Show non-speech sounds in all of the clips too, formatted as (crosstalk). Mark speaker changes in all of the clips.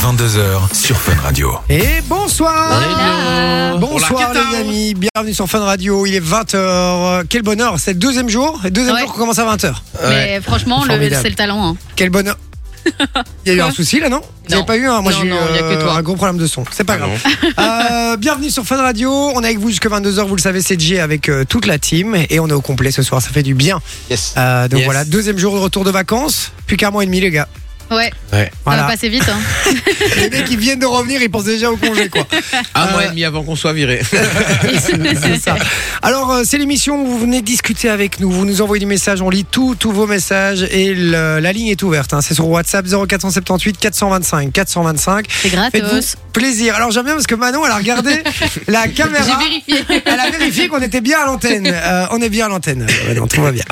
Speaker 1: 22h sur Fun Radio.
Speaker 2: Et bonsoir Bonsoir
Speaker 3: Hola, ¿qué
Speaker 2: les
Speaker 3: tal
Speaker 2: amis, bienvenue sur Fun Radio, il est 20h. Quel bonheur, c'est le deuxième jour, et deuxième
Speaker 3: Ouais.
Speaker 2: jour qu'on commence à 20h.
Speaker 3: Mais franchement, le-
Speaker 2: Formidable.
Speaker 3: c'est le talent. hein.
Speaker 2: Quel bonheur. Il y a eu un souci là, non Vous
Speaker 3: Non.
Speaker 2: avez pas eu un Moi
Speaker 3: Non,
Speaker 2: j'ai eu
Speaker 3: non, il y a que
Speaker 2: euh,
Speaker 3: toi.
Speaker 2: un gros problème de son. C'est pas
Speaker 4: Ah
Speaker 2: grave. (laughs) Euh, bienvenue sur Fun Radio. On est avec vous jusque 22h, vous le savez, c'est Jay avec euh, toute la team. Et on est au complet ce soir, ça fait du bien.
Speaker 4: Yes.
Speaker 2: Euh, donc
Speaker 4: Yes.
Speaker 2: voilà, deuxième jour de retour de vacances. Plus qu'un mois et demi, les gars.
Speaker 3: Ouais, ça va
Speaker 2: Voilà.
Speaker 3: passer vite. hein.
Speaker 2: (laughs) les mecs qui viennent de revenir, ils pensent déjà au congé, quoi.
Speaker 4: Un mois et demi avant qu'on soit viré.
Speaker 3: (laughs)
Speaker 2: C'est ça. Alors, euh, c'est l'émission où vous venez discuter avec nous. Vous nous envoyez des messages, on lit tous tous vos messages et le- la ligne est ouverte. hein. C'est sur WhatsApp 0478 425 425.
Speaker 3: C'est
Speaker 2: Faites-vous
Speaker 3: gratos.
Speaker 2: plaisir. Alors, j'aime bien parce que Manon, elle
Speaker 3: (laughs)
Speaker 2: a regardé la
Speaker 3: J'ai
Speaker 2: caméra.
Speaker 3: vérifié.
Speaker 2: (laughs) Elle a vérifié qu'on était bien à l'antenne. Euh, on est bien à l'antenne. Euh, Manon, tout va bien.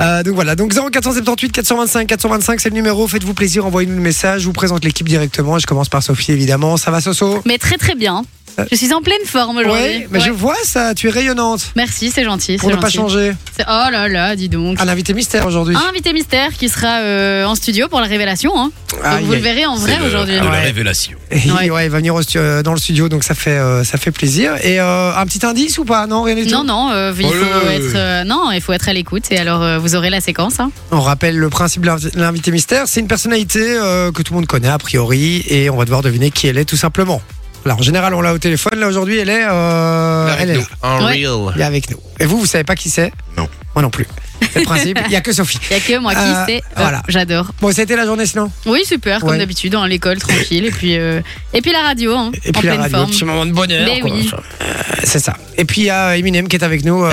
Speaker 2: Euh, donc voilà, donc 0478 425 425, c'est le numéro. Faites-vous plaisir, envoyez-nous le message. Je vous présente l'équipe directement. Je commence par Sophie, évidemment. Ça va, Soso
Speaker 3: Mais très très bien. Je suis en pleine forme aujourd'hui.
Speaker 2: Euh. Ouais, mais je
Speaker 3: Ouais.
Speaker 2: vois ça. Tu es rayonnante.
Speaker 3: Merci, c'est gentil.
Speaker 2: Pour
Speaker 3: c'est
Speaker 2: ne pas
Speaker 3: gentil.
Speaker 2: changer.
Speaker 3: C'est- Oh là là, dis donc.
Speaker 2: Un invité mystère aujourd'hui.
Speaker 3: Un invité mystère qui sera euh, en studio pour la révélation. hein. Donc
Speaker 2: Aïe,
Speaker 3: vous le
Speaker 2: aïe.
Speaker 3: verrez en
Speaker 4: C'est
Speaker 3: vrai
Speaker 4: le-
Speaker 3: aujourd'hui.
Speaker 4: ah, la
Speaker 2: Ouais.
Speaker 4: révélation.
Speaker 2: Et
Speaker 3: Ouais.
Speaker 2: ouais, il va venir au stu- euh, dans le studio, donc ça fait, euh, ça fait plaisir. Et euh, un petit indice ou pas Non, rien du tout.
Speaker 3: Non, non, euh, il,
Speaker 4: Oh là
Speaker 3: faut
Speaker 4: là.
Speaker 3: être, euh, non il faut être à l'écoute et alors euh, vous aurez la séquence. hein.
Speaker 2: On rappelle le principe de l'invi- l'invité mystère. C'est une personnalité euh, que tout le monde connaît a priori, et on va devoir deviner qui elle est tout simplement. Là, en général, on l'a au téléphone. Là, aujourd'hui, elle est, euh, elle est là.
Speaker 4: Un
Speaker 3: Ouais.
Speaker 4: real.
Speaker 2: Elle est avec nous. Et vous, vous savez pas qui c'est
Speaker 4: Non.
Speaker 2: Moi non plus. C'est le principe. Il y
Speaker 3: (laughs)
Speaker 2: a que Sophie.
Speaker 3: Il n'y a que moi qui
Speaker 2: Euh,
Speaker 3: sais. euh,
Speaker 2: voilà.
Speaker 3: J'adore.
Speaker 2: Bon, ça a été la journée sinon.
Speaker 3: Oui, super, comme
Speaker 2: Ouais.
Speaker 3: d'habitude, dans l'école, tranquille. Et puis, euh, et puis la radio, hein,
Speaker 2: Et
Speaker 3: en
Speaker 2: puis la
Speaker 3: pleine
Speaker 2: radio,
Speaker 3: forme.
Speaker 2: petit moment de bonheur.
Speaker 3: Mais oui.
Speaker 2: Euh, C'est ça. Et puis il y a Eminem qui est avec nous. euh,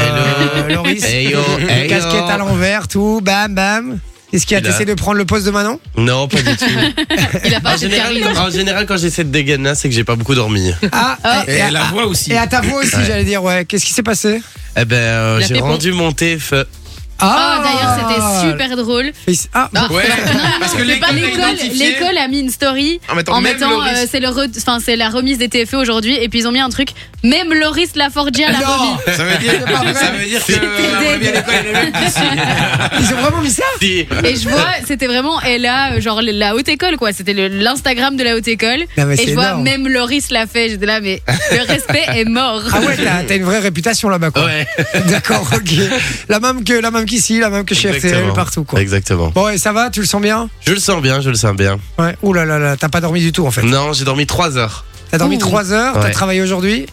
Speaker 2: (laughs)
Speaker 4: Hello.
Speaker 2: Loris.
Speaker 4: Hey yo, hey yo.
Speaker 2: Casquette à l'envers, tout, bam, bam. Qu'est-ce qu'il y a
Speaker 4: Il a- Ah,
Speaker 2: T'essaies de prendre le poste de Manon
Speaker 4: Non, pas du tout.
Speaker 3: Il a pas
Speaker 2: Ah,
Speaker 4: En
Speaker 3: acheté de
Speaker 4: général,
Speaker 3: carré.
Speaker 4: en général, quand j'ai cette dégaine là, c'est que j'ai pas beaucoup dormi.
Speaker 2: Ah, et, à,
Speaker 5: la voix aussi.
Speaker 2: et à ta voix aussi, j'allais dire, ouais. Qu'est-ce qui s'est passé
Speaker 4: Eh ben, euh,
Speaker 3: Il a fait
Speaker 4: j'ai
Speaker 3: bon.
Speaker 4: rendu mon TF.
Speaker 3: Ah, d'ailleurs, c'était super drôle. Bah,
Speaker 2: super. Ah, bon.
Speaker 5: Ouais, parce que
Speaker 3: C'est pas
Speaker 5: l'école
Speaker 3: l'école, l'école a mis une story
Speaker 5: En mettant
Speaker 3: en
Speaker 5: même
Speaker 3: mettant
Speaker 5: Loris.
Speaker 3: euh, c'est le re- enfin c'est la remise des TFE aujourd'hui et puis ils ont mis un truc même Loris Laforgia l'a remis.
Speaker 2: Non,
Speaker 5: Ça veut
Speaker 4: (laughs)
Speaker 5: dire,
Speaker 2: pas vrai.
Speaker 5: ça veut dire que
Speaker 3: dead.
Speaker 5: la première école est le même qu'ici.
Speaker 2: ils ont vraiment mis ça
Speaker 4: Si.
Speaker 3: Et je vois, c'était vraiment et là euh, genre la haute école quoi, c'était le- l'Instagram de la haute école
Speaker 2: Non, mais
Speaker 3: et
Speaker 2: c'est
Speaker 3: je vois
Speaker 2: énorme.
Speaker 3: même Loris l'a fait, j'étais là mais le respect est mort.
Speaker 2: Ah ouais, t'as t'as une vraie réputation là-bas, quoi.
Speaker 4: Ouais.
Speaker 2: (laughs) D'accord, ok. La même que, la même qu'ici, la même que chez RTL,
Speaker 4: Exactement.
Speaker 2: partout, quoi.
Speaker 4: Exactement.
Speaker 2: Bon, et ça va Tu le sens bien
Speaker 4: Je le sens bien, je le sens bien.
Speaker 2: Ouais. Ouh là là là, t'as pas dormi du tout, en fait.
Speaker 4: Non, j'ai dormi 3 heures.
Speaker 2: T'as dormi
Speaker 3: Ouh.
Speaker 2: 3 heures, t'as
Speaker 4: Ouais.
Speaker 2: travaillé aujourd'hui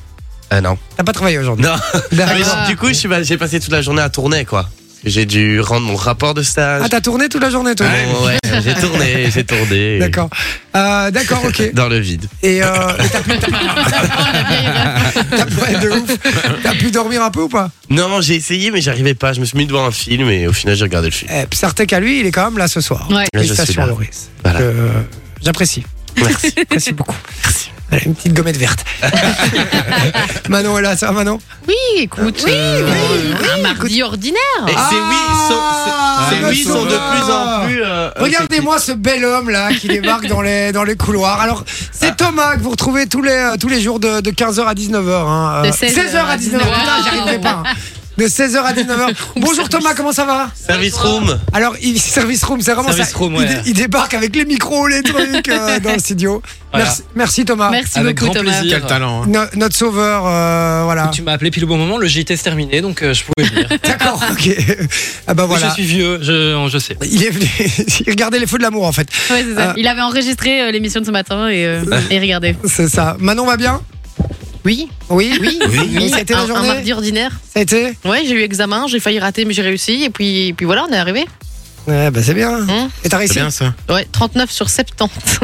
Speaker 4: Ah non.
Speaker 2: T'as pas travaillé aujourd'hui
Speaker 4: Non. Mais
Speaker 2: D'accord.
Speaker 3: Ah.
Speaker 4: du coup, je suis pas- j'ai passé toute la journée à tourner, quoi. J'ai dû rendre mon rapport de stage.
Speaker 2: Ah, t'as tourné toute la journée, toi
Speaker 4: ouais, j'ai tourné, j'ai tourné.
Speaker 2: D'accord. Euh, D'accord, ok.
Speaker 4: (laughs) Dans le vide.
Speaker 2: (laughs) Et euh, et t'as pu, t'as pu- ouais, (laughs) de ouf. T'as pu dormir un peu ou pas
Speaker 4: Non, j'ai essayé, mais j'arrivais pas. Je me suis mis devant un film et au final, j'ai regardé le film.
Speaker 2: (laughs) eh, Psartek à lui, il est quand même là ce soir.
Speaker 3: Ouais.
Speaker 4: Là, Ah, je suis
Speaker 2: Félicitations,
Speaker 4: là.
Speaker 2: Loris.
Speaker 4: Voilà.
Speaker 2: Euh, J'apprécie.
Speaker 4: Merci.
Speaker 2: (laughs) J'apprécie beaucoup. Allez, une petite gommette
Speaker 4: (laughs)
Speaker 2: verte. Manon est là, ça va Manon
Speaker 3: Oui, écoute, euh, un mardi ordinaire.
Speaker 4: Et
Speaker 2: Ah,
Speaker 4: ces oui sont, ces- ces
Speaker 5: le
Speaker 4: oui sont de
Speaker 2: sauveur.
Speaker 4: plus en plus. euh,
Speaker 2: Regardez-moi ce bel homme là qui débarque dans les, dans les couloirs. Alors,
Speaker 4: Ah.
Speaker 2: c'est Thomas que vous retrouvez tous les, euh, tous les jours de, 15h à 19h. hein. Euh,
Speaker 3: De 16h
Speaker 2: 16h à 19h. Putain, j'y arriverai pas. hein. De 16h à 19h. Bonjour Thomas, comment ça va
Speaker 4: Service room.
Speaker 2: Alors, il, service room, c'est vraiment
Speaker 5: Service
Speaker 2: ça.
Speaker 5: room,
Speaker 2: il,
Speaker 5: ouais.
Speaker 2: dé- il débarque avec les micros, les trucs
Speaker 5: (laughs)
Speaker 2: euh, dans le studio.
Speaker 5: Voilà.
Speaker 2: Merci, merci Thomas.
Speaker 3: Merci
Speaker 5: Avec
Speaker 3: beaucoup
Speaker 5: grand
Speaker 3: Thomas.
Speaker 5: plaisir. Quel talent. hein.
Speaker 2: No- notre sauveur, euh, voilà.
Speaker 5: Tu m'as appelé pile au bon moment, le JT se terminé, donc euh, je pouvais venir.
Speaker 2: (laughs) D'accord, ok.
Speaker 6: (laughs)
Speaker 2: Ah bah
Speaker 5: Oui,
Speaker 2: voilà.
Speaker 5: Je suis vieux, je, je sais.
Speaker 2: Il est venu. (laughs) il regardait les feux de l'amour en fait.
Speaker 3: Ouais, (laughs) c'est ça.
Speaker 2: Ah.
Speaker 3: Il avait enregistré euh, l'émission de ce matin et, euh, et regardez.
Speaker 2: C'est ça. Manon va bien
Speaker 7: Oui,
Speaker 2: Oui.
Speaker 7: oui,
Speaker 2: Oui, ça a été la
Speaker 7: un, un
Speaker 2: journée
Speaker 7: mardi ordinaire.
Speaker 2: Ça a été
Speaker 7: Ouais, j'ai eu examen, j'ai failli rater, mais j'ai réussi. Et puis, et puis voilà, on est arrivé.
Speaker 2: Ouais, bah c'est bien.
Speaker 7: Hum.
Speaker 2: Et t'as réussi
Speaker 5: ça.
Speaker 7: Ouais, 39 sur
Speaker 2: (laughs)
Speaker 7: 70.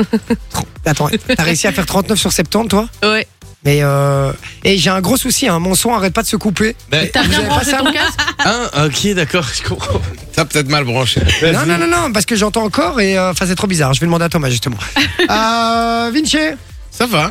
Speaker 2: Attends, t'as réussi à faire 39 sur 70 toi
Speaker 7: Ouais.
Speaker 2: Mais euh... Et j'ai un gros souci, hein. mon son arrête pas de se couper.
Speaker 4: Ben,
Speaker 7: T'as
Speaker 2: Vous
Speaker 7: bien
Speaker 2: avez pas
Speaker 7: branché
Speaker 2: ça,
Speaker 7: ton
Speaker 2: vous
Speaker 7: casque
Speaker 4: Ah, ok, d'accord, je comprends.
Speaker 5: T'as peut-être mal branché.
Speaker 2: Non, non, non, non, parce que j'entends encore et euh, enfin c'est trop bizarre. Je vais demander à Thomas
Speaker 5: (laughs)
Speaker 2: justement.
Speaker 5: Ah,
Speaker 2: euh, Vinci,
Speaker 5: Ça va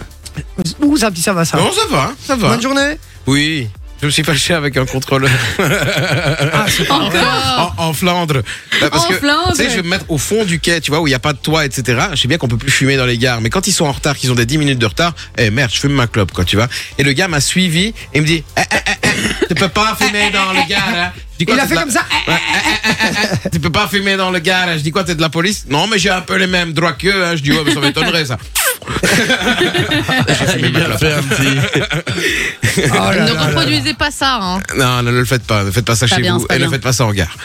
Speaker 2: où ça petit ça va ça
Speaker 5: ça va, ça
Speaker 2: Bonne journée.
Speaker 5: Oui. Je me suis fâché avec un contrôleur
Speaker 2: Ah,
Speaker 3: Encore
Speaker 5: en, en Flandre. Bah, Parce
Speaker 3: En
Speaker 5: que,
Speaker 3: Flandre.
Speaker 5: Tu sais, je vais me mettre au fond du quai, tu vois, où il n'y a pas de toit, etc. Je sais bien qu'on peut plus fumer dans les gares, mais quand ils sont en retard, qu'ils ont des 10 minutes de retard, eh merde, je fume ma clope, quoi, tu vois. Et le gars m'a suivi et il me dit, Eh, eh, eh, eh, tu peux pas fumer dans le gare. hein. Je dis, quoi,
Speaker 2: eh, Il a
Speaker 5: t'es
Speaker 2: fait
Speaker 5: de la-
Speaker 2: comme
Speaker 3: Ah,
Speaker 2: ça.
Speaker 3: oh,
Speaker 5: Ouais, eh, eh, eh, eh, tu peux pas fumer dans le gare. hein. Je dis quoi, t'es de la police Non, mais j'ai un peu les mêmes droits qu'eux. hein. Je dis ouais, mais ça m'étonnerait ça.
Speaker 4: (laughs) Il a fait un petit.
Speaker 2: Oh là là
Speaker 7: ne
Speaker 2: là là.
Speaker 7: reproduisez pas ça. hein.
Speaker 5: Non, ne le faites pas, ne faites pas ça
Speaker 3: Pas
Speaker 5: chez
Speaker 3: bien,
Speaker 5: vous
Speaker 3: c'est pas
Speaker 5: et ne
Speaker 3: bien.
Speaker 5: faites pas ça
Speaker 3: (laughs)
Speaker 5: en gare.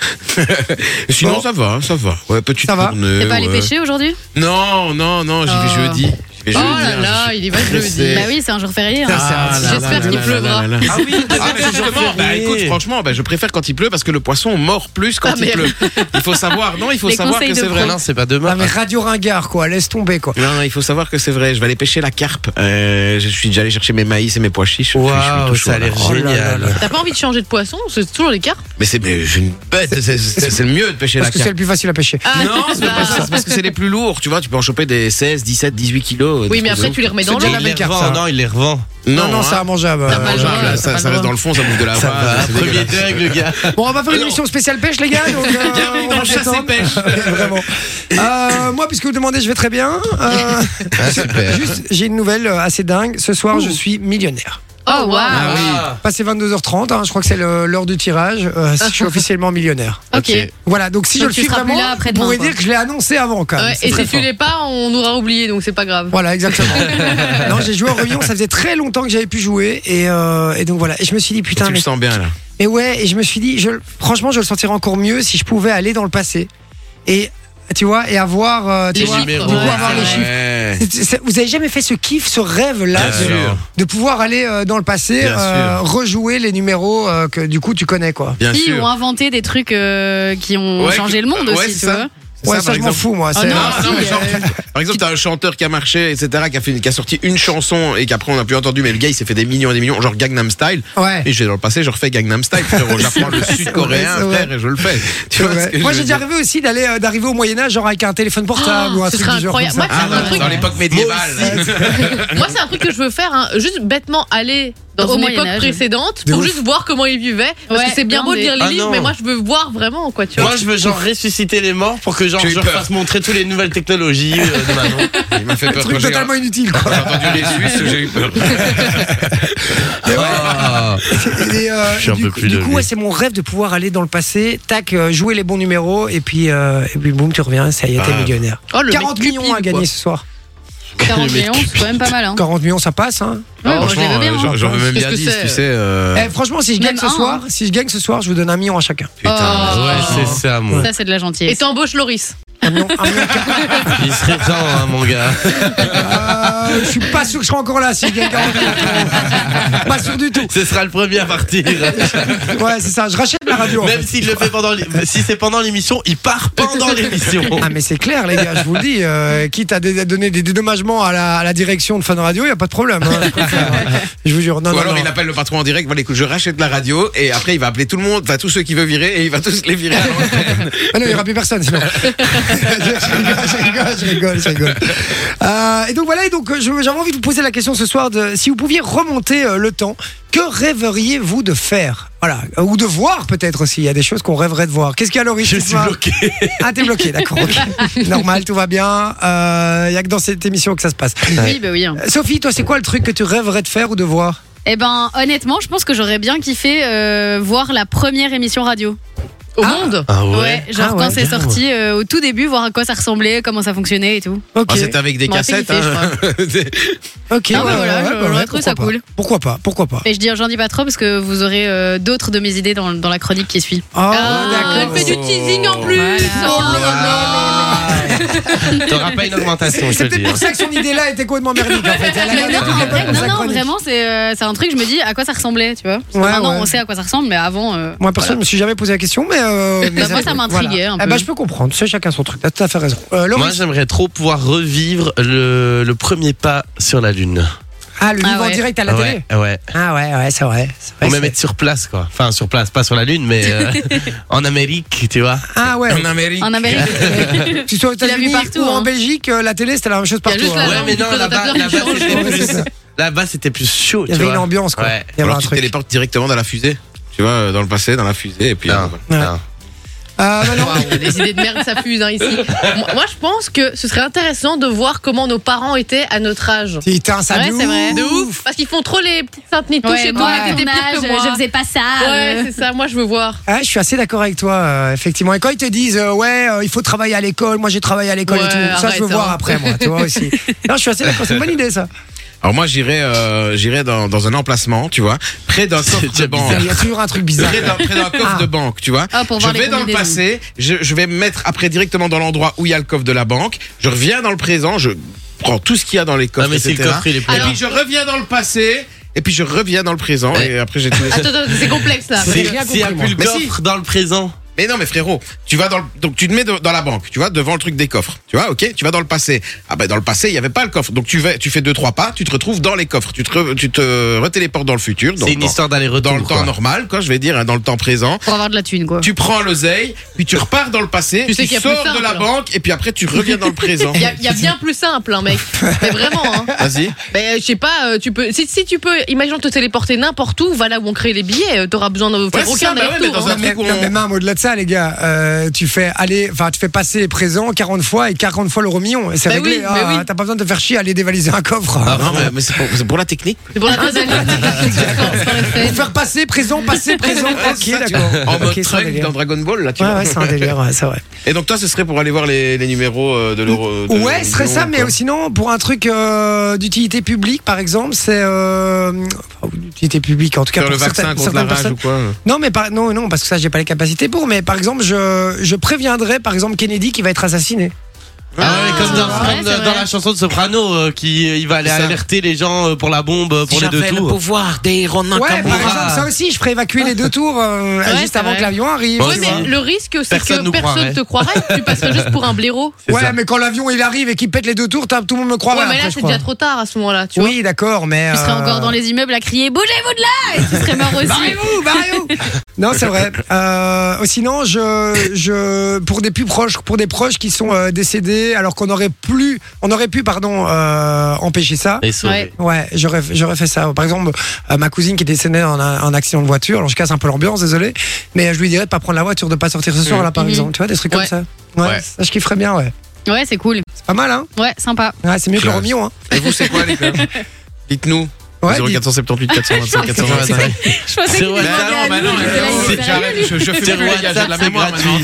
Speaker 5: Sinon,
Speaker 2: Bon.
Speaker 5: ça va, ça va. Ouais, petite
Speaker 2: Ça va
Speaker 5: tournée,
Speaker 3: T'es pas allé
Speaker 5: ouais.
Speaker 3: pêcher aujourd'hui
Speaker 5: Non, non, non, j'y vais
Speaker 7: Oh.
Speaker 5: jeudi. J'y vais
Speaker 7: Oh
Speaker 5: jeudi,
Speaker 7: là
Speaker 5: hein, je
Speaker 7: là,
Speaker 5: suis-
Speaker 7: il y va
Speaker 5: stressé.
Speaker 7: jeudi.
Speaker 3: Bah oui, c'est un jour férié. hein.
Speaker 5: Ah là
Speaker 3: J'espère
Speaker 5: là là
Speaker 3: qu'il
Speaker 5: là
Speaker 3: pleuvra.
Speaker 5: là là là.
Speaker 2: Ah oui,
Speaker 5: Ah, mais justement, bah,
Speaker 2: férié.
Speaker 5: écoute, franchement, bah, je préfère quand il pleut parce que le poisson mord plus quand
Speaker 7: Ah,
Speaker 5: il
Speaker 7: mais-
Speaker 5: pleut. Il faut savoir, non, il faut
Speaker 3: Les
Speaker 5: savoir
Speaker 3: conseils
Speaker 5: que
Speaker 3: de
Speaker 5: c'est vrai.
Speaker 4: Non, c'est pas
Speaker 2: Ah,
Speaker 4: demain.
Speaker 2: mais Radio Ringard, quoi, laisse tomber, quoi.
Speaker 5: Non, non, il faut savoir que c'est vrai. Je vais aller pêcher la carpe. Euh, je suis déjà allé chercher mes maïs et mes pois chiches. Je suis- je suis
Speaker 4: Waouh,
Speaker 5: tout chaud,
Speaker 4: ça a
Speaker 5: là.
Speaker 4: l'air
Speaker 2: Oh là là là.
Speaker 4: génial.
Speaker 7: T'as pas envie de changer de poisson C'est toujours les carpes.
Speaker 5: Mais c'est mais j'ai une bête. C'est- C'est c'est le mieux de pêcher
Speaker 2: Parce
Speaker 5: la
Speaker 2: que c'est
Speaker 5: carpe.
Speaker 2: le plus facile à pêcher.
Speaker 7: Ah,
Speaker 5: Non, c'est
Speaker 7: bah,
Speaker 5: pas ça, c'est parce que c'est les plus lourds. Tu vois, tu peux en choper des 16, 17, 18 kilos. euh, des
Speaker 7: Oui, mais
Speaker 5: trucs de
Speaker 7: après,
Speaker 5: ouf.
Speaker 7: tu les remets dans l'eau.
Speaker 2: C'est déjà la même carte, ça.
Speaker 4: revend, Ah non, il les revend.
Speaker 2: Non, non,
Speaker 5: hein.
Speaker 2: c'est immangeable.
Speaker 7: T'as pas
Speaker 5: Ah,
Speaker 7: le
Speaker 5: genre,
Speaker 7: droit,
Speaker 5: là,
Speaker 7: t'as
Speaker 5: ça,
Speaker 7: pas
Speaker 5: ça
Speaker 7: le
Speaker 5: reste dans
Speaker 7: droit.
Speaker 5: le fond, ça bouffe de la
Speaker 4: Ça
Speaker 5: voile,
Speaker 4: va,
Speaker 5: c'est
Speaker 4: premier
Speaker 5: dégueulasse.
Speaker 4: deg, le gars.
Speaker 2: Bon, on va faire une
Speaker 5: Alors-
Speaker 2: émission spéciale pêche, les gars. Donc, euh,
Speaker 5: Bienvenue dans
Speaker 2: on va se
Speaker 5: Chasse et
Speaker 2: détendre.
Speaker 5: Pêche.
Speaker 2: (laughs) Vraiment. Euh, moi, puisque vous demandez, je vais très bien. Euh,
Speaker 4: Ah,
Speaker 2: (laughs)
Speaker 4: super.
Speaker 2: juste, j'ai une nouvelle euh, assez dingue. Ce soir, je suis millionnaire.
Speaker 7: Oh waouh.
Speaker 5: Ah oui.
Speaker 2: Passé 22h30, hein, je crois que c'est le- l'heure du tirage. euh, si je suis officiellement millionnaire.
Speaker 7: Ah. (laughs) Ok.
Speaker 4: Ok.
Speaker 2: Voilà, donc si
Speaker 3: Donc
Speaker 2: je le
Speaker 3: tu
Speaker 2: suis
Speaker 3: seras plus
Speaker 2: vraiment,
Speaker 3: là
Speaker 2: vous
Speaker 3: après-demain,
Speaker 2: pourrez
Speaker 3: quoi.
Speaker 2: dire que je l'ai annoncé avant quand même.
Speaker 7: Ouais,
Speaker 2: C'est
Speaker 7: et
Speaker 2: très
Speaker 7: si tu
Speaker 2: fort.
Speaker 7: l'es pas, on aura oublié, donc c'est pas grave.
Speaker 2: Voilà, exactement.
Speaker 7: (laughs)
Speaker 2: (laughs) non, j'ai joué au Revillon, ça faisait très longtemps que j'avais pu jouer. Et, euh, et donc voilà. Et je me suis dit, putain,
Speaker 5: Tu le
Speaker 2: mais,
Speaker 5: sens bien là.
Speaker 2: mais ouais, et je me suis dit, je, franchement, je le sentirais encore mieux si je pouvais aller dans le passé. Et tu vois, et avoir.
Speaker 5: Ah,
Speaker 2: euh, tu
Speaker 7: Les
Speaker 2: vois,
Speaker 7: chiffres.
Speaker 2: du coup,
Speaker 7: Ouais,
Speaker 2: avoir les
Speaker 7: ouais.
Speaker 2: chiffres. C'est- c'est- Vous avez jamais fait ce kiff, ce rêve-là
Speaker 5: Bien
Speaker 2: de,
Speaker 5: sûr.
Speaker 2: de pouvoir aller euh, dans le passé,
Speaker 5: Bien
Speaker 2: euh, rejouer les numéros euh, que du coup tu connais quoi.
Speaker 5: Bien
Speaker 3: Qui ont
Speaker 5: sûr.
Speaker 3: inventé des trucs euh, qui ont
Speaker 5: Ouais,
Speaker 3: changé
Speaker 5: que-
Speaker 3: le monde
Speaker 5: ouais,
Speaker 3: aussi,
Speaker 5: c'est
Speaker 3: tu
Speaker 5: ça.
Speaker 3: vois.
Speaker 5: C'est
Speaker 2: Ouais,
Speaker 5: par
Speaker 2: ça, je m'en
Speaker 5: exemple.
Speaker 2: fous moi.
Speaker 3: Ah
Speaker 2: c'est-
Speaker 3: non,
Speaker 5: (laughs) Ah, non,
Speaker 3: si,
Speaker 5: mais genre,
Speaker 3: euh,
Speaker 5: tu- par exemple, t'as un chanteur qui a marché, etc., qui a, fait, une- qui a sorti une chanson et qu'après on a plus entendu, mais le gars il s'est fait des millions et des millions, genre Gangnam Style.
Speaker 2: Ouais.
Speaker 5: Et j'ai dans le passé, je refais Gangnam Style,
Speaker 2: (laughs)
Speaker 5: frérot. J'apprends le
Speaker 2: c'est
Speaker 5: sud-coréen,
Speaker 2: vrai.
Speaker 5: frère, et je le fais. Tu
Speaker 2: C'est
Speaker 5: vois
Speaker 2: vrai.
Speaker 5: ce que
Speaker 2: Moi
Speaker 5: je
Speaker 2: j'ai
Speaker 5: veux
Speaker 2: déjà
Speaker 5: dire
Speaker 2: rêvé aussi d'aller euh, d'arriver au Moyen Âge genre avec un téléphone portable
Speaker 3: Ah,
Speaker 7: Oh,
Speaker 2: ou un
Speaker 7: ce
Speaker 2: truc
Speaker 7: serait
Speaker 2: du genre
Speaker 7: incroyable.
Speaker 2: comme ça.
Speaker 7: Moi,
Speaker 5: Ah,
Speaker 7: c'est un
Speaker 5: ouais,
Speaker 7: truc-
Speaker 5: dans l'époque médiévale. (laughs)
Speaker 7: Moi, c'est un truc que je veux faire, hein. juste bêtement aller dans
Speaker 3: Au
Speaker 7: une
Speaker 3: Moyen
Speaker 7: époque
Speaker 3: Âge.
Speaker 7: précédente
Speaker 2: De
Speaker 7: pour
Speaker 2: ouf.
Speaker 7: juste voir comment ils vivaient. Parce
Speaker 3: Ouais,
Speaker 7: que c'est bien beau de lire les
Speaker 4: blindé. Ah
Speaker 7: livres,
Speaker 4: non.
Speaker 7: mais moi, je veux voir vraiment, quoi, tu vois.
Speaker 4: Moi, je veux genre ressusciter les morts pour que genre
Speaker 5: J'ai eu
Speaker 4: je
Speaker 5: peur.
Speaker 4: fasse montrer toutes les nouvelles technologies euh, de
Speaker 2: (laughs)
Speaker 4: Manon.
Speaker 5: Il m'a fait Ah,
Speaker 2: Un
Speaker 5: peur
Speaker 2: truc
Speaker 5: quand j'ai
Speaker 2: totalement inutile quoi.
Speaker 5: j'ai entendu les Suisses, j'ai
Speaker 2: (laughs)
Speaker 5: eu peur.
Speaker 4: Ah.
Speaker 2: Et, euh,
Speaker 4: Je suis un
Speaker 2: du,
Speaker 4: peu
Speaker 2: coup-
Speaker 4: plus
Speaker 2: du
Speaker 4: de
Speaker 2: coup,
Speaker 4: lui.
Speaker 2: ouais, c'est mon rêve de pouvoir aller dans le passé, tac, euh, jouer les bons numéros, et puis, euh, et puis boum, tu reviens, ça y est, t'es
Speaker 5: Ah.
Speaker 2: millionnaire.
Speaker 7: Oh, le
Speaker 2: 40
Speaker 7: mec
Speaker 2: millions
Speaker 7: cupide,
Speaker 2: à gagner
Speaker 7: quoi.
Speaker 2: ce soir.
Speaker 3: 40 millions, c'est quand même pas mal. Hein.
Speaker 2: 40 millions, ça passe, hein.
Speaker 3: Ouais, moi, je les
Speaker 5: Franchement,
Speaker 3: veux bien.
Speaker 5: euh,
Speaker 3: hein.
Speaker 5: j'en j'en veux même
Speaker 7: Qu'est-ce
Speaker 5: bien
Speaker 7: que
Speaker 5: 10,
Speaker 7: c'est
Speaker 5: tu sais. euh,
Speaker 2: Eh, franchement, si je
Speaker 3: Même
Speaker 2: gagne ce
Speaker 3: un, hein.
Speaker 2: soir, si je gagne ce soir, je vous donne un million à chacun.
Speaker 5: Putain.
Speaker 4: Ouais, c'est ça, mon.
Speaker 3: Oh, Ça, c'est de la
Speaker 7: Et
Speaker 3: gentillesse.
Speaker 7: t'embauches Loris.
Speaker 2: Un million, un million
Speaker 4: Il serait temps, hein, mon gars.
Speaker 2: Euh, je suis pas sûr que je serai encore là si je gagne 40 millions. pas sûr du tout.
Speaker 4: Ce sera le premier à partir.
Speaker 2: Ouais, c'est ça. Je rachète (laughs) la radio. en
Speaker 4: Même
Speaker 2: fait.
Speaker 4: s'il le fait pendant, l'é- si c'est pendant l'émission, il
Speaker 2: (laughs)
Speaker 4: part pendant l'émission.
Speaker 2: Ah mais c'est clair les gars, je vous le dis, euh, quitte à dé- à donner des dédommagements à la, à la direction de Fun Radio, il y a pas de problème. hein, je, préfère, hein. (laughs) Je vous jure, non,
Speaker 5: Ou
Speaker 2: non,
Speaker 5: alors
Speaker 2: non.
Speaker 5: il appelle le patron en direct, voilà écoute, je rachète la radio et après il va appeler tout le monde, enfin tous ceux qui veut virer et il va tous
Speaker 2: (laughs)
Speaker 5: les virer. à l'antenne.
Speaker 2: Ah non, il n'y aura plus
Speaker 3: (laughs)
Speaker 2: personne sinon. je rigole, je rigole, je rigole, je rigole. Euh, et donc voilà, et donc euh, je- j'avais envie de vous poser la question ce soir de si vous pouviez remonter euh, le temps, que rêveriez-vous de faire Voilà, Euh, ou de voir peut-être aussi. Il y a des choses qu'on rêverait de voir. Qu'est-ce qu'il y a, Laurie
Speaker 4: Je
Speaker 2: ce
Speaker 4: suis
Speaker 2: soir
Speaker 4: bloqué.
Speaker 2: Ah, t'es bloqué, d'accord.
Speaker 5: (laughs)
Speaker 2: ok. Normal, tout va bien. Il n'y a que dans cette émission que ça se passe.
Speaker 3: Oui, bah oui. hein.
Speaker 2: Euh, Sophie, toi, c'est quoi le truc que tu rêverais de faire ou de voir
Speaker 3: (laughs) Eh ben, honnêtement, je pense que j'aurais bien kiffé euh, voir la première émission radio.
Speaker 7: Au monde
Speaker 4: Ah
Speaker 3: Ouais, genre
Speaker 2: Ah
Speaker 3: quand
Speaker 2: ouais,
Speaker 3: c'est
Speaker 2: bien,
Speaker 3: sorti euh, au tout début, voir à quoi ça ressemblait, comment ça fonctionnait et tout.
Speaker 2: Ok,
Speaker 5: Ah, C'était avec des
Speaker 3: M'aurait fait
Speaker 5: cassettes.
Speaker 3: kiffer, je
Speaker 5: hein. (laughs)
Speaker 2: ok.
Speaker 3: Ah ouais, voilà, je- j'aurais trouvé
Speaker 2: pourquoi
Speaker 3: ça
Speaker 2: pas.
Speaker 3: cool.
Speaker 2: Pourquoi pas Pourquoi pas
Speaker 3: Et je dis, j'en dis pas trop parce que vous aurez euh, d'autres de mes idées dans, dans la chronique qui suit.
Speaker 2: Oh,
Speaker 7: Ah,
Speaker 2: d'accord.
Speaker 7: Elle fait du teasing en plus
Speaker 3: Voilà.
Speaker 7: Oh là là.
Speaker 4: T'auras pas une augmentation, je te
Speaker 2: C'est
Speaker 4: le dis.
Speaker 2: peut-être pour ça que son idée-là était complètement merdique en fait. Elle a
Speaker 3: Mais non,
Speaker 2: regardé toutes
Speaker 3: en
Speaker 2: les
Speaker 3: vrai,
Speaker 2: bonnes
Speaker 3: non, non,
Speaker 2: acronymes.
Speaker 3: vraiment, c'est euh, c'est un truc, je me dis à quoi ça ressemblait, tu vois. Parce que
Speaker 2: Ouais,
Speaker 3: maintenant,
Speaker 2: ouais.
Speaker 3: on sait à quoi ça ressemble, mais avant. euh,
Speaker 2: Moi, perso, je me suis jamais posé la question, mais.
Speaker 3: (laughs)
Speaker 2: euh, mes
Speaker 3: Bah, moi, ça
Speaker 2: amis,
Speaker 3: m'intriguait un
Speaker 2: Eh
Speaker 3: peu.
Speaker 2: ben, je peux comprendre. C'est chacun son truc. T'as tout à fait raison. Euh, Laurie-
Speaker 4: Moi, j'aimerais trop pouvoir revivre le, le premier pas sur la Lune.
Speaker 2: ah, le
Speaker 3: Ah
Speaker 2: livre en
Speaker 3: ouais.
Speaker 2: direct à la télé
Speaker 4: ouais, ouais.
Speaker 2: Ah ouais, ouais, c'est vrai. c'est vrai, c'est
Speaker 4: Ou même
Speaker 2: vrai.
Speaker 4: être sur place, quoi. Enfin, sur place, pas sur la Lune, mais
Speaker 2: (laughs)
Speaker 4: euh, en Amérique, tu vois.
Speaker 2: Ah ouais.
Speaker 5: En Amérique.
Speaker 3: En Amérique.
Speaker 2: que (laughs) tu sois aux
Speaker 3: l'as vu
Speaker 2: États-Unis
Speaker 3: partout,
Speaker 2: ou en
Speaker 3: hein.
Speaker 2: Belgique, euh, la télé, c'était la même chose
Speaker 7: Il y a
Speaker 2: partout.
Speaker 7: juste la
Speaker 2: hein.
Speaker 4: Ouais,
Speaker 7: langue
Speaker 4: mais
Speaker 7: du
Speaker 4: non, là-bas,
Speaker 7: présentateur
Speaker 4: là-bas,
Speaker 7: qui change.
Speaker 4: c'est-
Speaker 2: Ouais, c'est ça.
Speaker 4: Là-bas, c'était plus chaud,
Speaker 2: Il y
Speaker 4: tu
Speaker 2: avait
Speaker 4: vois.
Speaker 2: une ambiance, quoi.
Speaker 4: Ouais.
Speaker 2: Il y avait
Speaker 5: Alors
Speaker 2: un
Speaker 5: tu
Speaker 2: truc. Ah.
Speaker 5: téléportes directement dans la fusée. Tu vois, euh, dans le passé, dans la fusée, et puis. euh,
Speaker 4: Non,
Speaker 2: Ouais.
Speaker 5: voilà.
Speaker 4: non.
Speaker 2: Euh, Manon
Speaker 7: Waouh, les idées de merde s'affusent hein, ici. Moi, moi, je pense que ce serait intéressant de voir comment nos parents étaient à notre âge.
Speaker 2: Putain, ça
Speaker 7: ouais,
Speaker 2: de
Speaker 7: c'est vrai.
Speaker 2: ouf.
Speaker 7: De ouf. Parce qu'ils font trop les petites saintes nitouches
Speaker 3: Ouais,
Speaker 7: et tout.
Speaker 3: moi,
Speaker 7: mais
Speaker 3: à
Speaker 7: t'étais
Speaker 3: ton
Speaker 7: pire que
Speaker 3: âge,
Speaker 7: moi.
Speaker 3: je faisais pas ça.
Speaker 7: Ouais,
Speaker 3: euh.
Speaker 7: c'est ça. Moi, je veux voir.
Speaker 2: Ah, je suis assez d'accord avec toi, euh, effectivement. Et quand ils te disent, euh, ouais, euh, il faut travailler à l'école, moi j'ai travaillé à l'école et
Speaker 7: Ouais,
Speaker 2: tout, ça je
Speaker 7: arrête,
Speaker 2: veux voir
Speaker 7: hein.
Speaker 2: après, moi, tu vois
Speaker 3: (laughs)
Speaker 2: aussi. Non, je suis assez d'accord, c'est une bonne idée ça.
Speaker 5: Alors moi j'irais euh, j'irais dans, dans un emplacement, tu vois, près
Speaker 4: (laughs)
Speaker 5: d'un coffre de
Speaker 4: déjà
Speaker 5: banque.
Speaker 2: Il y a toujours un truc bizarre.
Speaker 5: Près d'un près d'un coffre
Speaker 2: Ah.
Speaker 5: de banque, tu vois.
Speaker 7: Ah, pour
Speaker 5: je
Speaker 7: voir les
Speaker 5: vais dans le
Speaker 7: combinaisons.
Speaker 5: passé, je, je vais me mettre après directement dans l'endroit où il y a le coffre de la banque. Je reviens dans le présent, je prends tout ce qu'il y a dans les coffres,
Speaker 4: Non, Ah, mais si le
Speaker 5: etc.
Speaker 4: coffre, il est
Speaker 5: Et
Speaker 4: plein.
Speaker 5: puis je reviens dans le passé, et puis je reviens dans le présent, et après j'ai tout laissé.
Speaker 7: Attends, attends, c'est complexe là.
Speaker 4: S'il
Speaker 2: j'ai rien
Speaker 4: s'il y a
Speaker 2: compris,
Speaker 4: plus le
Speaker 5: moi. Mais si.
Speaker 4: coffre dans le présent.
Speaker 5: Mais non, mais frérot, tu vas dans le, donc tu te mets de- dans la banque, tu vois, devant le truc des coffres, tu vois, ok, tu vas dans le passé. Ah ben dans le passé il y avait pas le coffre, donc tu vas, tu fais deux trois pas, tu te retrouves dans les coffres, tu te, re- tu te retéléportes dans le futur, donc
Speaker 4: C'est une
Speaker 5: dans,
Speaker 4: histoire d'aller-retour.
Speaker 5: dans le temps
Speaker 4: quoi.
Speaker 5: normal, quoi, je vais dire, hein, dans le temps présent.
Speaker 7: Pour avoir de la thune, quoi.
Speaker 5: Tu prends l'oseille, puis tu repars dans le passé,
Speaker 7: Tu sais qu'il y a plus
Speaker 5: sors de
Speaker 7: simple,
Speaker 5: la
Speaker 7: hein.
Speaker 5: banque, et puis après tu reviens dans le présent.
Speaker 7: (laughs) Il y, a- il y a bien plus simple, hein, mec. Mais vraiment, hein.
Speaker 5: Vas-y.
Speaker 7: Mais euh, je sais pas, euh, tu peux. Si, si tu peux, imagine te téléporter n'importe où, va là où on crée les billets, euh, t'auras besoin de faire
Speaker 5: c'est ça,
Speaker 7: aucun
Speaker 5: bah ouais, mais
Speaker 7: aller-retour,
Speaker 5: dans
Speaker 7: hein.
Speaker 5: un-
Speaker 2: Mais,
Speaker 5: truc où
Speaker 2: non,
Speaker 5: on-
Speaker 2: mais même au-delà de ça, les gars, euh, tu fais aller, enfin, tu fais passer les présents 40 fois et 40 fois l'euro million. Et c'est
Speaker 7: Bah
Speaker 2: réglé.
Speaker 7: oui,
Speaker 2: Ah,
Speaker 7: bah oui.
Speaker 2: T'as pas besoin de te faire chier à aller dévaliser un coffre.
Speaker 4: Ah,
Speaker 5: Non, mais, mais c'est pour, c'est pour la technique.
Speaker 7: C'est
Speaker 2: (laughs)
Speaker 7: pour la deuxième
Speaker 2: Pour faire passer présent, passer
Speaker 5: (laughs)
Speaker 2: présent.
Speaker 5: Ouais,
Speaker 2: ok,
Speaker 5: c'est ça, tu
Speaker 2: d'accord.
Speaker 5: vois, En
Speaker 2: Ok,
Speaker 5: mode
Speaker 2: c'est un
Speaker 5: Trunk
Speaker 2: délire.
Speaker 5: dans Dragon Ball, là, tu
Speaker 2: Ouais,
Speaker 5: vois.
Speaker 2: ouais, c'est un délire, ouais, c'est vrai.
Speaker 5: (laughs) Et donc toi, ce serait pour aller voir les, les numéros euh, de l'euro. de
Speaker 2: Ouais, ce serait
Speaker 5: l'Euro,
Speaker 2: ça, mais
Speaker 5: quoi.
Speaker 2: sinon, pour un truc euh, d'utilité publique, par exemple, c'est. Euh, enfin, d'utilité publique, en tout cas.
Speaker 5: Faire
Speaker 2: pour
Speaker 5: le vaccin
Speaker 2: certaines-
Speaker 5: contre la
Speaker 2: certaines
Speaker 5: rage
Speaker 2: personnes.
Speaker 5: ou quoi.
Speaker 2: Non, mais par, non, non, parce que ça, j'ai pas les capacités pour, mais par exemple, je, je préviendrais, par exemple, Kennedy qui va être assassiné.
Speaker 4: Ah ouais, comme dans,
Speaker 7: ouais,
Speaker 4: comme
Speaker 7: c'est
Speaker 4: dans
Speaker 7: vrai.
Speaker 4: la chanson de Soprano, euh, qui euh, il va aller
Speaker 5: C'est ça.
Speaker 4: alerter les gens euh, pour la bombe, euh, pour les deux tours.
Speaker 5: pouvoir des
Speaker 2: Ouais, par
Speaker 4: Nakamura.
Speaker 2: exemple, ça aussi, je ferais évacuer les deux tours euh,
Speaker 7: Ouais,
Speaker 2: juste
Speaker 7: c'est
Speaker 2: avant
Speaker 7: vrai.
Speaker 2: que l'avion arrive.
Speaker 4: Ouais,
Speaker 2: tu
Speaker 7: mais
Speaker 2: vois.
Speaker 7: le risque, c'est
Speaker 4: Personne
Speaker 7: que
Speaker 4: nous
Speaker 7: personne
Speaker 4: croirait.
Speaker 7: te croirait. Tu passerais juste pour un blaireau.
Speaker 4: (laughs) C'est
Speaker 2: ouais,
Speaker 4: ça.
Speaker 2: mais quand l'avion il arrive et qu'il pète les deux tours, t'as- tout le monde me croirait.
Speaker 7: Ouais, mais
Speaker 2: après,
Speaker 7: là,
Speaker 2: je
Speaker 7: c'est
Speaker 2: crois.
Speaker 7: déjà trop tard à ce moment-là, tu vois.
Speaker 2: Oui, d'accord, mais.
Speaker 3: Tu serais
Speaker 2: euh,
Speaker 3: encore dans les immeubles à crier Bougez-vous de là Et tu serais mort aussi.
Speaker 2: Barrez-vous, barrez-vous Non, c'est vrai. (laughs) Euh, sinon, je, je, pour des plus proches, pour des proches qui sont euh, décédés, alors qu'on aurait plus, on aurait pu, pardon, euh, empêcher ça.
Speaker 4: Et sauver.
Speaker 7: Ouais.
Speaker 2: Ouais, j'aurais, j'aurais fait ça. Par exemple, euh, ma cousine qui est décédée en un en accident de voiture, alors je casse un peu l'ambiance, désolé, mais je lui dirais de pas prendre la voiture, de pas sortir ce soir là, par
Speaker 7: Mhm.
Speaker 2: exemple. Tu vois, des trucs
Speaker 7: Ouais.
Speaker 2: comme ça. Ouais,
Speaker 5: Ouais.
Speaker 2: Ça, je kifferais bien, ouais.
Speaker 3: Ouais, c'est cool.
Speaker 2: C'est pas mal, hein
Speaker 3: Ouais, sympa.
Speaker 2: Ouais, c'est mieux que le
Speaker 5: Classe.
Speaker 2: Romion, hein.
Speaker 5: Et vous, c'est quoi, les
Speaker 2: (laughs)
Speaker 5: gars Dites-nous.
Speaker 2: Ouais, dis-
Speaker 5: 0478
Speaker 2: (laughs)
Speaker 5: 425 425.
Speaker 3: Je pensais
Speaker 4: C'est
Speaker 3: qu'il
Speaker 4: vrai.
Speaker 3: était
Speaker 5: Bah non, bah non,
Speaker 3: organisé,
Speaker 5: mais
Speaker 3: mais là,
Speaker 5: non,
Speaker 3: il est
Speaker 5: c'est- j'arrête, je, je fume
Speaker 4: C'est
Speaker 5: plus, les gars, j'ai de la
Speaker 4: WhatsApp, c'est
Speaker 5: mémoire maintenant.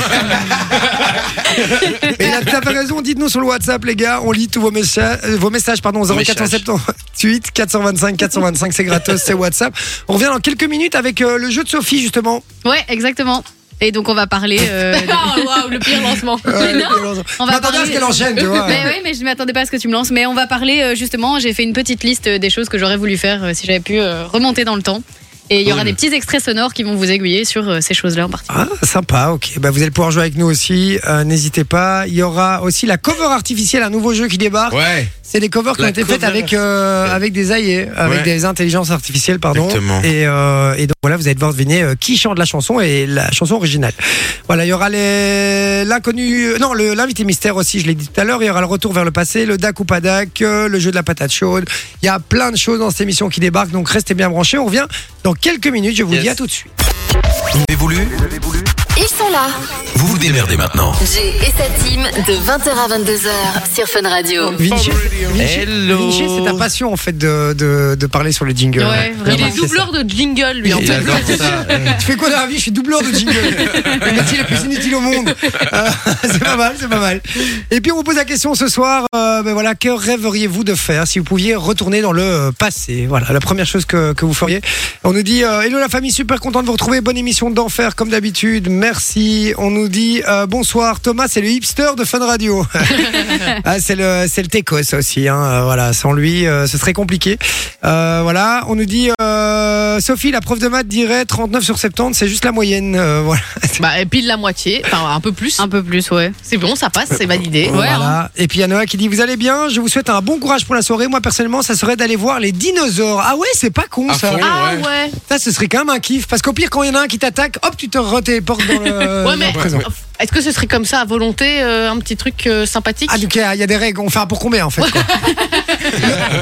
Speaker 4: gratuit.
Speaker 2: Et là, t'as pas raison, dites-nous sur le WhatsApp, les gars. On lit tous vos messages, vos messages pardon,
Speaker 4: Vos messages.
Speaker 2: 0478 425 425, c'est gratos, c'est WhatsApp. On revient dans quelques minutes avec euh, le jeu de Sophie, justement.
Speaker 3: Ouais, exactement. Et donc on va parler.
Speaker 2: (laughs)
Speaker 3: euh, de-
Speaker 7: (laughs) Oh, waouh, le pire lancement.
Speaker 2: Euh,
Speaker 3: non, on va
Speaker 2: je m'attendais à ce
Speaker 3: parler-
Speaker 2: qu'elle
Speaker 3: (laughs)
Speaker 7: (laughs)
Speaker 2: enchaîne, tu vois.
Speaker 3: Mais oui, mais je m'attendais pas à ce que tu me lances. Mais on va parler euh, justement. J'ai fait une petite liste euh, des choses que j'aurais voulu faire euh, si j'avais pu euh, remonter dans le temps. Et il y aura
Speaker 5: Cool.
Speaker 3: des petits extraits sonores qui vont vous aiguiller sur euh, ces choses-là en particulier.
Speaker 2: Ah, sympa, ok. Bah, vous allez pouvoir jouer avec nous aussi, euh, n'hésitez pas. Il y aura aussi la cover artificielle, un nouveau jeu qui débarque.
Speaker 5: Ouais.
Speaker 2: C'est des covers qui ont
Speaker 4: La
Speaker 2: été faites
Speaker 4: cover
Speaker 2: avec, euh, avec des AI, avec
Speaker 5: Ouais.
Speaker 2: des intelligences artificielles, pardon.
Speaker 5: Exactement.
Speaker 2: Et, euh, et donc voilà, vous allez devoir deviner euh, qui chante la chanson et la chanson originale. Voilà, il y aura les l'inconnu, euh, non, le- l'invité mystère aussi, je l'ai dit tout à l'heure. Il y aura le retour vers le passé, le dac ou pas dac, euh, le jeu de la patate chaude. Il y a plein de choses dans cette émission qui débarquent, donc restez bien branchés. On revient dans quelques minutes, je vous
Speaker 4: Yes.
Speaker 2: dis à tout de suite.
Speaker 1: Vous avez voulu
Speaker 8: Ils sont là.
Speaker 1: Vous vous démerdez maintenant.
Speaker 8: Jay et sa team de 20h à 22h sur Fun Radio.
Speaker 2: Vinci, Vinci-
Speaker 4: Hello.
Speaker 2: Vinci, c'est ta passion en fait de, de, de parler sur les jingles.
Speaker 7: Ouais,
Speaker 2: J'ai
Speaker 7: il est
Speaker 2: remarqué ça.
Speaker 7: doubleur de jingle, lui, en
Speaker 4: Il
Speaker 7: fait.
Speaker 4: adore
Speaker 7: (laughs)
Speaker 4: ça.
Speaker 2: Tu fais quoi dans la vie Je suis doubleur de jingle. le métier le plus inutile au monde. Euh, c'est pas mal, c'est pas mal. Et puis on vous pose la question ce soir. euh, ben voilà, que rêveriez-vous de faire si vous pouviez retourner dans le euh, passé Voilà, la première chose que, que vous feriez. On nous dit euh, Hello la famille, super content de vous retrouver. Bonne émission d'enfer comme d'habitude. Merci. On nous dit euh, bonsoir Thomas, c'est le hipster de Fun Radio. Ah, c'est le c'est le Teco ça aussi. Hein, euh, voilà, sans lui, euh, ce serait compliqué. Euh, voilà, on nous dit euh, Sophie, la prof de maths dirait 39 sur 70, c'est juste la moyenne. euh, voilà.
Speaker 7: Bah, et pile la moitié, enfin, un peu plus.
Speaker 3: Un peu plus, ouais.
Speaker 7: C'est bon, ça passe, c'est validé. Ouais, hein.
Speaker 2: Voilà. Et puis il y a Noah qui dit Vous allez bien Je vous souhaite un bon courage pour la soirée. Moi personnellement, ça serait d'aller voir les dinosaures. Ah ouais, c'est pas con
Speaker 5: À
Speaker 2: ça.
Speaker 5: fond.
Speaker 7: Ah
Speaker 5: Ouais.
Speaker 7: ouais.
Speaker 2: Ça, ce serait quand même un kiff. Parce qu'au pire, quand il y en a un qui t'attaque, hop, tu te re-téléportes
Speaker 3: (laughs)
Speaker 2: dans le.
Speaker 7: (laughs) Ouais,
Speaker 2: dans
Speaker 7: mais
Speaker 2: le présent.
Speaker 7: est-ce que ce serait comme ça à volonté, euh, un petit truc euh, sympathique
Speaker 3: (laughs)
Speaker 2: Ah, donc il y a il y a des règles. On fait un pour combien en fait quoi.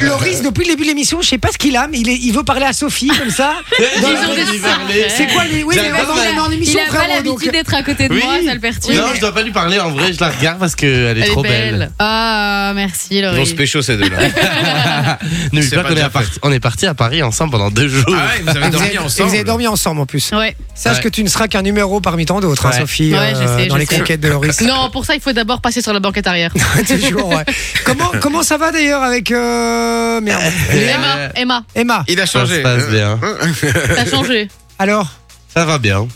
Speaker 2: Loris, depuis le début de l'émission, je sais pas ce qu'il a, mais il, est- il veut parler à Sophie
Speaker 3: (laughs)
Speaker 2: comme ça. Dans
Speaker 3: Ils
Speaker 2: la-
Speaker 3: ont des
Speaker 2: C'est quoi les. Oui,
Speaker 4: Il a
Speaker 2: mais
Speaker 4: pas
Speaker 2: on Ah, est
Speaker 4: mal.
Speaker 2: en
Speaker 3: Il
Speaker 2: émission,
Speaker 3: a pas
Speaker 2: frérot. donc-
Speaker 3: l'habitude d'être à côté de
Speaker 4: Oui.
Speaker 3: moi, ça le perturbe.
Speaker 4: Non, je dois pas lui parler. En vrai, je la regarde parce qu'elle est
Speaker 7: Elle
Speaker 4: trop
Speaker 7: est belle.
Speaker 4: belle.
Speaker 3: Ah, merci,
Speaker 5: Ils vont
Speaker 3: Laurie.
Speaker 5: se pécho ces deux-là.
Speaker 4: (laughs) Ne oublie
Speaker 5: C'est
Speaker 4: pas
Speaker 5: pas
Speaker 4: qu'on est,
Speaker 5: déjà
Speaker 4: à par- on est parti à Paris ensemble pendant deux jours.
Speaker 5: Ah ouais, vous avez
Speaker 2: Et vous
Speaker 5: dormi
Speaker 2: avez- et
Speaker 5: ensemble.
Speaker 2: vous avez dormi ensemble en plus.
Speaker 3: Ouais.
Speaker 2: Sache
Speaker 4: Ouais.
Speaker 2: que tu ne seras qu'un numéro parmi tant d'autres, hein,
Speaker 4: Ouais.
Speaker 2: Sophie,
Speaker 3: Ouais,
Speaker 2: euh,
Speaker 3: je sais,
Speaker 2: dans
Speaker 3: je
Speaker 2: les
Speaker 3: sais.
Speaker 2: conquêtes
Speaker 3: (laughs)
Speaker 2: de
Speaker 7: (laughs)
Speaker 2: Loris.
Speaker 7: Non, pour ça, il faut d'abord passer sur la banquette arrière. (laughs)
Speaker 2: Toujours, (laughs) ouais. comment, comment ça va d'ailleurs avec. euh, merde. Euh,
Speaker 7: Emma, Emma,
Speaker 2: Emma,
Speaker 5: Il a
Speaker 4: Ça se
Speaker 5: changé.
Speaker 4: passe bien.
Speaker 7: t'as
Speaker 2: (laughs)
Speaker 7: changé.
Speaker 2: alors
Speaker 4: Ça va bien.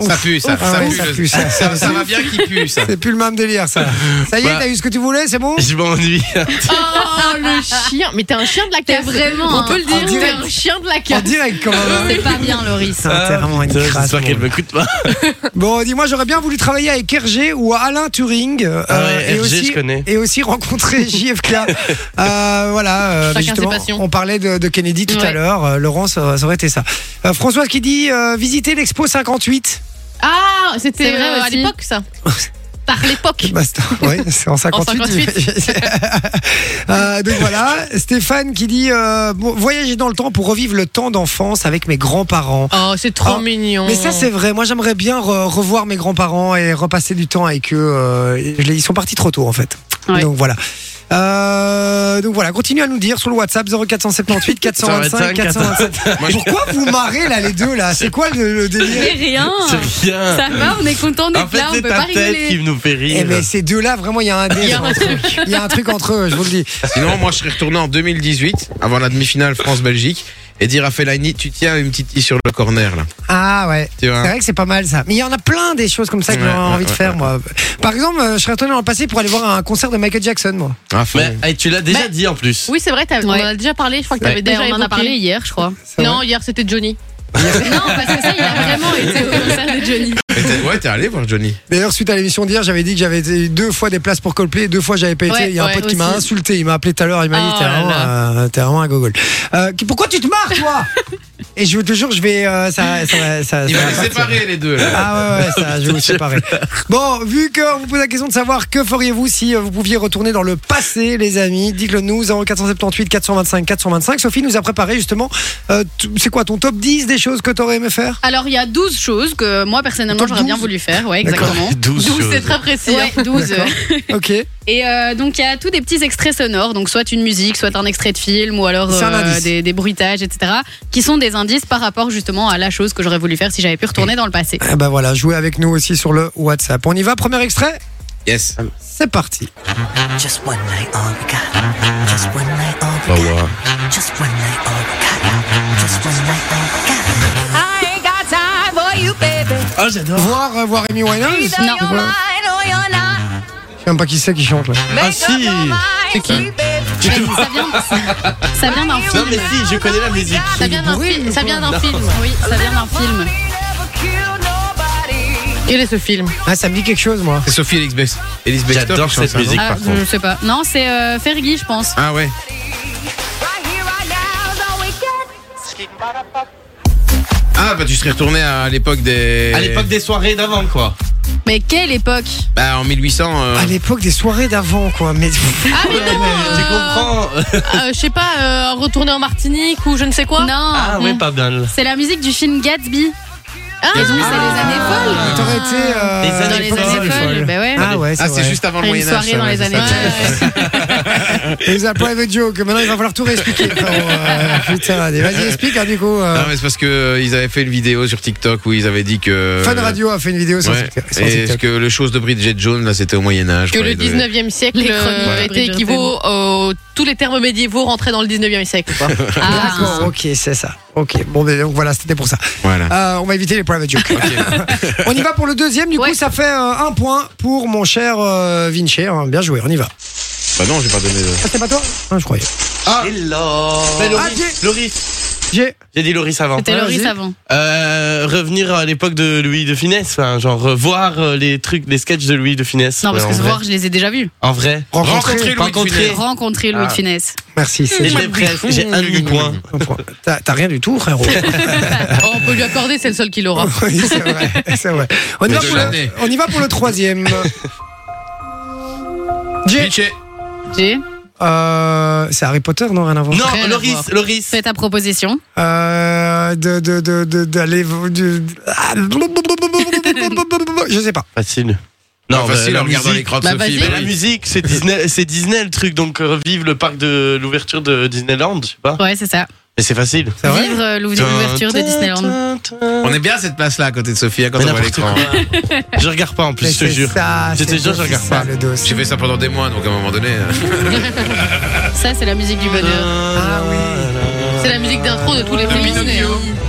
Speaker 5: Ça pue, ça.
Speaker 2: Ah
Speaker 5: ça,
Speaker 2: ouais,
Speaker 5: pue,
Speaker 2: ça
Speaker 5: le-
Speaker 2: pue, ça.
Speaker 5: ça- ça va bien qu'il pue, ça.
Speaker 2: C'est plus le même délire, ça. Ça y est,
Speaker 4: Bah.
Speaker 2: t'as eu ce que tu voulais, c'est bon
Speaker 4: Je m'ennuie.
Speaker 7: Oh,
Speaker 4: (laughs)
Speaker 7: le chien. Mais t'es un chien de la
Speaker 3: T'es
Speaker 7: cave.
Speaker 3: vraiment.
Speaker 7: On peut
Speaker 3: hein.
Speaker 7: le dire,
Speaker 2: En
Speaker 7: t'es
Speaker 2: direct.
Speaker 7: un chien de la
Speaker 2: En
Speaker 7: cave.
Speaker 2: direct, quand même. hein.
Speaker 3: C'est pas bien, Loris.
Speaker 2: Putain, t'es vraiment une
Speaker 4: Putain,
Speaker 2: crasse,
Speaker 4: J'espère
Speaker 2: mon
Speaker 4: qu'elle
Speaker 2: gars.
Speaker 4: m'écoute pas.
Speaker 2: (laughs) Bon, dis-moi, j'aurais bien voulu travailler avec Hergé ou à Alain Turing. euh,
Speaker 4: Ah ouais,
Speaker 2: et,
Speaker 4: Hergé,
Speaker 2: aussi,
Speaker 4: je connais.
Speaker 2: et aussi
Speaker 5: (laughs)
Speaker 2: rencontrer JFK. Euh, voilà, euh,
Speaker 7: Chacun
Speaker 2: justement,
Speaker 7: ses passions.
Speaker 2: on parlait de, de Kennedy tout à
Speaker 7: Ouais.
Speaker 2: l'heure. Euh, Laurent, ça, ça aurait été ça. Euh, Françoise qui dit euh, visiter l'expo 58.
Speaker 7: Ah, c'était
Speaker 3: C'est vrai
Speaker 7: euh, à
Speaker 3: aussi.
Speaker 7: l'époque, ça. Par l'époque.
Speaker 2: Basta. Oui, c'est en 58.
Speaker 7: En 58.
Speaker 2: (laughs) Euh, donc voilà, Stéphane qui dit euh, bon, voyager dans le temps pour revivre le temps d'enfance avec mes grands-parents.
Speaker 7: Oh, c'est trop
Speaker 2: Ah,
Speaker 7: mignon.
Speaker 2: Mais ça c'est vrai, moi j'aimerais bien re- revoir mes grands-parents et repasser du temps avec eux. euh, et je les- ils sont partis trop tôt en fait.
Speaker 3: Ouais.
Speaker 2: Donc voilà. Euh, donc voilà, continuez à nous dire sur le WhatsApp 0478 425 427.
Speaker 5: Moi, je-
Speaker 2: Pourquoi vous marrez là les deux là C'est quoi le, le
Speaker 3: Mais
Speaker 2: délire
Speaker 3: rien.
Speaker 4: C'est rien.
Speaker 3: Ça va, on est content
Speaker 4: En
Speaker 3: d'être
Speaker 4: fait,
Speaker 3: là, on
Speaker 4: c'est
Speaker 3: peut pas
Speaker 4: ta tête qui
Speaker 3: rigoler.
Speaker 4: nous fait rire.
Speaker 2: Eh mais ces deux là vraiment il y a un
Speaker 7: Il y
Speaker 2: délire.
Speaker 7: a un
Speaker 2: entre eux. Il y a un truc entre eux, je vous le dis.
Speaker 5: Sinon, moi, je serais retourné en 2018, avant la demi-finale France-Belgique, et dire à Fellaini, tu tiens une petite i sur le corner, là.
Speaker 2: Ah ouais.
Speaker 5: Tu vois
Speaker 2: C'est vrai que c'est pas mal ça. Mais il y en a plein des choses comme ça que
Speaker 5: Ouais,
Speaker 2: j'aurais envie
Speaker 5: ouais,
Speaker 2: de
Speaker 5: ouais,
Speaker 2: faire moi. Par exemple, euh, je serais retourné dans le passé pour aller voir un concert de Michael Jackson moi.
Speaker 5: Ah, faut-
Speaker 4: Mais hey, tu l'as déjà
Speaker 7: Mais-
Speaker 4: dit en plus.
Speaker 7: Oui, c'est vrai, t'as- on
Speaker 3: Ouais.
Speaker 7: en a déjà parlé. Je crois que t'avais
Speaker 3: Ouais,
Speaker 7: déjà
Speaker 3: on en
Speaker 7: évoqué.
Speaker 3: a parlé hier, je crois.
Speaker 7: Non, hier, c'était Johnny.
Speaker 3: Non, parce que ça, il a vraiment été au concert de Johnny.
Speaker 5: Mais t'es- Ouais, t'es allé voir Johnny.
Speaker 2: D'ailleurs, suite à l'émission d'hier, j'avais dit que j'avais été deux fois des places pour Coldplay, et deux fois j'avais pas été.
Speaker 7: Ouais,
Speaker 2: il y a un
Speaker 7: ouais,
Speaker 2: pote qui m'a
Speaker 7: aussi.
Speaker 2: insulté, il m'a appelé tout à l'heure, il m'a dit
Speaker 7: Oh
Speaker 2: t'es
Speaker 7: là
Speaker 2: vraiment, un- t'es vraiment un gogol. Euh, qui- pourquoi tu te marres
Speaker 7: (laughs)
Speaker 2: toi Et je vous toujours, je vais euh, ça, ça, va- ça-
Speaker 5: Il
Speaker 2: ça
Speaker 5: va
Speaker 2: va
Speaker 5: les
Speaker 2: partir.
Speaker 5: séparer, les deux, là.
Speaker 2: Ah ouais, ouais, ça,
Speaker 5: (laughs)
Speaker 2: je vais vous séparer. Bon, vu qu'on vous pose la question de savoir que feriez-vous si euh, vous pouviez retourner dans le passé, les amis, dites-le nous, 0478 425 425. Sophie nous a préparé justement, euh, t- c'est quoi ton top 10 des choses que t'aurais aimé faire
Speaker 3: Alors, il y a 12 choses que moi, personnellement,
Speaker 2: Top
Speaker 3: j'aurais bien
Speaker 2: 12.
Speaker 3: voulu faire. Ouais,
Speaker 2: D'accord.
Speaker 3: exactement.
Speaker 4: 12
Speaker 7: 12, c'est
Speaker 4: choses.
Speaker 7: très précis. hein.
Speaker 3: Ouais, (laughs) 12.
Speaker 2: D'accord. Ok.
Speaker 3: Et euh, donc, il y a tous des petits extraits sonores, donc soit une musique, soit un extrait de film, ou alors
Speaker 2: C'est un
Speaker 3: euh,
Speaker 2: indice.
Speaker 3: des, des bruitages, etc., qui sont des indices par rapport justement à la chose que j'aurais voulu faire si j'avais pu retourner dans le passé.
Speaker 2: Eh ben voilà, jouez avec nous aussi sur le WhatsApp. On y va, premier extrait
Speaker 5: Yes.
Speaker 2: c'est parti.
Speaker 9: (laughs) Just one night all we got. Just one night all
Speaker 4: Oh,
Speaker 9: we got. Just one night all we got. Just one night all we got.
Speaker 10: I ain't got time for you, baby.
Speaker 4: Oh, j'adore.
Speaker 2: Voir, euh, voir Amy Winehouse
Speaker 10: Either
Speaker 2: Je
Speaker 10: you're mine or you're not.
Speaker 2: sais même pas qui c'est qui chante là.
Speaker 10: Make up
Speaker 4: Ah, si.
Speaker 10: your
Speaker 4: C'est
Speaker 10: mind,
Speaker 4: qui
Speaker 10: sweet
Speaker 2: Ah,
Speaker 10: baby.
Speaker 3: Mais ça vient, ça vient d'un
Speaker 4: (laughs) Non,
Speaker 3: film.
Speaker 4: mais si, je connais la musique.
Speaker 3: Ça vient d'un film. Ça vient d'un film. Oui, ça vient d'un film.
Speaker 10: Never kill nobody.
Speaker 7: Quel est ce film
Speaker 2: Ah, ça me dit quelque chose moi.
Speaker 5: C'est Sophie Elizabeth. Elizabeth
Speaker 4: J'adore
Speaker 5: Stop,
Speaker 4: cette
Speaker 5: ça, non
Speaker 4: musique.
Speaker 3: Ah,
Speaker 4: par
Speaker 3: je
Speaker 4: contre.
Speaker 3: sais pas. Non, c'est euh, Fergie, je pense.
Speaker 5: Ah ouais.
Speaker 10: Right here, right now is all we got.
Speaker 5: Ah bah tu serais retourné à l'époque des.
Speaker 4: À l'époque des soirées d'avant, quoi.
Speaker 3: Mais (laughs) quelle époque
Speaker 5: Bah en 1800. euh,
Speaker 2: À l'époque des soirées d'avant quoi. Mais
Speaker 7: Ah, mais non
Speaker 4: Tu
Speaker 7: euh,
Speaker 4: comprends
Speaker 7: euh, Je sais pas, euh, retourner en Martinique ou je ne sais quoi. Hmm.
Speaker 3: Non.
Speaker 4: Ah, ouais, pas mal.
Speaker 3: C'est la musique du film Gatsby.
Speaker 7: Ah,
Speaker 3: Et donc, c'est les années folles.
Speaker 2: t'aurais été. euh,
Speaker 4: Ah. Les
Speaker 3: Dans
Speaker 4: années
Speaker 3: les années
Speaker 4: folles.
Speaker 3: folles. Bah ouais.
Speaker 2: Ah ouais, vrai.
Speaker 5: Ah c'est juste avant le
Speaker 3: Une
Speaker 5: Moyen Âge.
Speaker 3: soirée dans les années folles.
Speaker 2: Les a private joke. Maintenant, il va falloir tout
Speaker 5: (laughs)
Speaker 2: réexpliquer. frérot. Euh, putain, allez, vas-y, explique. hein, du coup, euh,
Speaker 5: Non mais c'est parce que euh, ils avaient fait une vidéo sur TikTok où ils avaient dit que.
Speaker 2: Fun Radio a fait une vidéo sur
Speaker 5: Euh, Ouais.
Speaker 2: TikTok. sur
Speaker 5: Et
Speaker 2: TikTok.
Speaker 5: que le chose de Bridget Jones là c'était au Moyen Âge.
Speaker 7: que
Speaker 5: quoi,
Speaker 7: le
Speaker 5: ils devaient-
Speaker 7: 19e siècle
Speaker 3: Les chroniques
Speaker 7: euh,
Speaker 3: de
Speaker 7: était
Speaker 3: Bridgerton.
Speaker 7: équivaut euh, tous les termes médiévaux rentraient dans le 19e siècle.
Speaker 5: (laughs)
Speaker 7: quoi.
Speaker 3: Ah,
Speaker 2: D'accord, ok, c'est ça. Ok, bon, ben, donc voilà, c'était pour ça.
Speaker 5: Voilà.
Speaker 2: Euh, on va éviter les private jokes. (laughs) on y va pour le deuxième. Du coup,
Speaker 7: Ouais.
Speaker 2: ça fait euh, un point pour mon cher euh, Vinci. hein. Bien joué, on y va.
Speaker 5: Bah non j'ai pas donné. de-
Speaker 2: Ah, C'était pas toi Ah, Je croyais. Ah,
Speaker 4: Hello. Mais Loris. Loris.
Speaker 2: J'ai.
Speaker 4: J'ai dit Loris avant.
Speaker 3: c'était
Speaker 2: Ah,
Speaker 3: Loris
Speaker 2: vas-y.
Speaker 3: avant.
Speaker 4: Euh, revenir à l'époque de Louis de Funès, enfin, genre revoir euh, les trucs, les sketchs de Louis de Funès.
Speaker 3: Non, parce
Speaker 4: Ouais,
Speaker 3: que
Speaker 4: en
Speaker 3: ce
Speaker 4: vrai.
Speaker 3: voir, je les ai déjà vus.
Speaker 4: En vrai.
Speaker 2: Rencontrer
Speaker 4: Rencontrer,
Speaker 5: Louis de
Speaker 4: rencontrer.
Speaker 5: Funès.
Speaker 3: Rencontrer Louis
Speaker 4: Ah.
Speaker 3: de Finesse.
Speaker 2: Merci. c'est
Speaker 4: J'étais
Speaker 2: gentil.
Speaker 4: presque, j'ai un demi-point.
Speaker 2: Un point. T'as t'as rien du tout,
Speaker 5: (laughs)
Speaker 2: frérot.
Speaker 7: Oh, on peut lui accorder, c'est le seul qui l'aura.
Speaker 2: oui, c'est vrai. C'est vrai. On y,
Speaker 5: Mais
Speaker 2: va
Speaker 5: de
Speaker 2: pour le,
Speaker 5: l'année.
Speaker 2: on y va pour le troisième. J'ai.
Speaker 5: Bridget.
Speaker 3: J'ai
Speaker 2: euh, c'est Harry Potter, non Rien à voir.
Speaker 4: Non,
Speaker 3: Rien à voir.
Speaker 4: Loris, Loris.
Speaker 3: Fais ta proposition.
Speaker 2: Euh, de, de, de, de- d'aller. de- (laughs) ah, Je sais pas.
Speaker 4: Facile.
Speaker 5: Non,
Speaker 4: bah,
Speaker 5: facile
Speaker 4: la
Speaker 5: en regardant
Speaker 4: musique.
Speaker 5: l'écran de
Speaker 3: Bah,
Speaker 5: Sophie.
Speaker 3: vas-y.
Speaker 5: mais
Speaker 4: Mais la musique, c'est Disney, c'est Disney le truc, donc euh, vive le parc de l'ouverture de Disneyland, je sais pas.
Speaker 3: Ouais, c'est ça.
Speaker 4: Mais c'est facile.
Speaker 2: C'est vrai
Speaker 3: Vivre euh, l'ouv- l'ouverture de Disneyland.
Speaker 5: On est bien à cette place-là à côté de Sophie hein, quand
Speaker 4: Mais
Speaker 5: on voit
Speaker 4: n'importe
Speaker 5: l'écran.
Speaker 4: quoi. je regarde pas en plus,
Speaker 2: Mais
Speaker 4: je te
Speaker 2: c'est
Speaker 4: jure.
Speaker 2: ça,
Speaker 4: Je te
Speaker 2: c'est
Speaker 4: jure, je
Speaker 2: c'est
Speaker 4: regarde
Speaker 2: ça,
Speaker 4: pas.
Speaker 2: le dos.
Speaker 5: J'ai fait ça pendant des mois, donc à un moment donné. euh,
Speaker 3: (laughs) Ça, c'est la musique du bonheur.
Speaker 4: Ah
Speaker 7: C'est la musique d'intro de tous les films Disney.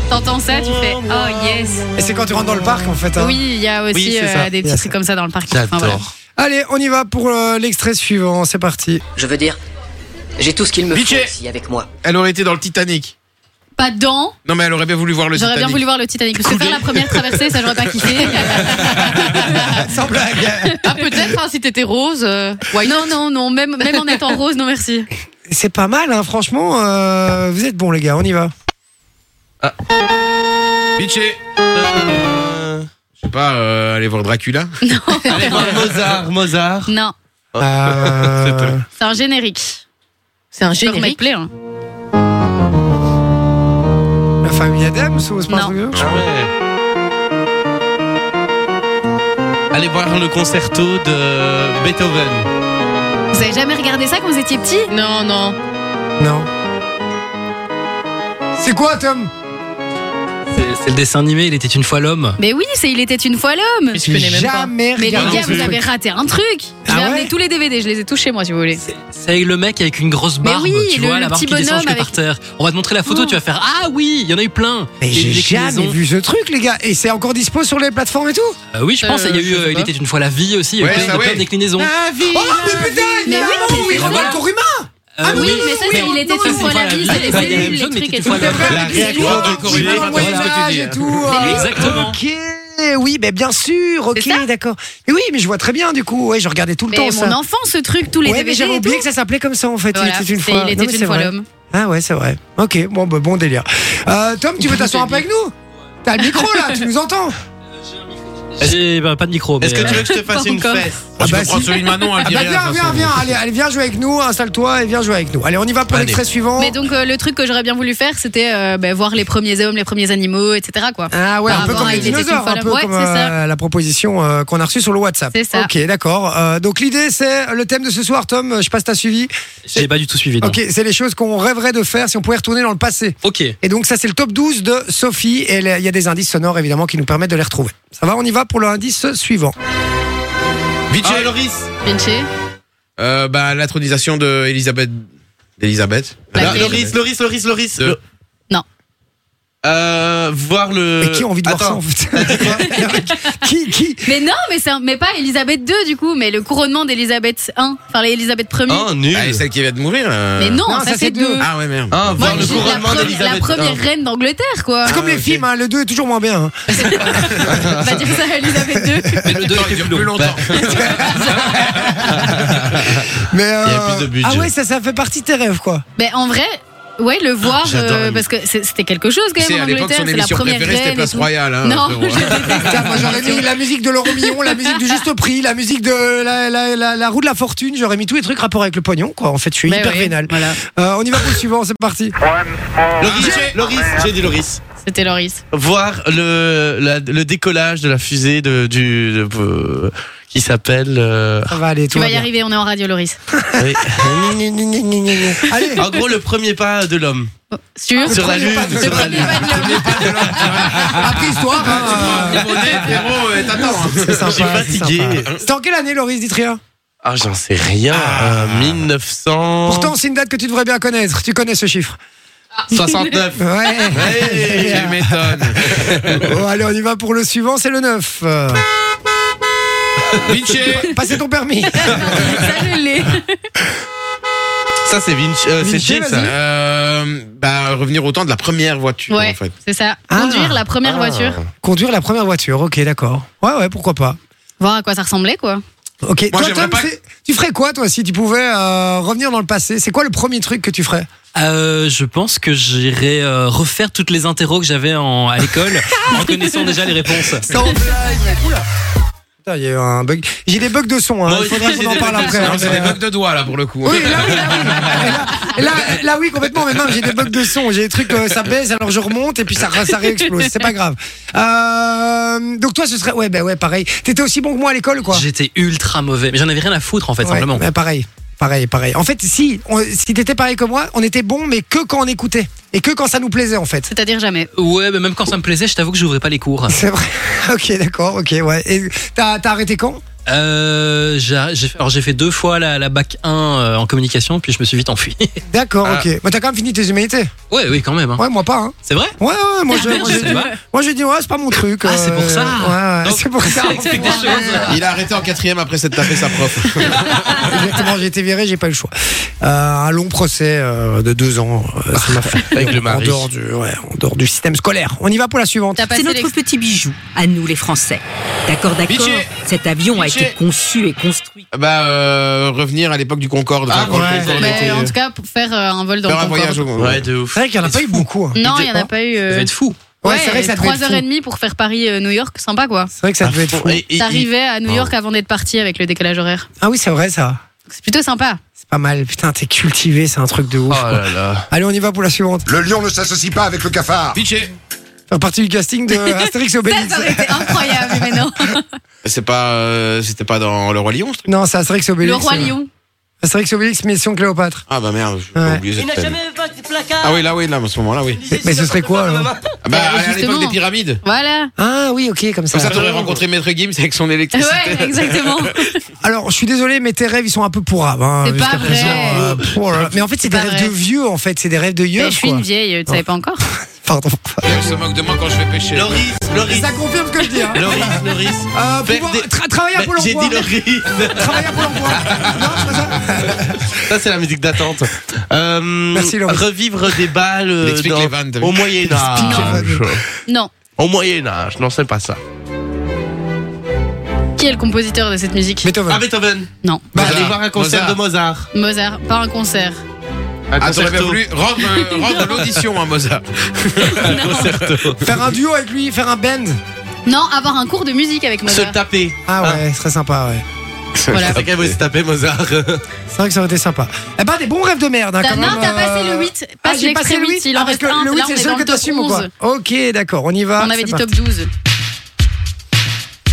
Speaker 3: T'entends ça, tu fais Oh yes.
Speaker 2: Et c'est quand tu rentres dans le parc, en fait. hein.
Speaker 3: Oui, il y a aussi
Speaker 4: Oui, c'est
Speaker 3: euh,
Speaker 4: ça.
Speaker 3: des
Speaker 2: Il y a
Speaker 3: petits trucs comme ça dans le parc.
Speaker 6: Ah,
Speaker 3: Enfin, voilà.
Speaker 4: J'adore.
Speaker 2: Allez, on y va pour euh, l'extrait suivant. C'est parti.
Speaker 9: Je veux dire, j'ai tout ce qu'il me
Speaker 5: Bitché.
Speaker 9: faut ici avec moi.
Speaker 5: Elle aurait été dans le Titanic.
Speaker 3: Pas dedans.
Speaker 5: Non, mais elle aurait bien voulu voir le
Speaker 3: J'aurais
Speaker 5: Titanic.
Speaker 3: bien voulu voir le Titanic. Parce que faire la première traversée, ça, j'aurais pas kiffé.
Speaker 2: (laughs) Sans blague.
Speaker 7: Ah, peut-être, hein, si t'étais rose. euh, why
Speaker 3: non, non, non. Même, même en étant rose, non merci.
Speaker 2: C'est pas mal, hein, franchement. euh, vous êtes bons, les gars. On y va.
Speaker 5: Bitché. Ah. Je sais pas, euh, aller voir Dracula.
Speaker 4: Allez voir Mozart, Mozart.
Speaker 3: Non.
Speaker 2: Euh,
Speaker 4: C'est tout.
Speaker 3: C'est un générique.
Speaker 7: C'est un
Speaker 3: Je peux remettre
Speaker 7: générique.
Speaker 3: play. hein.
Speaker 2: la famille Adams ou c'est pas un
Speaker 3: Non.
Speaker 2: truc comme ça
Speaker 4: Ouais. Allez voir le concerto de Beethoven.
Speaker 3: Vous avez jamais regardé ça quand vous étiez petit
Speaker 7: Non, non.
Speaker 2: Non. C'est quoi, Tom
Speaker 6: C'est le dessin animé, il était une fois l'homme.
Speaker 3: Mais oui, c'est Il était une fois l'homme.
Speaker 7: Je connais même pas.
Speaker 2: Jamais
Speaker 3: Mais les
Speaker 2: regardé
Speaker 3: gars,
Speaker 2: ce
Speaker 3: vous
Speaker 2: truc.
Speaker 3: avez raté un truc. J'ai
Speaker 2: Ah ouais
Speaker 3: amené tous les DVD, je les ai tous chez moi si vous voulez.
Speaker 6: C'est avec le mec avec une grosse
Speaker 3: Mais
Speaker 6: barbe,
Speaker 3: oui,
Speaker 6: tu
Speaker 3: le-
Speaker 6: vois,
Speaker 3: le
Speaker 6: la barbe
Speaker 3: petit
Speaker 6: qui descend
Speaker 3: bonhomme
Speaker 6: jusque par
Speaker 3: avec-
Speaker 6: terre. On va te montrer la photo,
Speaker 3: Oh.
Speaker 6: tu vas faire Ah oui, il y en a eu plein.
Speaker 2: Mais
Speaker 6: Et
Speaker 2: j'ai
Speaker 6: des
Speaker 2: jamais
Speaker 6: déclinaisons.
Speaker 2: vu ce truc, les gars. Et c'est encore dispo sur les plateformes et tout
Speaker 6: Euh, oui, je pense,
Speaker 7: Euh,
Speaker 6: il y a
Speaker 7: je
Speaker 6: eu,
Speaker 7: sais
Speaker 6: euh, il
Speaker 7: pas.
Speaker 6: était une fois la vie aussi, il y a eu
Speaker 5: Ouais,
Speaker 6: plein,
Speaker 5: ça,
Speaker 6: de, plein
Speaker 5: ouais.
Speaker 6: de déclinaisons.
Speaker 2: Oh, mais putain il y a
Speaker 3: Mais
Speaker 2: un
Speaker 3: oui,
Speaker 2: moment où
Speaker 3: c'est
Speaker 2: il
Speaker 3: ça.
Speaker 2: revoit le corps humain Ah
Speaker 6: Euh,
Speaker 3: oui, mais ça, c'est Il était une fois la vie,
Speaker 6: Ça,
Speaker 3: c'est les
Speaker 6: pas la même
Speaker 3: cellules,
Speaker 6: chose, mais
Speaker 3: les
Speaker 6: il
Speaker 3: trucs
Speaker 6: était
Speaker 3: et
Speaker 6: une fois
Speaker 3: tout.
Speaker 6: l'homme.
Speaker 5: La réaction de
Speaker 2: Il est dans le
Speaker 5: Corée.
Speaker 2: Moyen-Âge et tout
Speaker 6: Mais
Speaker 2: euh,
Speaker 6: exactement.
Speaker 2: Ok, oui, mais bien sûr, ok,
Speaker 3: C'est ça
Speaker 2: d'accord. Mais oui, mais je vois très bien du coup, ouais, je regardais tout le
Speaker 3: Mais
Speaker 2: temps
Speaker 3: mon
Speaker 2: ça.
Speaker 3: enfant, ce truc, tous les
Speaker 2: ouais, mais
Speaker 3: DVD
Speaker 2: j'avais
Speaker 3: et tout.
Speaker 2: oublié que ça s'appelait comme ça en fait.
Speaker 3: Voilà,
Speaker 2: il était une
Speaker 3: c'est
Speaker 2: fois.
Speaker 3: Il
Speaker 2: Non, mais
Speaker 3: était
Speaker 2: c'est
Speaker 3: une fois
Speaker 2: vrai.
Speaker 3: l'homme.
Speaker 2: Ah ouais, c'est vrai. Ok, bon, bah, bon délire. Euh, Tom, tu veux t'asseoir un peu avec nous T'as le micro là, tu nous entends
Speaker 6: J'ai bah, pas de micro.
Speaker 4: Est-ce
Speaker 6: mais,
Speaker 4: que tu
Speaker 6: euh,
Speaker 4: veux que je te fasse
Speaker 3: Pas
Speaker 4: une
Speaker 3: encore.
Speaker 4: fesse
Speaker 5: Ah,
Speaker 2: Ah bah
Speaker 5: bah, prendre
Speaker 2: si.
Speaker 5: celui de Manon, elle
Speaker 2: Ah
Speaker 5: dit
Speaker 2: bah
Speaker 5: rien, de
Speaker 2: viens,
Speaker 5: toute
Speaker 2: viens,
Speaker 5: façon.
Speaker 2: viens, allez, allez, viens jouer avec nous, installe-toi et viens jouer avec nous. Allez, on y va pour
Speaker 5: Allez.
Speaker 2: l'extrait suivant.
Speaker 3: Mais donc, euh, le truc que j'aurais bien voulu faire, c'était euh, bah, voir les premiers hommes, les premiers animaux, etc. quoi.
Speaker 2: Ah ouais,
Speaker 3: Par
Speaker 2: un peu
Speaker 3: rapport
Speaker 2: comme
Speaker 3: à
Speaker 2: les
Speaker 3: Il était une
Speaker 2: dinosaures,
Speaker 3: fois
Speaker 2: un peu
Speaker 3: l'homme. Ouais,
Speaker 2: comme
Speaker 3: c'est ça.
Speaker 2: euh, la proposition euh, qu'on a reçue sur le WhatsApp.
Speaker 3: C'est ça.
Speaker 2: Ok, d'accord. Euh, donc l'idée, c'est le thème de ce soir, Tom. euh, Je sais pas si t'as suivi.
Speaker 6: J'ai pas du tout suivi. non.
Speaker 2: Ok, c'est les choses qu'on rêverait de faire si on pouvait retourner dans le passé.
Speaker 6: Ok.
Speaker 2: Et donc ça, c'est le top 12 de Sophie. Et là, il y a des indices sonores évidemment qui nous permettent de les retrouver. Ça va, on y va pour l'indice suivant.
Speaker 5: Bitché.
Speaker 4: Ah, Loris.
Speaker 3: Vinci
Speaker 5: Euh, bah, l'intronisation de Elisabeth. D'Elisabeth. Bah,
Speaker 4: Non,
Speaker 3: Laquelle
Speaker 4: Loris, Loris, Loris, Loris.
Speaker 5: Deux.
Speaker 3: Non.
Speaker 4: Euh, voir le.
Speaker 2: Mais qui a envie de
Speaker 4: Attends.
Speaker 2: voir ça en fait
Speaker 3: (laughs)
Speaker 2: Qui, qui
Speaker 3: Mais non, mais, c'est un- mais pas Elisabeth II du coup, mais le couronnement d'Elisabeth I, enfin l'Elisabeth Ier.
Speaker 4: Oh, nul.
Speaker 5: Ah, et celle qui vient de mourir. euh.
Speaker 3: mais non,
Speaker 2: non,
Speaker 3: ça, c'est
Speaker 2: deux.
Speaker 3: deux.
Speaker 5: Ah, ouais, merde.
Speaker 3: Moi,
Speaker 4: Ah, voir le
Speaker 3: j'ai la,
Speaker 4: couronnement
Speaker 3: première- la
Speaker 4: d'Elisabeth.
Speaker 3: première
Speaker 4: II.
Speaker 3: reine d'angleterre, quoi.
Speaker 2: C'est
Speaker 6: Ah,
Speaker 2: comme les films, hein, le 2 est toujours moins bien. hein.
Speaker 3: On va dire ça à Elisabeth
Speaker 2: (laughs)
Speaker 3: II.
Speaker 6: Mais le 2
Speaker 5: Attends,
Speaker 6: était
Speaker 5: il dure
Speaker 6: plus
Speaker 5: plus
Speaker 6: long.
Speaker 5: (laughs) longtemps.
Speaker 2: Mais
Speaker 4: a
Speaker 2: euh,
Speaker 4: plus de budget.
Speaker 2: ah ouais, ça, ça fait partie de tes rêves quoi.
Speaker 3: Mais en vrai, ouais, le voir, euh,
Speaker 5: j'adore la musique.
Speaker 3: parce que c'est- c'était quelque chose quand
Speaker 5: Tu sais,
Speaker 3: même en
Speaker 5: à l'époque,
Speaker 3: Angleterre,
Speaker 5: son
Speaker 3: c'est la
Speaker 5: émission
Speaker 3: première
Speaker 5: préférée,
Speaker 3: reine.
Speaker 5: c'était
Speaker 3: et
Speaker 5: Place
Speaker 3: tout.
Speaker 5: Royale. hein,
Speaker 3: Non,
Speaker 5: frérot, hein.
Speaker 2: Putain, moi j'aurais mis la musique de l'euro million, la musique du juste prix, la musique de la, la, la, la roue de la fortune, j'aurais mis tous les trucs rapport avec le pognon, quoi. En fait, je suis
Speaker 3: Mais
Speaker 2: hyper
Speaker 3: oui,
Speaker 2: vénal.
Speaker 3: Voilà,
Speaker 2: Euh, on y va pour le suivant, c'est parti.
Speaker 4: Loris, Loris, j'ai dit Loris.
Speaker 3: (laughs) c'était Loris.
Speaker 4: Voir le, la- le décollage de la fusée de, du. de- euh, qui s'appelle. euh,
Speaker 2: Ça va aller,
Speaker 3: Tu
Speaker 2: tout
Speaker 3: vas
Speaker 2: va
Speaker 3: y
Speaker 2: bien.
Speaker 3: arriver, on est en radio, Loris.
Speaker 4: oui.
Speaker 3: (laughs)
Speaker 2: Allez,
Speaker 4: en gros, le premier pas de l'homme.
Speaker 3: Sûr
Speaker 4: Sur la
Speaker 2: premier
Speaker 4: lune.
Speaker 2: pas de
Speaker 4: sur la
Speaker 2: l'homme.
Speaker 4: lune.
Speaker 2: après histoire,
Speaker 4: Ah,
Speaker 2: hein,
Speaker 5: Bon, eh, frérot, eh, t'attends. hein.
Speaker 2: euh, c'est
Speaker 4: Je suis
Speaker 2: sympa. c'est
Speaker 4: fatigué.
Speaker 2: sympa. C'était en quelle année, Loris Ditria
Speaker 4: Ah, j'en sais rien. Euh, 1900.
Speaker 2: Ah. Pourtant, c'est une date que tu devrais bien connaître. Tu connais ce chiffre.
Speaker 5: Ah.
Speaker 4: 69.
Speaker 2: (laughs) Ouais.
Speaker 4: Hey,
Speaker 5: Bah, Tu m'étonnes.
Speaker 2: Bon, allez, on y va pour le suivant, c'est le 9. Euh,
Speaker 5: Vinci.
Speaker 2: passez
Speaker 3: (laughs)
Speaker 2: ton permis.
Speaker 3: Ça, je l'ai.
Speaker 4: ça, c'est Vinci. euh, c'est
Speaker 2: Vinci,
Speaker 4: Jay, ça.
Speaker 2: vas-y.
Speaker 5: Euh, bah, revenir au temps de la première voiture,
Speaker 3: Ouais,
Speaker 5: en fait.
Speaker 3: c'est ça.
Speaker 2: Ah.
Speaker 3: Conduire la première voiture.
Speaker 2: Conduire la première voiture, ok, d'accord. Ouais, ouais, pourquoi pas.
Speaker 3: Voir à quoi ça ressemblait, quoi.
Speaker 2: Ok,
Speaker 5: Moi,
Speaker 2: toi,
Speaker 5: j'aimerais
Speaker 2: Tom,
Speaker 5: pas-
Speaker 2: c'est- tu ferais quoi, toi, si tu pouvais euh, revenir dans le passé C'est quoi le premier truc que tu ferais
Speaker 6: Euh, je pense que j'irai euh, refaire toutes les
Speaker 2: (laughs)
Speaker 6: interros que j'avais en- à l'école en connaissant déjà les réponses.
Speaker 2: Putain, Il y a eu un bug. J'ai des bugs de son, hein. il
Speaker 5: (laughs)
Speaker 2: faudra qu'on en parle après. hein,
Speaker 5: C'est
Speaker 2: mais,
Speaker 5: des
Speaker 2: euh,
Speaker 5: bugs de doigts là pour le coup.
Speaker 2: Oui, là, oui, là, oui. Et Là, et là, là, oui, complètement. Mais même, j'ai des bugs de son. J'ai des trucs, euh, ça baisse, alors je remonte et puis ça, ça réexplose. C'est pas grave. Euh, donc, toi, ce serait. Ouais, bah ouais, pareil. T'étais aussi bon que moi à l'école, quoi.
Speaker 6: J'étais ultra mauvais, mais j'en avais rien à foutre en fait,
Speaker 2: Ouais,
Speaker 6: simplement.
Speaker 2: mais pareil. Pareil, pareil. En fait, si, on- si t'étais pareil que moi, on était bon, mais que quand on écoutait. Et que quand ça nous plaisait, en fait.
Speaker 3: C'est-à-dire jamais.
Speaker 6: Ouais, mais même quand ça me plaisait, je t'avoue que j'ouvrais pas les cours.
Speaker 2: C'est vrai. ok, d'accord, ok, ouais. Et t'as t'as arrêté quand
Speaker 6: Euh, j'ai j'ai fait- alors, j'ai fait deux fois la, la bac 1 euh, en communication, puis je me suis vite enfui. (laughs)
Speaker 2: D'accord,
Speaker 6: Ah.
Speaker 2: ok. Mais t'as quand même fini tes humanités
Speaker 6: ouais, oui, quand même. hein.
Speaker 2: Ouais, moi pas, hein.
Speaker 6: C'est vrai
Speaker 2: Ouais, ouais, moi je-
Speaker 6: Merde,
Speaker 2: moi,
Speaker 6: je
Speaker 2: j'ai
Speaker 6: sais
Speaker 2: dit,
Speaker 6: pas.
Speaker 2: moi, j'ai dit, ouais, c'est pas mon truc.
Speaker 6: Ah, c'est pour
Speaker 2: euh,
Speaker 6: ça.
Speaker 2: Ouais, ouais, c'est
Speaker 5: (laughs)
Speaker 6: (laughs)
Speaker 2: pour ça.
Speaker 6: explique des choses.
Speaker 5: Il a arrêté en quatrième après s'être tapé sa prof.
Speaker 2: Exactement, j'ai été viré, j'ai pas eu le choix. Euh, un long procès euh, de deux ans, euh, ça m'a fait.
Speaker 6: (laughs)
Speaker 4: Avec le
Speaker 2: En
Speaker 4: mari.
Speaker 2: dehors, du, ouais, en dehors du système scolaire. On y va pour la suivante.
Speaker 3: T'as
Speaker 11: C'est
Speaker 3: passé
Speaker 11: notre
Speaker 3: l'ex-
Speaker 11: petit bijou, à nous les Français. D'accord, d'accord.
Speaker 5: Bitché.
Speaker 11: Cet avion a
Speaker 5: Bitché.
Speaker 11: été conçu et construit.
Speaker 5: Bah, euh, revenir à l'époque du Concorde.
Speaker 4: Ah,
Speaker 5: quand le
Speaker 2: ouais.
Speaker 5: Concorde
Speaker 3: Mais
Speaker 5: était-
Speaker 3: Bah, en tout cas, pour faire euh, un vol dans
Speaker 5: Faire
Speaker 3: le
Speaker 5: un
Speaker 3: Concorde.
Speaker 5: voyage au Concorde.
Speaker 4: Ouais, de ouf.
Speaker 2: C'est vrai qu'il y en a pas eu beaucoup. hein.
Speaker 3: Non, il n'y en a pas eu.
Speaker 6: Ça
Speaker 3: euh,
Speaker 6: devait être fou.
Speaker 2: Ouais, c'est vrai que ça devait être
Speaker 3: trois heures
Speaker 2: fou.
Speaker 3: et demie pour faire Paris-New York, sympa quoi.
Speaker 2: C'est vrai que ça devait être fou.
Speaker 4: Et- et-
Speaker 3: T'arrivais à New York avant d'être parti avec le décalage horaire.
Speaker 2: Ah oui, c'est vrai ça.
Speaker 3: C'est plutôt sympa.
Speaker 2: C'est pas mal. Putain, t'es cultivé, c'est un truc de
Speaker 4: Oh
Speaker 2: ouf. quoi.
Speaker 4: là là.
Speaker 2: Allez, on y va pour la suivante.
Speaker 1: Le lion ne s'associe pas avec le cafard.
Speaker 5: Pitché.
Speaker 2: Faire partie du casting
Speaker 4: (laughs)
Speaker 2: de Astérix et Obélix.
Speaker 3: Ça aurait été incroyable, mais non.
Speaker 5: C'est pas, euh, c'était pas dans Le Roi Lion, ce
Speaker 2: (laughs)
Speaker 5: truc
Speaker 2: Non, c'est Astérix et Obélix.
Speaker 3: Le roi
Speaker 2: euh,
Speaker 3: lion.
Speaker 2: Astérix et Obélix, Mission Cléopâtre.
Speaker 5: Ah bah merde, j'ai
Speaker 2: Ouais.
Speaker 5: oublié cette scène. Ah oui, là, oui, là, à ce moment-là, oui.
Speaker 2: Mais, mais ce serait quoi alors
Speaker 5: Ah bah, à
Speaker 3: justement.
Speaker 5: l'époque des pyramides.
Speaker 3: Voilà.
Speaker 2: Ah oui, ok, comme ça.
Speaker 5: Comme ça, t'aurais rencontré Maître Gims avec son électricité.
Speaker 3: Ouais,
Speaker 5: (laughs)
Speaker 3: exactement.
Speaker 2: Alors, je suis désolé, mais tes rêves, ils sont un peu pourrables. Hein,
Speaker 3: C'est
Speaker 2: jusqu'à
Speaker 3: pas vrai.
Speaker 2: présent, euh, pff, oh là là. mais en fait, c'est des
Speaker 3: pas
Speaker 2: rêves
Speaker 3: vrai.
Speaker 2: de vieux, en fait. C'est des rêves de
Speaker 3: Mais
Speaker 2: vieux.
Speaker 3: je suis une vieille, tu savais pas encore.
Speaker 2: (laughs) Pardon.
Speaker 5: Elle se moque de moi quand je vais pêcher.
Speaker 4: Loris, Loris,
Speaker 2: Ça confirme ce que je dis. Hein.
Speaker 4: Loris, Loris.
Speaker 1: Ah,
Speaker 2: Euh,
Speaker 4: Faire
Speaker 2: pouvoir-
Speaker 4: des-
Speaker 2: tra- travailler à
Speaker 4: Mais
Speaker 2: Pôle
Speaker 4: J'ai
Speaker 2: emploi.
Speaker 4: dit Loris.
Speaker 1: (laughs)
Speaker 2: Travailler à Pôle emploi. Non, c'est pas ça.
Speaker 4: Ça, c'est la musique d'attente. Euh,
Speaker 2: Merci, Loris.
Speaker 4: Revivre des balles euh,
Speaker 5: Il explique
Speaker 4: dans-
Speaker 5: les vannes, t'as vu
Speaker 4: au Moyen-Âge.
Speaker 3: Non.
Speaker 4: Au Moyen-Âge, non, c'est pas ça.
Speaker 3: Qui est le compositeur de cette musique
Speaker 2: Beethoven.
Speaker 4: Ah, Beethoven.
Speaker 3: Non.
Speaker 4: Bah,
Speaker 5: Mozart.
Speaker 4: allez voir un concert
Speaker 5: Mozart.
Speaker 4: de Mozart.
Speaker 3: Mozart, pas un concert.
Speaker 4: Un
Speaker 5: Ah, t'aurais bien
Speaker 4: concerto.
Speaker 5: voulu rendre,
Speaker 4: (laughs)
Speaker 5: euh, rendre l'audition, hein, Mozart.
Speaker 4: Un concerto.
Speaker 2: Faire un duo avec lui, faire un band.
Speaker 3: Non, avoir un cours de musique avec
Speaker 4: Se
Speaker 3: Mozart.
Speaker 4: taper.
Speaker 2: Ah ouais, ce serait sympa, ouais.
Speaker 3: Voilà.
Speaker 4: C'est quand même se taper,
Speaker 5: (laughs)
Speaker 4: Mozart.
Speaker 2: C'est vrai que ça aurait été sympa. Eh ben, des bons rêves de merde. Hein,
Speaker 3: T'as-
Speaker 2: quand
Speaker 3: non,
Speaker 2: même,
Speaker 3: t'as
Speaker 2: euh,
Speaker 3: passé le 8.
Speaker 2: Ah,
Speaker 3: Passe
Speaker 2: j'ai
Speaker 3: l'extrait
Speaker 2: passé le
Speaker 3: 8,
Speaker 2: 8.
Speaker 3: il
Speaker 2: Ah,
Speaker 3: en
Speaker 2: parce
Speaker 3: reste
Speaker 2: que
Speaker 3: un.
Speaker 2: le
Speaker 3: Là,
Speaker 2: 8,
Speaker 3: on
Speaker 2: c'est
Speaker 3: est
Speaker 2: le seul
Speaker 3: dans
Speaker 2: que
Speaker 3: le top
Speaker 2: t'assumes ou quoi
Speaker 3: 11.
Speaker 2: Ok, d'accord, on y va.
Speaker 3: On avait
Speaker 2: Ah, c'est
Speaker 3: dit
Speaker 2: (laughs) parti.
Speaker 3: top 12.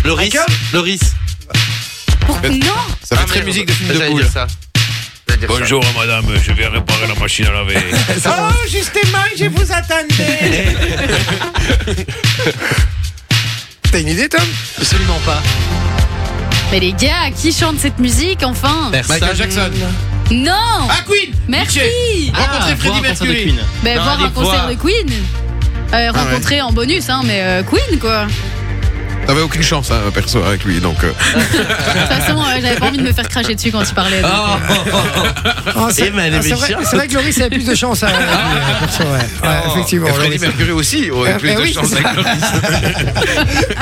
Speaker 4: Loris.
Speaker 2: Michael
Speaker 4: Loris.
Speaker 3: Pour-
Speaker 5: Euh,
Speaker 3: Non
Speaker 5: Ça fait très musique de film de boule.
Speaker 4: ça.
Speaker 12: Bonjour madame, je viens réparer la machine à laver.
Speaker 2: Oh, justement, je vous attendais.
Speaker 5: (laughs)
Speaker 2: T'as une idée, Tom
Speaker 6: Absolument pas.
Speaker 3: Mais les gars, qui chante cette musique enfin
Speaker 5: Michael Jackson.
Speaker 3: Non
Speaker 5: Ah, Queen
Speaker 3: Merci
Speaker 5: Rencontrer Freddie
Speaker 6: Ah, voir un concert de
Speaker 5: Mercury.
Speaker 6: Queen.
Speaker 3: Ben,
Speaker 4: Non,
Speaker 3: Voir
Speaker 4: allez
Speaker 3: un concert
Speaker 4: voir.
Speaker 3: de Queen Euh, rencontrer en bonus, hein, mais euh, Queen quoi.
Speaker 5: (laughs) T'avais aucune chance, hein, perso, avec lui, donc. euh,
Speaker 3: De toute façon, euh, j'avais pas envie de me faire cracher dessus quand tu parlais. donc.
Speaker 4: Oh, oh, oh.
Speaker 2: Ah, c'est
Speaker 4: Eh ben, elle
Speaker 2: ah,
Speaker 4: est
Speaker 2: c'est vrai,
Speaker 4: méchante.
Speaker 2: c'est vrai que Loris avait plus de chance. à- à- pour ça, ouais. Ouais,
Speaker 5: Ah. oh.
Speaker 2: effectivement.
Speaker 5: Et Freddie
Speaker 2: Loris.
Speaker 5: Mercury aussi aurait
Speaker 4: Euh,
Speaker 2: Ah,
Speaker 5: plus
Speaker 2: mais
Speaker 5: de
Speaker 2: oui,
Speaker 5: chance
Speaker 2: c'est
Speaker 4: (laughs)
Speaker 5: avec Loris.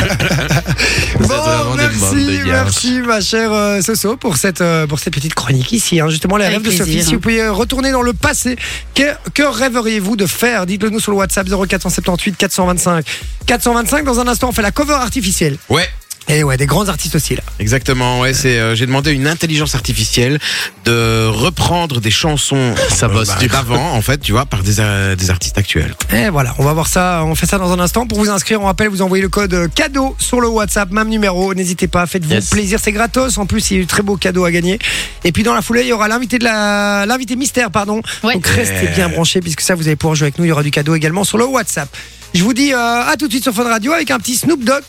Speaker 4: Vous êtes
Speaker 2: Bon,
Speaker 4: vraiment des bandes
Speaker 2: merci,
Speaker 4: de gars.
Speaker 2: merci ma chère euh, Soso pour cette, euh, pour cette petite chronique ici. hein. Justement, les
Speaker 3: Avec
Speaker 2: rêves de
Speaker 3: plaisir.
Speaker 2: Sophie. Si vous pouvez euh, retourner dans le passé, que, que rêveriez-vous de faire Dites-le nous sur le WhatsApp 0478 425 425. Dans un instant, on fait la cover artificielle.
Speaker 5: Ouais.
Speaker 2: Et ouais, des grands artistes aussi là.
Speaker 5: Exactement, ouais, c'est euh, j'ai demandé à une intelligence artificielle de reprendre
Speaker 12: (laughs)
Speaker 5: des chansons Bah,
Speaker 4: Ça bosse dur.
Speaker 5: d'avant en fait, tu vois, par des, euh, des artistes actuels.
Speaker 2: Et voilà, on va voir ça, on fait ça dans un instant. Pour vous inscrire, on rappelle, vous envoyez le code euh, cadeau sur le WhatsApp, même numéro, n'hésitez pas, faites-vous
Speaker 4: Yes.
Speaker 2: plaisir, c'est gratos. En plus, il y a eu de très beau cadeau à gagner. Et puis dans la foulée, il y aura l'invité de la l'invité mystère, pardon.
Speaker 3: Ouais.
Speaker 2: Donc restez bien branchés puisque ça vous allez pouvoir jouer avec nous, il y aura du cadeau également sur le WhatsApp. Je vous dis euh, à tout de suite sur Fun Radio avec un petit Snoop Dogg.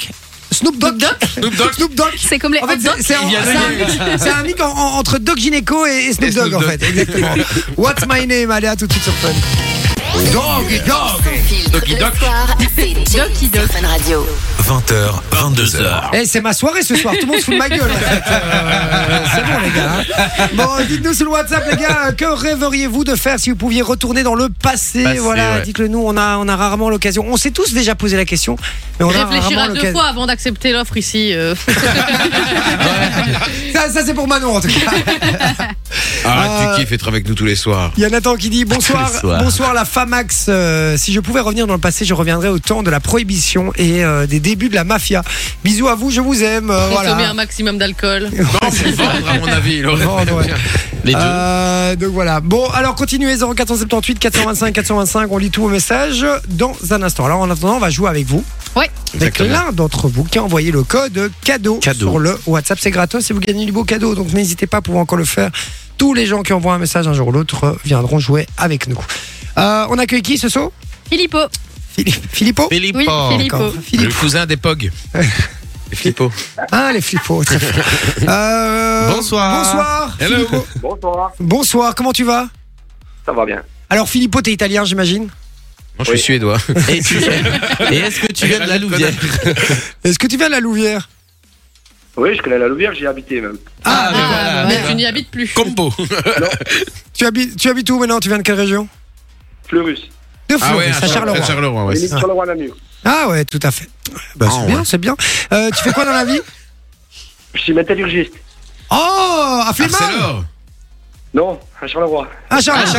Speaker 2: Snoop Dogg Snoop Dogg Snoop Dogg
Speaker 3: C'est comme les
Speaker 2: en
Speaker 3: hot
Speaker 2: fait,
Speaker 3: dogs.
Speaker 2: c'est- c'est un, c'est un- c'est un mix en- en- entre Doc Gineco et, et Snoop
Speaker 5: Et Snoop
Speaker 2: Dogg, en
Speaker 5: Dogg.
Speaker 2: fait. Exactement. What's my name Allez, à tout de suite sur Fun.
Speaker 5: Doggy dog.
Speaker 8: Doki Doc. Doki Doc. Radio.
Speaker 1: 20h, 22h.
Speaker 2: Eh, c'est ma soirée ce soir, tout le monde se fout de ma gueule. en fait. Euh, c'est
Speaker 5: Ah,
Speaker 2: bon, les gars. hein. Bon, dites-nous sur le WhatsApp, les gars, que rêveriez-vous de faire si vous pouviez retourner dans le passé,
Speaker 4: Passé,
Speaker 2: Voilà,
Speaker 4: ouais.
Speaker 2: dites-le nous, on a, on a rarement l'occasion. On s'est tous déjà posé la question, mais on a rarement
Speaker 7: Réfléchira deux
Speaker 2: l'occasion. Ben
Speaker 7: fois avant d'accepter l'offre ici. euh.
Speaker 2: Ça, ça, c'est pour Manon, en tout cas. Euh,
Speaker 5: Ah,
Speaker 12: Euh,
Speaker 5: tu kiffes être avec nous tous les soirs.
Speaker 2: Il y a Nathan qui dit bonsoir,
Speaker 4: Tous les soirs.
Speaker 2: bonsoir la femme pas Max. euh, si je pouvais revenir dans le passé, je reviendrais au temps de la prohibition et euh, des débuts de la mafia. Bisous à vous, je vous aime. euh, voilà.
Speaker 7: Consommer un maximum d'alcool.
Speaker 5: Vendre,
Speaker 2: (laughs)
Speaker 5: à mon avis, il aurait
Speaker 2: Vendre, ouais.
Speaker 5: Les deux.
Speaker 2: Euh, donc voilà. Bon, alors continuez 0478 425 425. On lit tous vos messages dans un instant. Alors en attendant, on va jouer avec vous.
Speaker 3: Ouais.
Speaker 2: Avec l'un d'entre vous qui a envoyé le code cadeau, sur le WhatsApp. C'est gratos et vous gagnez du beau cadeau. Donc n'hésitez pas, vous pouvez encore le faire. Tous les gens qui envoient un message un jour ou l'autre viendront jouer avec nous. Euh, on accueille qui ce saut
Speaker 3: Filippo.
Speaker 2: Philippe, Filippo
Speaker 5: Philippe.
Speaker 3: Oui, Filippo.
Speaker 2: D'accord.
Speaker 5: Le
Speaker 2: Philippe.
Speaker 5: cousin
Speaker 13: (laughs)
Speaker 5: des Pog. Les Flippo.
Speaker 2: Ah, les Filippo,
Speaker 5: (laughs)
Speaker 2: très fort. Euh,
Speaker 5: Bonsoir.
Speaker 2: Bonsoir.
Speaker 5: Hello.
Speaker 2: Filippo.
Speaker 13: Bonsoir,
Speaker 2: Bonsoir, comment tu vas
Speaker 13: ça va bien.
Speaker 2: Alors Filippo, t'es italien,
Speaker 5: (laughs)
Speaker 2: j'imagine
Speaker 5: Moi, je
Speaker 13: (laughs)
Speaker 5: suis suédois.
Speaker 4: Et, tu- et est-ce que tu viens de la Louvière
Speaker 2: (laughs) Est-ce que tu viens de la Louvière
Speaker 13: Oui, je connais la Louvière, j'y ai habité même.
Speaker 2: Ah,
Speaker 5: ben
Speaker 7: Ah, bah ouais, tu n'y habites plus.
Speaker 2: (laughs)
Speaker 5: Combo.
Speaker 2: tu habites, tu habites où maintenant Tu viens de quelle région
Speaker 13: Fleurus.
Speaker 2: De Fleury, à Charleroi.
Speaker 5: Ah À Charleroi, ouais.
Speaker 13: Limite sur le roi Namur.
Speaker 2: Ah ouais, tout à fait. Bah, c'est
Speaker 5: Ah
Speaker 2: bien, c'est bien. Euh, tu fais quoi dans la vie
Speaker 13: Je suis métallurgiste.
Speaker 2: Oh, à Flemmard
Speaker 5: Arcelor.
Speaker 13: Non, à Charleroi.
Speaker 2: À Charleroi.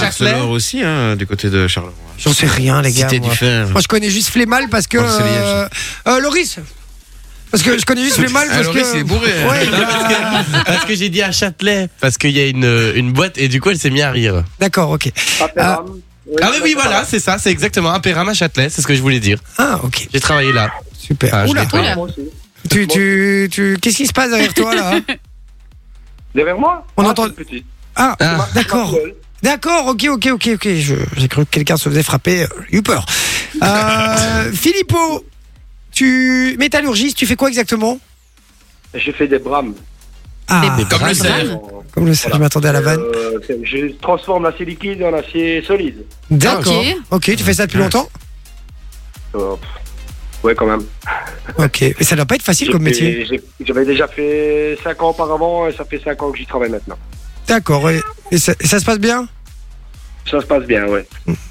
Speaker 5: Ah, Arcelor aussi, hein, du côté de Charleroi.
Speaker 2: J'en sais rien, les gars.
Speaker 5: Cité du
Speaker 2: Moi.
Speaker 5: fer.
Speaker 2: Moi, je connais juste Flémal parce que.
Speaker 5: Oh, c'est lié,
Speaker 2: euh, euh, Loris Parce que je connais
Speaker 5: (laughs)
Speaker 2: juste Flémal
Speaker 5: Ah,
Speaker 2: parce
Speaker 5: Loris,
Speaker 2: que.
Speaker 5: il est bourré, hein.
Speaker 2: Ouais, il a-
Speaker 4: Parce que j'ai dit à Châtelet. Parce qu'il y a une, une boîte et du coup elle s'est mise à rire.
Speaker 2: D'accord, ok.
Speaker 13: Paperam.
Speaker 4: Ah oui, oui, voilà, c'est ça, c'est exactement. Un Péram à Châtelet, c'est ce que je voulais dire.
Speaker 2: Ah, ok,
Speaker 4: J'ai travaillé là.
Speaker 2: super.
Speaker 4: Ah, je
Speaker 2: Oula,
Speaker 4: l'ai-
Speaker 7: Oula.
Speaker 13: Moi aussi.
Speaker 2: tu, tu, tu... qu'est-ce qui se passe derrière toi là
Speaker 3: (laughs)
Speaker 2: hein
Speaker 13: Derrière moi
Speaker 2: On
Speaker 13: Ah,
Speaker 2: entend-
Speaker 13: c'est Petit.
Speaker 2: Ah,
Speaker 4: Ah.
Speaker 2: d'accord.
Speaker 13: Ma gueule.
Speaker 2: D'accord, ok, ok, ok, ok. Je- J'ai cru que quelqu'un se faisait frapper. euh, J'ai eu peur. Euh, Filippo, tu métallurgiste, tu fais quoi exactement
Speaker 13: J'ai fait des brames.
Speaker 2: Ah,
Speaker 4: Des-
Speaker 5: Comme le cerf.
Speaker 2: comme le cerf, je m'attendais à la vanne.
Speaker 13: Euh, je transforme l'acier liquide en acier solide.
Speaker 2: D'accord.
Speaker 3: Ok.
Speaker 2: ok, tu fais ça depuis longtemps
Speaker 13: Euh, pff, ouais, quand même.
Speaker 2: Ok, mais ça doit pas être facile
Speaker 13: J'ai
Speaker 2: comme
Speaker 13: fait-
Speaker 2: métier.
Speaker 13: j'ai- J'avais déjà fait 5 ans auparavant et ça fait 5 ans que j'y travaille maintenant.
Speaker 2: D'accord, et, et ça, et ça se passe bien
Speaker 13: Ça se passe bien, ouais.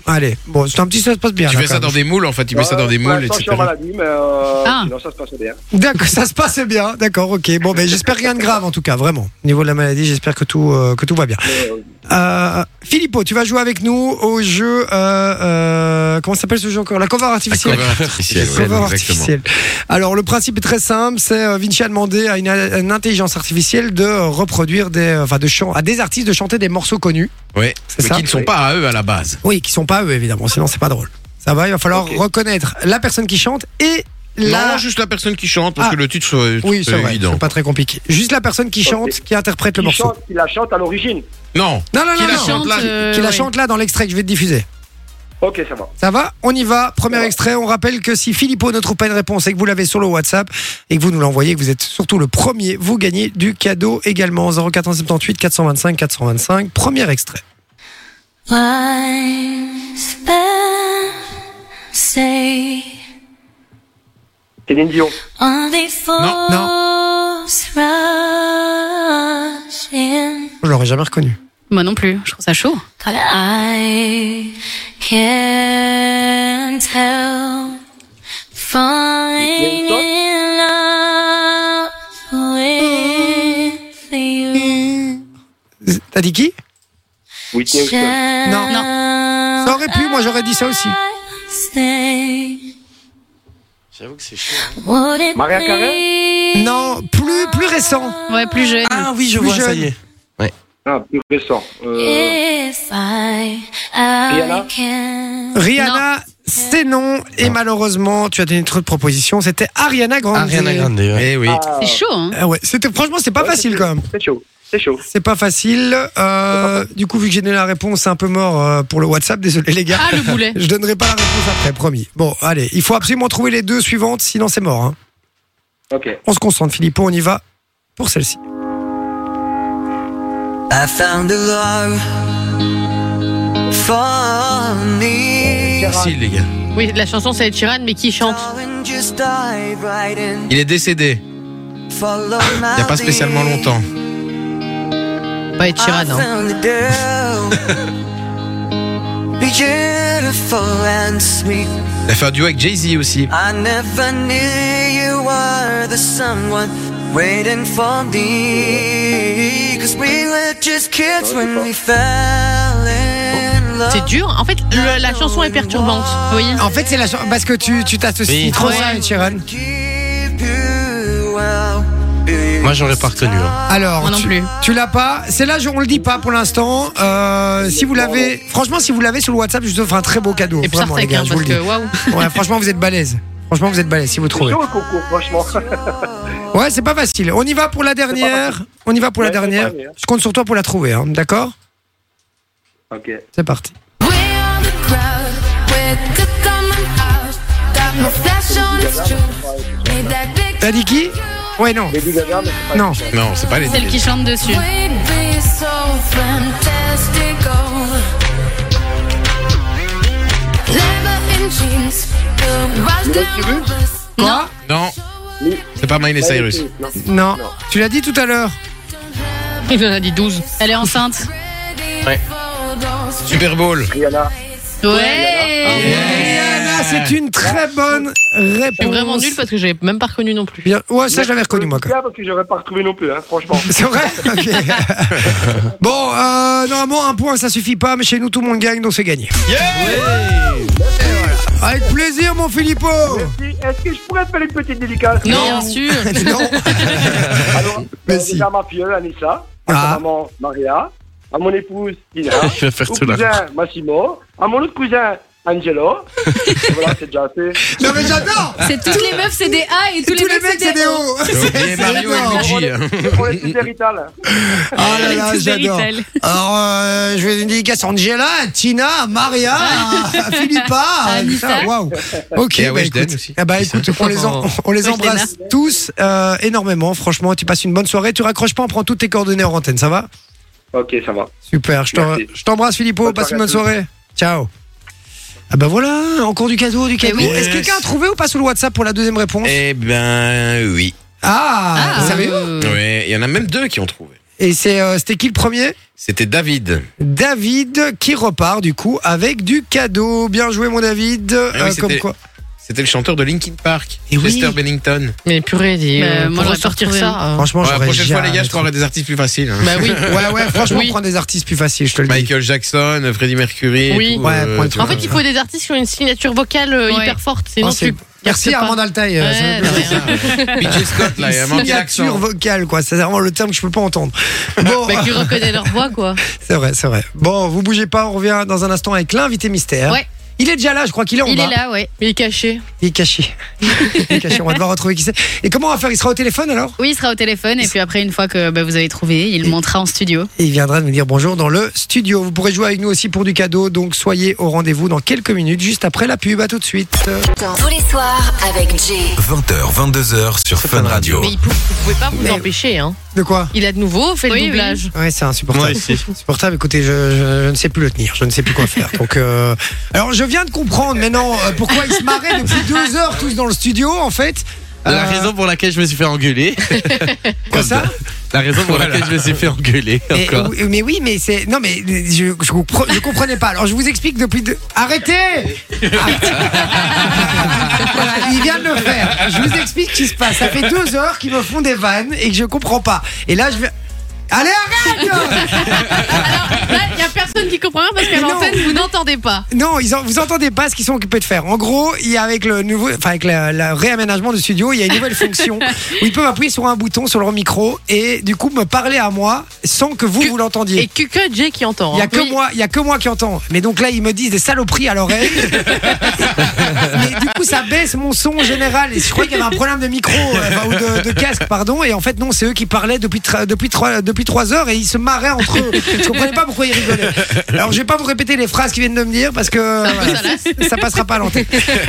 Speaker 2: Allez, bon, c'est un petit ça se passe bien.
Speaker 5: Tu
Speaker 2: là,
Speaker 5: fais ça
Speaker 2: quand
Speaker 5: dans
Speaker 2: même.
Speaker 5: des moules, en fait. Tu mets ça dans des moules,
Speaker 13: Je suis
Speaker 5: etc.
Speaker 13: en maladie, mais euh,
Speaker 3: Ah.
Speaker 13: sinon ça se passe bien.
Speaker 2: D'accord, ça se passe bien, d'accord, ok. Bon, ben j'espère rien de grave en tout cas, vraiment. Au niveau de la maladie, j'espère que tout, euh, que tout va bien.
Speaker 13: Mais, euh,
Speaker 2: Euh, Filippo, tu vas jouer avec nous au jeu. Euh, euh, comment s'appelle ce jeu encore La cover artificielle.
Speaker 5: Cover artificiel,
Speaker 2: La
Speaker 5: ouais,
Speaker 2: cover
Speaker 5: exactement.
Speaker 2: artificielle. Alors le principe est très simple, c'est euh, Vinci a demandé à une, à une intelligence artificielle de euh, reproduire des, euh, enfin de chan- à des artistes de chanter des morceaux connus.
Speaker 5: Ouais.
Speaker 2: C'est
Speaker 5: Mais
Speaker 2: ça
Speaker 5: qui ne sont
Speaker 13: Ouais.
Speaker 5: pas à eux à la base.
Speaker 2: Oui, qui sont pas eux évidemment, sinon c'est pas drôle. Ça va, il va falloir
Speaker 13: Ok.
Speaker 2: reconnaître la personne qui chante et la.
Speaker 5: Non, juste la personne qui chante, parce
Speaker 2: Ah.
Speaker 5: que le titre soit
Speaker 2: oui, c'est vrai,
Speaker 5: évident.
Speaker 2: c'est pas très compliqué. Juste la personne qui chante, qui interprète le
Speaker 13: il,
Speaker 2: morceau.
Speaker 13: chante, il la chante à l'origine.
Speaker 5: Non.
Speaker 2: Non, non,
Speaker 5: Qui
Speaker 2: non,
Speaker 5: la
Speaker 2: non.
Speaker 5: chante là
Speaker 7: euh,
Speaker 2: Qui la
Speaker 7: ouais.
Speaker 2: chante là dans l'extrait que je vais te diffuser.
Speaker 13: Ok, ça va.
Speaker 2: Ça va On y va. Premier
Speaker 13: Ça va.
Speaker 2: extrait. On rappelle que si Filippo ne trouve pas une réponse et que vous l'avez sur le WhatsApp et que vous nous l'envoyez, que vous êtes surtout le premier, vous gagnez du cadeau également. 0478 425 425. Premier extrait.
Speaker 13: hein.
Speaker 10: Wise men say
Speaker 13: Céline Dion.
Speaker 10: only fools rush in,
Speaker 2: Je l'aurais jamais reconnu.
Speaker 3: Moi non plus, je trouve ça chaud.
Speaker 10: but I can't help falling in love with you.
Speaker 2: Z- T'as dit qui
Speaker 13: Whitney Houston.
Speaker 2: Non. Ça aurait pu, moi j'aurais dit ça aussi.
Speaker 4: J'avoue que c'est chiant.
Speaker 13: Maria Carré
Speaker 2: Non, plus, plus récent.
Speaker 3: Ouais, plus jeune.
Speaker 4: Ah oui, je
Speaker 2: Plus
Speaker 4: vois, ça
Speaker 2: jeune.
Speaker 4: y est.
Speaker 13: Ah, plus récent. Euh,
Speaker 10: If I, I
Speaker 13: Rihanna
Speaker 10: can.
Speaker 2: Rihanna, c'est non. Et malheureusement, tu as donné trop de propositions. C'était Ariana Grande.
Speaker 4: Ariana Grande. ouais.
Speaker 5: Eh oui.
Speaker 13: ah,
Speaker 3: C'est chaud, hein.
Speaker 2: Ah ouais, c'était, franchement, c'est pas
Speaker 13: ouais,
Speaker 2: facile
Speaker 13: c'est-
Speaker 2: quand même.
Speaker 13: C'est chaud. C'est chaud.
Speaker 2: C'est pas facile. Euh, du coup, vu que j'ai donné la réponse, c'est un peu mort euh, pour le WhatsApp. Désolé les gars.
Speaker 7: Ah, le boulet.
Speaker 2: (laughs) Je donnerai pas la réponse après, promis. Bon, allez, il faut absolument trouver les deux suivantes, sinon c'est mort. hein.
Speaker 13: Ok.
Speaker 2: On se concentre, Philippot, on y va pour celle-ci.
Speaker 9: I found a love for me.
Speaker 5: Merci, les gars.
Speaker 7: Oui, la chanson c'est Chiran, mais qui chante
Speaker 9: Darling, just dive right in.
Speaker 5: Il est décédé.
Speaker 9: Follow
Speaker 4: Ah,
Speaker 9: my
Speaker 5: Il n'y a pas spécialement
Speaker 9: lead.
Speaker 5: longtemps.
Speaker 7: Pas Ed
Speaker 9: I
Speaker 7: Sheeran, hein.
Speaker 9: found a
Speaker 4: (laughs)
Speaker 9: girl. Beautiful and sweet.
Speaker 5: Il a fait un duo avec Jay-Z aussi.
Speaker 9: I never knew you were the someone waiting for me. Cause we were just kids when we fell in
Speaker 7: C'est dur. En fait, le- la chanson est perturbante. Oui.
Speaker 2: En fait, c'est la chanson. Parce que tu tu t'associes
Speaker 4: Oui.
Speaker 2: trop
Speaker 4: Ouais.
Speaker 2: ça à Ed Sheeran.
Speaker 4: Moi, j'aurais pas reconnu. hein.
Speaker 2: Alors, tu, tu l'as pas. C'est là, on le dit pas pour l'instant. Euh, si vous l'avez, franchement, si vous l'avez sur le WhatsApp, je vous offre un très beau cadeau.
Speaker 7: Et
Speaker 2: vraiment, les
Speaker 7: Psartek,
Speaker 2: gars,
Speaker 7: hein,
Speaker 2: je vous
Speaker 7: parce
Speaker 2: le dis.
Speaker 7: que waouh.
Speaker 2: Ouais, franchement, vous êtes balèze. Franchement, vous êtes balèze si vous trouvez.
Speaker 13: Chaud le concours, franchement.
Speaker 2: Ouais, c'est pas facile. On y va pour la dernière. On y va pour la
Speaker 13: Ouais, c'est
Speaker 2: dernière.
Speaker 13: pas mal, hein.
Speaker 2: Je compte sur toi pour la trouver, hein, d'accord
Speaker 13: ok.
Speaker 2: C'est parti. T'as dit qui Ouais, non. Non.
Speaker 5: Non, c'est pas les.
Speaker 3: Celle qui chante dessus.
Speaker 2: Quoi
Speaker 5: Non, c'est pas Miley Cyrus.
Speaker 2: Non. Tu l'as dit tout à l'heure.
Speaker 7: Il en a dit 12.
Speaker 3: Elle est enceinte.
Speaker 5: Ouais. Super Bowl.
Speaker 3: Ouais.
Speaker 2: Rihanna, c'est une très bonne réponse.
Speaker 7: Je suis vraiment nulle parce que j'avais même pas reconnu non plus.
Speaker 2: Bien. Ouais, ça, je l'avais reconnu, moi. quand même.
Speaker 13: Bien, parce que Ah, j'aurais pas retrouvé non plus, hein, franchement.
Speaker 2: C'est vrai
Speaker 13: (laughs)
Speaker 2: Ok. Bon, euh, normalement, un point, ça suffit pas, mais chez nous, tout le monde gagne, donc c'est gagné. Avec plaisir, mon Filippo
Speaker 13: Merci. Est-ce que je pourrais te faire une petite dédicace
Speaker 7: Non, bien sûr.
Speaker 2: (laughs)
Speaker 7: (laughs)
Speaker 2: Non
Speaker 13: Alors,
Speaker 2: Mais
Speaker 13: euh,
Speaker 2: si.
Speaker 13: déjà à ma filleule, Anissa, à
Speaker 2: Ah.
Speaker 13: sa maman, Maria, à mon épouse,
Speaker 2: (laughs)
Speaker 13: Tina,
Speaker 4: Il va faire
Speaker 13: au
Speaker 4: tout là.
Speaker 13: cousin, Massimo, à mon autre cousin, Angelo.
Speaker 2: (laughs)
Speaker 13: voilà, c'est déjà assez.
Speaker 2: Non, Ah, mais j'adore
Speaker 3: C'est toutes les meufs, c'est des A et tous,
Speaker 2: Tous les
Speaker 3: mecs,
Speaker 2: mecs, c'est des hauts
Speaker 5: Et Mario et Luigi. hein.
Speaker 13: On est tous héritage.
Speaker 2: Ah là là,
Speaker 3: Tous des
Speaker 2: j'adore
Speaker 3: Rital.
Speaker 2: Alors, euh, je vais une dédicace à Angela, à Tina, à Maria, à (laughs) à Philippa à-
Speaker 3: Anita.
Speaker 2: putain, Waouh Ok,
Speaker 5: Et à
Speaker 2: bah,
Speaker 5: Weshden
Speaker 2: écoute,
Speaker 5: aussi.
Speaker 2: ah bah, écoute, on les,
Speaker 4: (laughs)
Speaker 2: en- on les embrasse tous euh, énormément, franchement, tu passes une bonne soirée, tu raccroches pas, on prend toutes tes coordonnées en antenne, ça va
Speaker 13: Ok, ça va.
Speaker 2: Super, je t'en-
Speaker 13: Merci.
Speaker 2: je t'embrasse Philippo,
Speaker 13: Bonne
Speaker 2: passe une bonne
Speaker 13: soirée
Speaker 2: soirée. Ciao. Ah bah voilà, encore du cadeau, du cadeau.
Speaker 5: oui.
Speaker 2: Est-ce que quelqu'un a trouvé ou pas sur le WhatsApp pour la deuxième réponse
Speaker 5: Eh ben oui.
Speaker 2: Ah, vous savez
Speaker 5: Ouais, il y en a même deux qui ont trouvé.
Speaker 2: Et c'est euh, c'était qui le premier
Speaker 5: C'était David.
Speaker 2: David qui repart du coup avec du cadeau. Bien joué mon David.
Speaker 5: Ah oui,
Speaker 2: Euh,
Speaker 5: c'était-
Speaker 2: comme quoi.
Speaker 5: C'était le chanteur de Linkin Park,
Speaker 2: Et oui.
Speaker 5: Chester Bennington.
Speaker 7: Mais purée, dis,
Speaker 3: Mais
Speaker 7: euh,
Speaker 3: moi,
Speaker 7: pour
Speaker 3: j'aurais pas
Speaker 7: ressortir
Speaker 3: retrouvé.
Speaker 7: ça. euh.
Speaker 2: Franchement,
Speaker 5: Ouais, la
Speaker 2: j'aurais
Speaker 5: prochaine fois, les
Speaker 2: jamais
Speaker 5: gars,
Speaker 2: trouvé.
Speaker 5: je prendrai des artistes plus faciles. hein.
Speaker 7: Bah oui.
Speaker 2: Ouais ouais, franchement,
Speaker 7: Oui.
Speaker 2: prends des artistes plus faciles, je te le dis.
Speaker 5: Michael Jackson, Freddie Mercury. et
Speaker 7: Oui.
Speaker 5: tout,
Speaker 2: Ouais,
Speaker 5: euh,
Speaker 2: point de
Speaker 5: tu
Speaker 2: vue.
Speaker 5: vois.
Speaker 7: En fait, il faut des artistes qui ont une signature vocale euh,
Speaker 3: Ouais.
Speaker 7: hyper forte.
Speaker 2: Oh,
Speaker 7: Sinon,
Speaker 2: c'est-
Speaker 7: tu.
Speaker 2: Merci
Speaker 7: c'est pas-
Speaker 2: Armand Altaï. euh, ça me
Speaker 7: Ouais,
Speaker 2: fait
Speaker 7: de
Speaker 2: plaisir.
Speaker 7: rien.
Speaker 5: PJ Ah. Scott, (laughs) là, il a manqué
Speaker 2: Signature
Speaker 5: l'accent.
Speaker 2: vocale quoi, c'est vraiment le terme que je peux pas entendre. Bon,
Speaker 7: Bah, qui reconnaît leur voix, quoi.
Speaker 2: C'est vrai, c'est vrai. Bon, vous bougez pas, on revient dans un instant avec l'invité mystère.
Speaker 3: Ouais.
Speaker 2: Il est déjà là, je crois qu'il est en
Speaker 3: Il
Speaker 2: bas.
Speaker 3: est là, ouais.
Speaker 7: Il est caché.
Speaker 2: Il est caché. il est caché, on va devoir retrouver qui c'est. Et comment on va faire Il sera au téléphone alors
Speaker 3: Oui, il sera au téléphone et puis après, une fois que bah, vous avez trouvé, il montera en studio.
Speaker 2: Et il viendra nous dire bonjour dans le studio. Vous pourrez jouer avec nous aussi pour du cadeau, donc soyez au rendez-vous dans quelques minutes, juste après la pub. À tout de suite.
Speaker 8: Tous les soirs avec Jay.
Speaker 1: 20h, 22h sur Fun Radio.
Speaker 7: Mais il pou- vous pouvez pas vous
Speaker 2: Mais-
Speaker 7: empêcher, hein.
Speaker 2: De quoi
Speaker 7: Il a de nouveau fait
Speaker 3: Oui,
Speaker 7: le doublage.
Speaker 2: Ouais, c'est insupportable.
Speaker 4: Moi aussi.
Speaker 2: Insupportable, écoutez, je, je- je ne sais plus le tenir, je ne sais plus quoi faire. Donc, euh, alors, je viens de comprendre maintenant euh, pourquoi ils se marraient depuis deux heures tous dans le studio, en fait.
Speaker 4: La
Speaker 2: Euh,
Speaker 4: raison pour laquelle je me suis fait engueuler.
Speaker 2: quoi ça
Speaker 4: La raison pour
Speaker 5: Voilà.
Speaker 4: laquelle je me suis fait engueuler.
Speaker 2: Mais,
Speaker 4: (laughs) Encore.
Speaker 2: oui, mais oui, mais c'est. Non, mais je, je, compre- je comprenais pas. Alors, je vous explique depuis. deux- Arrêtez Arrêtez. (laughs) Voilà, Il vient de le faire. Je vous explique ce qui se passe. Ça fait deux heures qu'ils me font des vannes et que je comprends pas. Et là, je vais. Allez, (laughs) arrête
Speaker 7: Là, il y a personne qui comprend rien parce qu'à
Speaker 2: Mais non.
Speaker 7: l'antenne, vous n'entendez pas.
Speaker 2: Non, ils en- vous entendez pas ce qu'ils sont occupés de faire. En gros, il y a avec le nouveau, enfin avec la- le réaménagement du studio, il y a
Speaker 7: (laughs)
Speaker 2: une nouvelle fonction où ils peuvent appuyer sur un bouton sur leur micro et du coup me parler à moi sans que vous
Speaker 7: Que-
Speaker 2: vous l'entendiez.
Speaker 7: Et que, que Jay qui entend.
Speaker 2: Il y a
Speaker 7: hein.
Speaker 2: que
Speaker 7: Oui.
Speaker 2: moi, il y a que moi qui entends. Mais donc là, ils me disent des saloperies à l'oreille. Mais du coup, ça baisse mon son en général. Et je croyais qu'il y avait un problème de micro euh, enfin, ou de, de casque, pardon. Et en fait, non, c'est eux qui parlaient depuis tra- depuis trois depuis trois heures et ils se marraient entre eux. Je comprenais pas pourquoi ils rigolaient. Alors, je vais pas vous répéter les phrases qu'ils viennent de me dire parce que voilà, ça passera pas à l'antenne.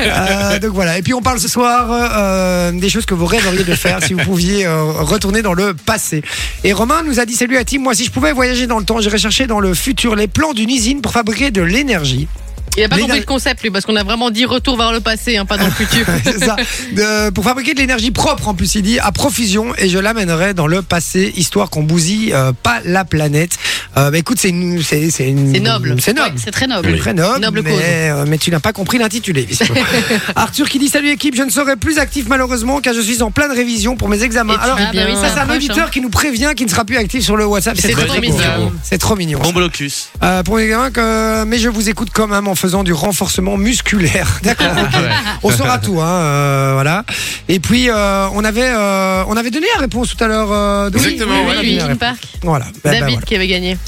Speaker 2: Euh, donc voilà. Et puis on parle ce soir euh, euh, des choses que vous rêveriez de faire si vous pouviez euh, retourner dans le passé. Et Romain nous a dit salut à Tim. Moi, si je pouvais voyager dans le temps, j'irais chercher dans le futur les plans d'une usine pour fabriquer de l'énergie.
Speaker 7: Il a pas
Speaker 2: Les
Speaker 7: compris
Speaker 2: derniers-
Speaker 7: le concept, lui, parce qu'on a vraiment dit retour vers le passé, hein, pas
Speaker 2: (laughs)
Speaker 7: dans le futur.
Speaker 2: C'est ça. De- pour fabriquer de l'énergie propre, en plus, il dit, à profusion, et je l'amènerai dans le passé, histoire qu'on bousille euh, pas la planète. Euh, bah, écoute, c'est une- c'est c'est une-
Speaker 3: C'est noble.
Speaker 2: C'est noble.
Speaker 3: Ouais, c'est très noble.
Speaker 2: C'est Très noble,
Speaker 3: Noble
Speaker 2: mais, (laughs)
Speaker 3: cause.
Speaker 2: euh, mais tu n'as pas compris l'intitulé. (laughs)
Speaker 7: (laughs)
Speaker 2: visiblement. Arthur qui dit Salut équipe, je ne serai plus actif malheureusement car je suis en pleine révision pour mes examens.
Speaker 7: Et tu
Speaker 2: Alors,
Speaker 7: dis bien.
Speaker 2: ça, c'est un
Speaker 7: Approche,
Speaker 2: auditeur
Speaker 7: hein.
Speaker 2: qui nous prévient qu'il ne sera plus actif sur le WhatsApp.
Speaker 7: C'est
Speaker 2: très
Speaker 7: trop
Speaker 2: très
Speaker 7: mignon.
Speaker 2: cool. C'est trop mignon.
Speaker 4: Bon blocus.
Speaker 2: Euh, pour les gamins, que- mais je vous écoute quand même en faisant du renforcement musculaire. (laughs) D'accord. ok. On saura tout, hein, euh, voilà. Et puis euh, on avait, euh, on avait donné la réponse tout à l'heure. euh, Dominique.
Speaker 5: Exactement,
Speaker 2: Oui,
Speaker 5: ouais.
Speaker 2: on avait
Speaker 7: Lui,
Speaker 2: donné la
Speaker 7: Linkin
Speaker 2: réponse.
Speaker 7: Park.
Speaker 2: Voilà. Ben, ben,
Speaker 7: David
Speaker 2: voilà.
Speaker 7: qui avait gagné.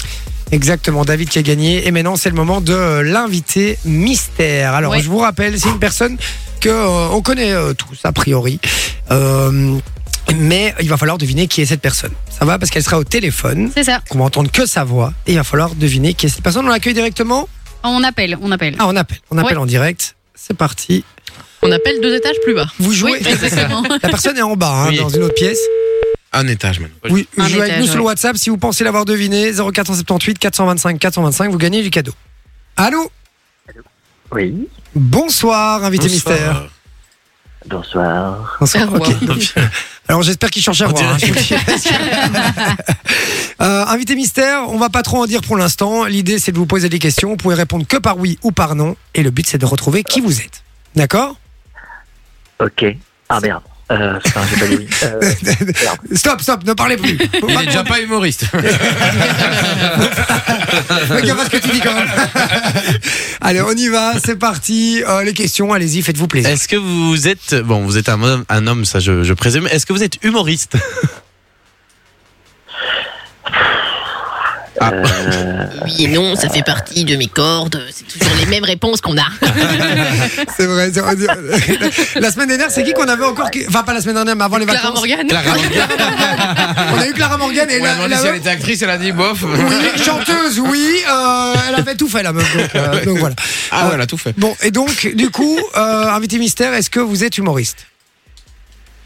Speaker 2: Exactement, David qui a gagné. Et maintenant, c'est le moment de euh, l'invité mystère. Alors,
Speaker 7: Ouais.
Speaker 2: je vous rappelle, c'est une personne que euh, on connaît euh, tous a priori. Euh, mais il va falloir deviner qui est cette personne. Ça va parce qu'elle sera au téléphone.
Speaker 3: C'est ça.
Speaker 2: On va entendre que sa voix et il va falloir deviner qui est cette personne. On l'accueille directement.
Speaker 3: On appelle, on appelle.
Speaker 2: Ah, on appelle. On appelle
Speaker 3: Ouais.
Speaker 2: en direct. C'est parti.
Speaker 7: On appelle deux étages plus bas.
Speaker 2: Vous jouez.
Speaker 7: Oui, exactement.
Speaker 2: La personne est en bas, hein,
Speaker 5: Oui.
Speaker 2: dans une autre pièce.
Speaker 5: Un étage maintenant.
Speaker 2: Oui,
Speaker 7: Un
Speaker 2: jouez avec
Speaker 7: étage,
Speaker 2: nous sur le
Speaker 7: ouais.
Speaker 2: WhatsApp si vous pensez l'avoir deviné. 0478 425 425, vous gagnez du cadeau. Allô
Speaker 14: Oui.
Speaker 2: Bonsoir, invité
Speaker 14: Bonsoir.
Speaker 2: mystère.
Speaker 14: Bonsoir.
Speaker 2: Bonsoir, ok. euh, Alors j'espère qu'il change à voix.
Speaker 5: Ah,
Speaker 2: hein, je vous le dis. (laughs) Euh, invité mystère, on va pas trop en dire pour l'instant. L'idée c'est de vous poser des questions. Vous pouvez répondre que par oui ou par non. Et le but c'est de retrouver qui vous êtes. D'accord
Speaker 14: Ok. Ah merde. Euh, putain, j'ai pas dit oui. Euh, merde.
Speaker 2: (laughs) Stop, stop, ne parlez plus. Faut
Speaker 5: Il
Speaker 2: pas
Speaker 5: est déjà
Speaker 2: (laughs)
Speaker 5: pas humoriste.
Speaker 2: Fais gaffe à ce que tu dis quand même. (laughs) Allez, on y va, Ah, c'est parti. Euh, les questions, allez-y, faites-vous plaisir.
Speaker 4: Est-ce que vous êtes. Bon, vous êtes un homme, un homme ça je, je présume. Est-ce que vous êtes humoriste
Speaker 14: Euh,
Speaker 7: Oui et non, ça fait partie de mes cordes. C'est toujours les mêmes réponses
Speaker 2: (laughs)
Speaker 7: qu'on a.
Speaker 2: C'est vrai. c'est vrai. La semaine dernière, c'est qui qu'on avait encore qui- Enfin, pas la semaine dernière, mais avant les
Speaker 7: Clara
Speaker 2: vacances.
Speaker 7: Morgan.
Speaker 2: (laughs) On a eu Clara Morgan et
Speaker 5: On
Speaker 2: la,
Speaker 5: a demandé
Speaker 2: la
Speaker 5: si elle
Speaker 2: meuf-
Speaker 5: était actrice, elle a dit bof.
Speaker 2: Oui, chanteuse, oui. euh, elle avait tout fait, la meuf. Donc, euh, donc voilà.
Speaker 5: Ah ouais, elle a tout fait.
Speaker 2: Bon, et donc, du coup, euh, invité mystère, est-ce que vous êtes humoriste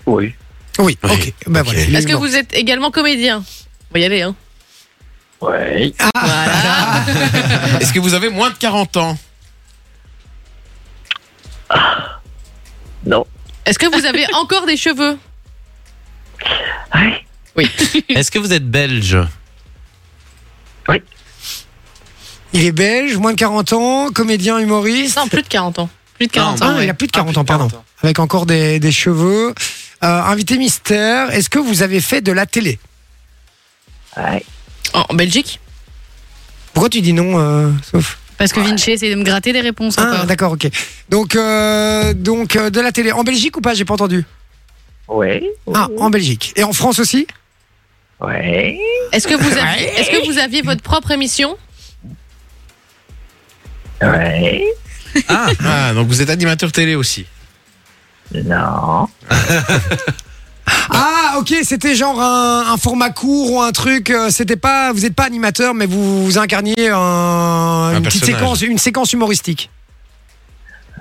Speaker 14: oui.
Speaker 2: Oui, ok. Ben voilà. il est
Speaker 7: Est-ce que
Speaker 2: humoriste.
Speaker 7: vous êtes également comédien On va y aller, hein.
Speaker 14: Ouais.
Speaker 2: Ah.
Speaker 5: (laughs) Est-ce que vous avez moins de 40 ans
Speaker 14: Non.
Speaker 7: Est-ce que vous avez encore des cheveux
Speaker 4: Oui. (laughs) Est-ce que vous êtes belge
Speaker 2: Il est belge, moins de 40 ans, comédien, humoriste.
Speaker 7: Non, plus de 40 ans. Plus de 40
Speaker 2: Ah,
Speaker 7: ans. ouais.
Speaker 2: il a plus de 40 ans, pardon. Avec encore des, des cheveux. Euh, invité mystère, est-ce que vous avez fait de la télé
Speaker 14: Ouais.
Speaker 7: En Belgique
Speaker 2: Pourquoi tu dis non, euh, sauf
Speaker 3: Parce que Vinci essaie de me gratter des réponses
Speaker 2: Ah,
Speaker 3: encore.
Speaker 2: d'accord, ok. Donc, euh, donc euh, de la télé. En Belgique ou pas J'ai pas entendu.
Speaker 14: Ouais.
Speaker 2: Ah, en Belgique. Et en France aussi
Speaker 14: Ouais.
Speaker 7: Est-ce que, vous aviez, est-ce que vous aviez votre propre émission
Speaker 14: Ouais.
Speaker 5: ah. ah, donc vous êtes animateur télé aussi.
Speaker 14: Non.
Speaker 2: Ah, ok, c'était genre un, un format court ou un truc. euh, C'était pas, vous n'êtes pas animateur, mais vous, vous incarniez un- une petite
Speaker 5: personnage.
Speaker 2: séquence, une séquence humoristique.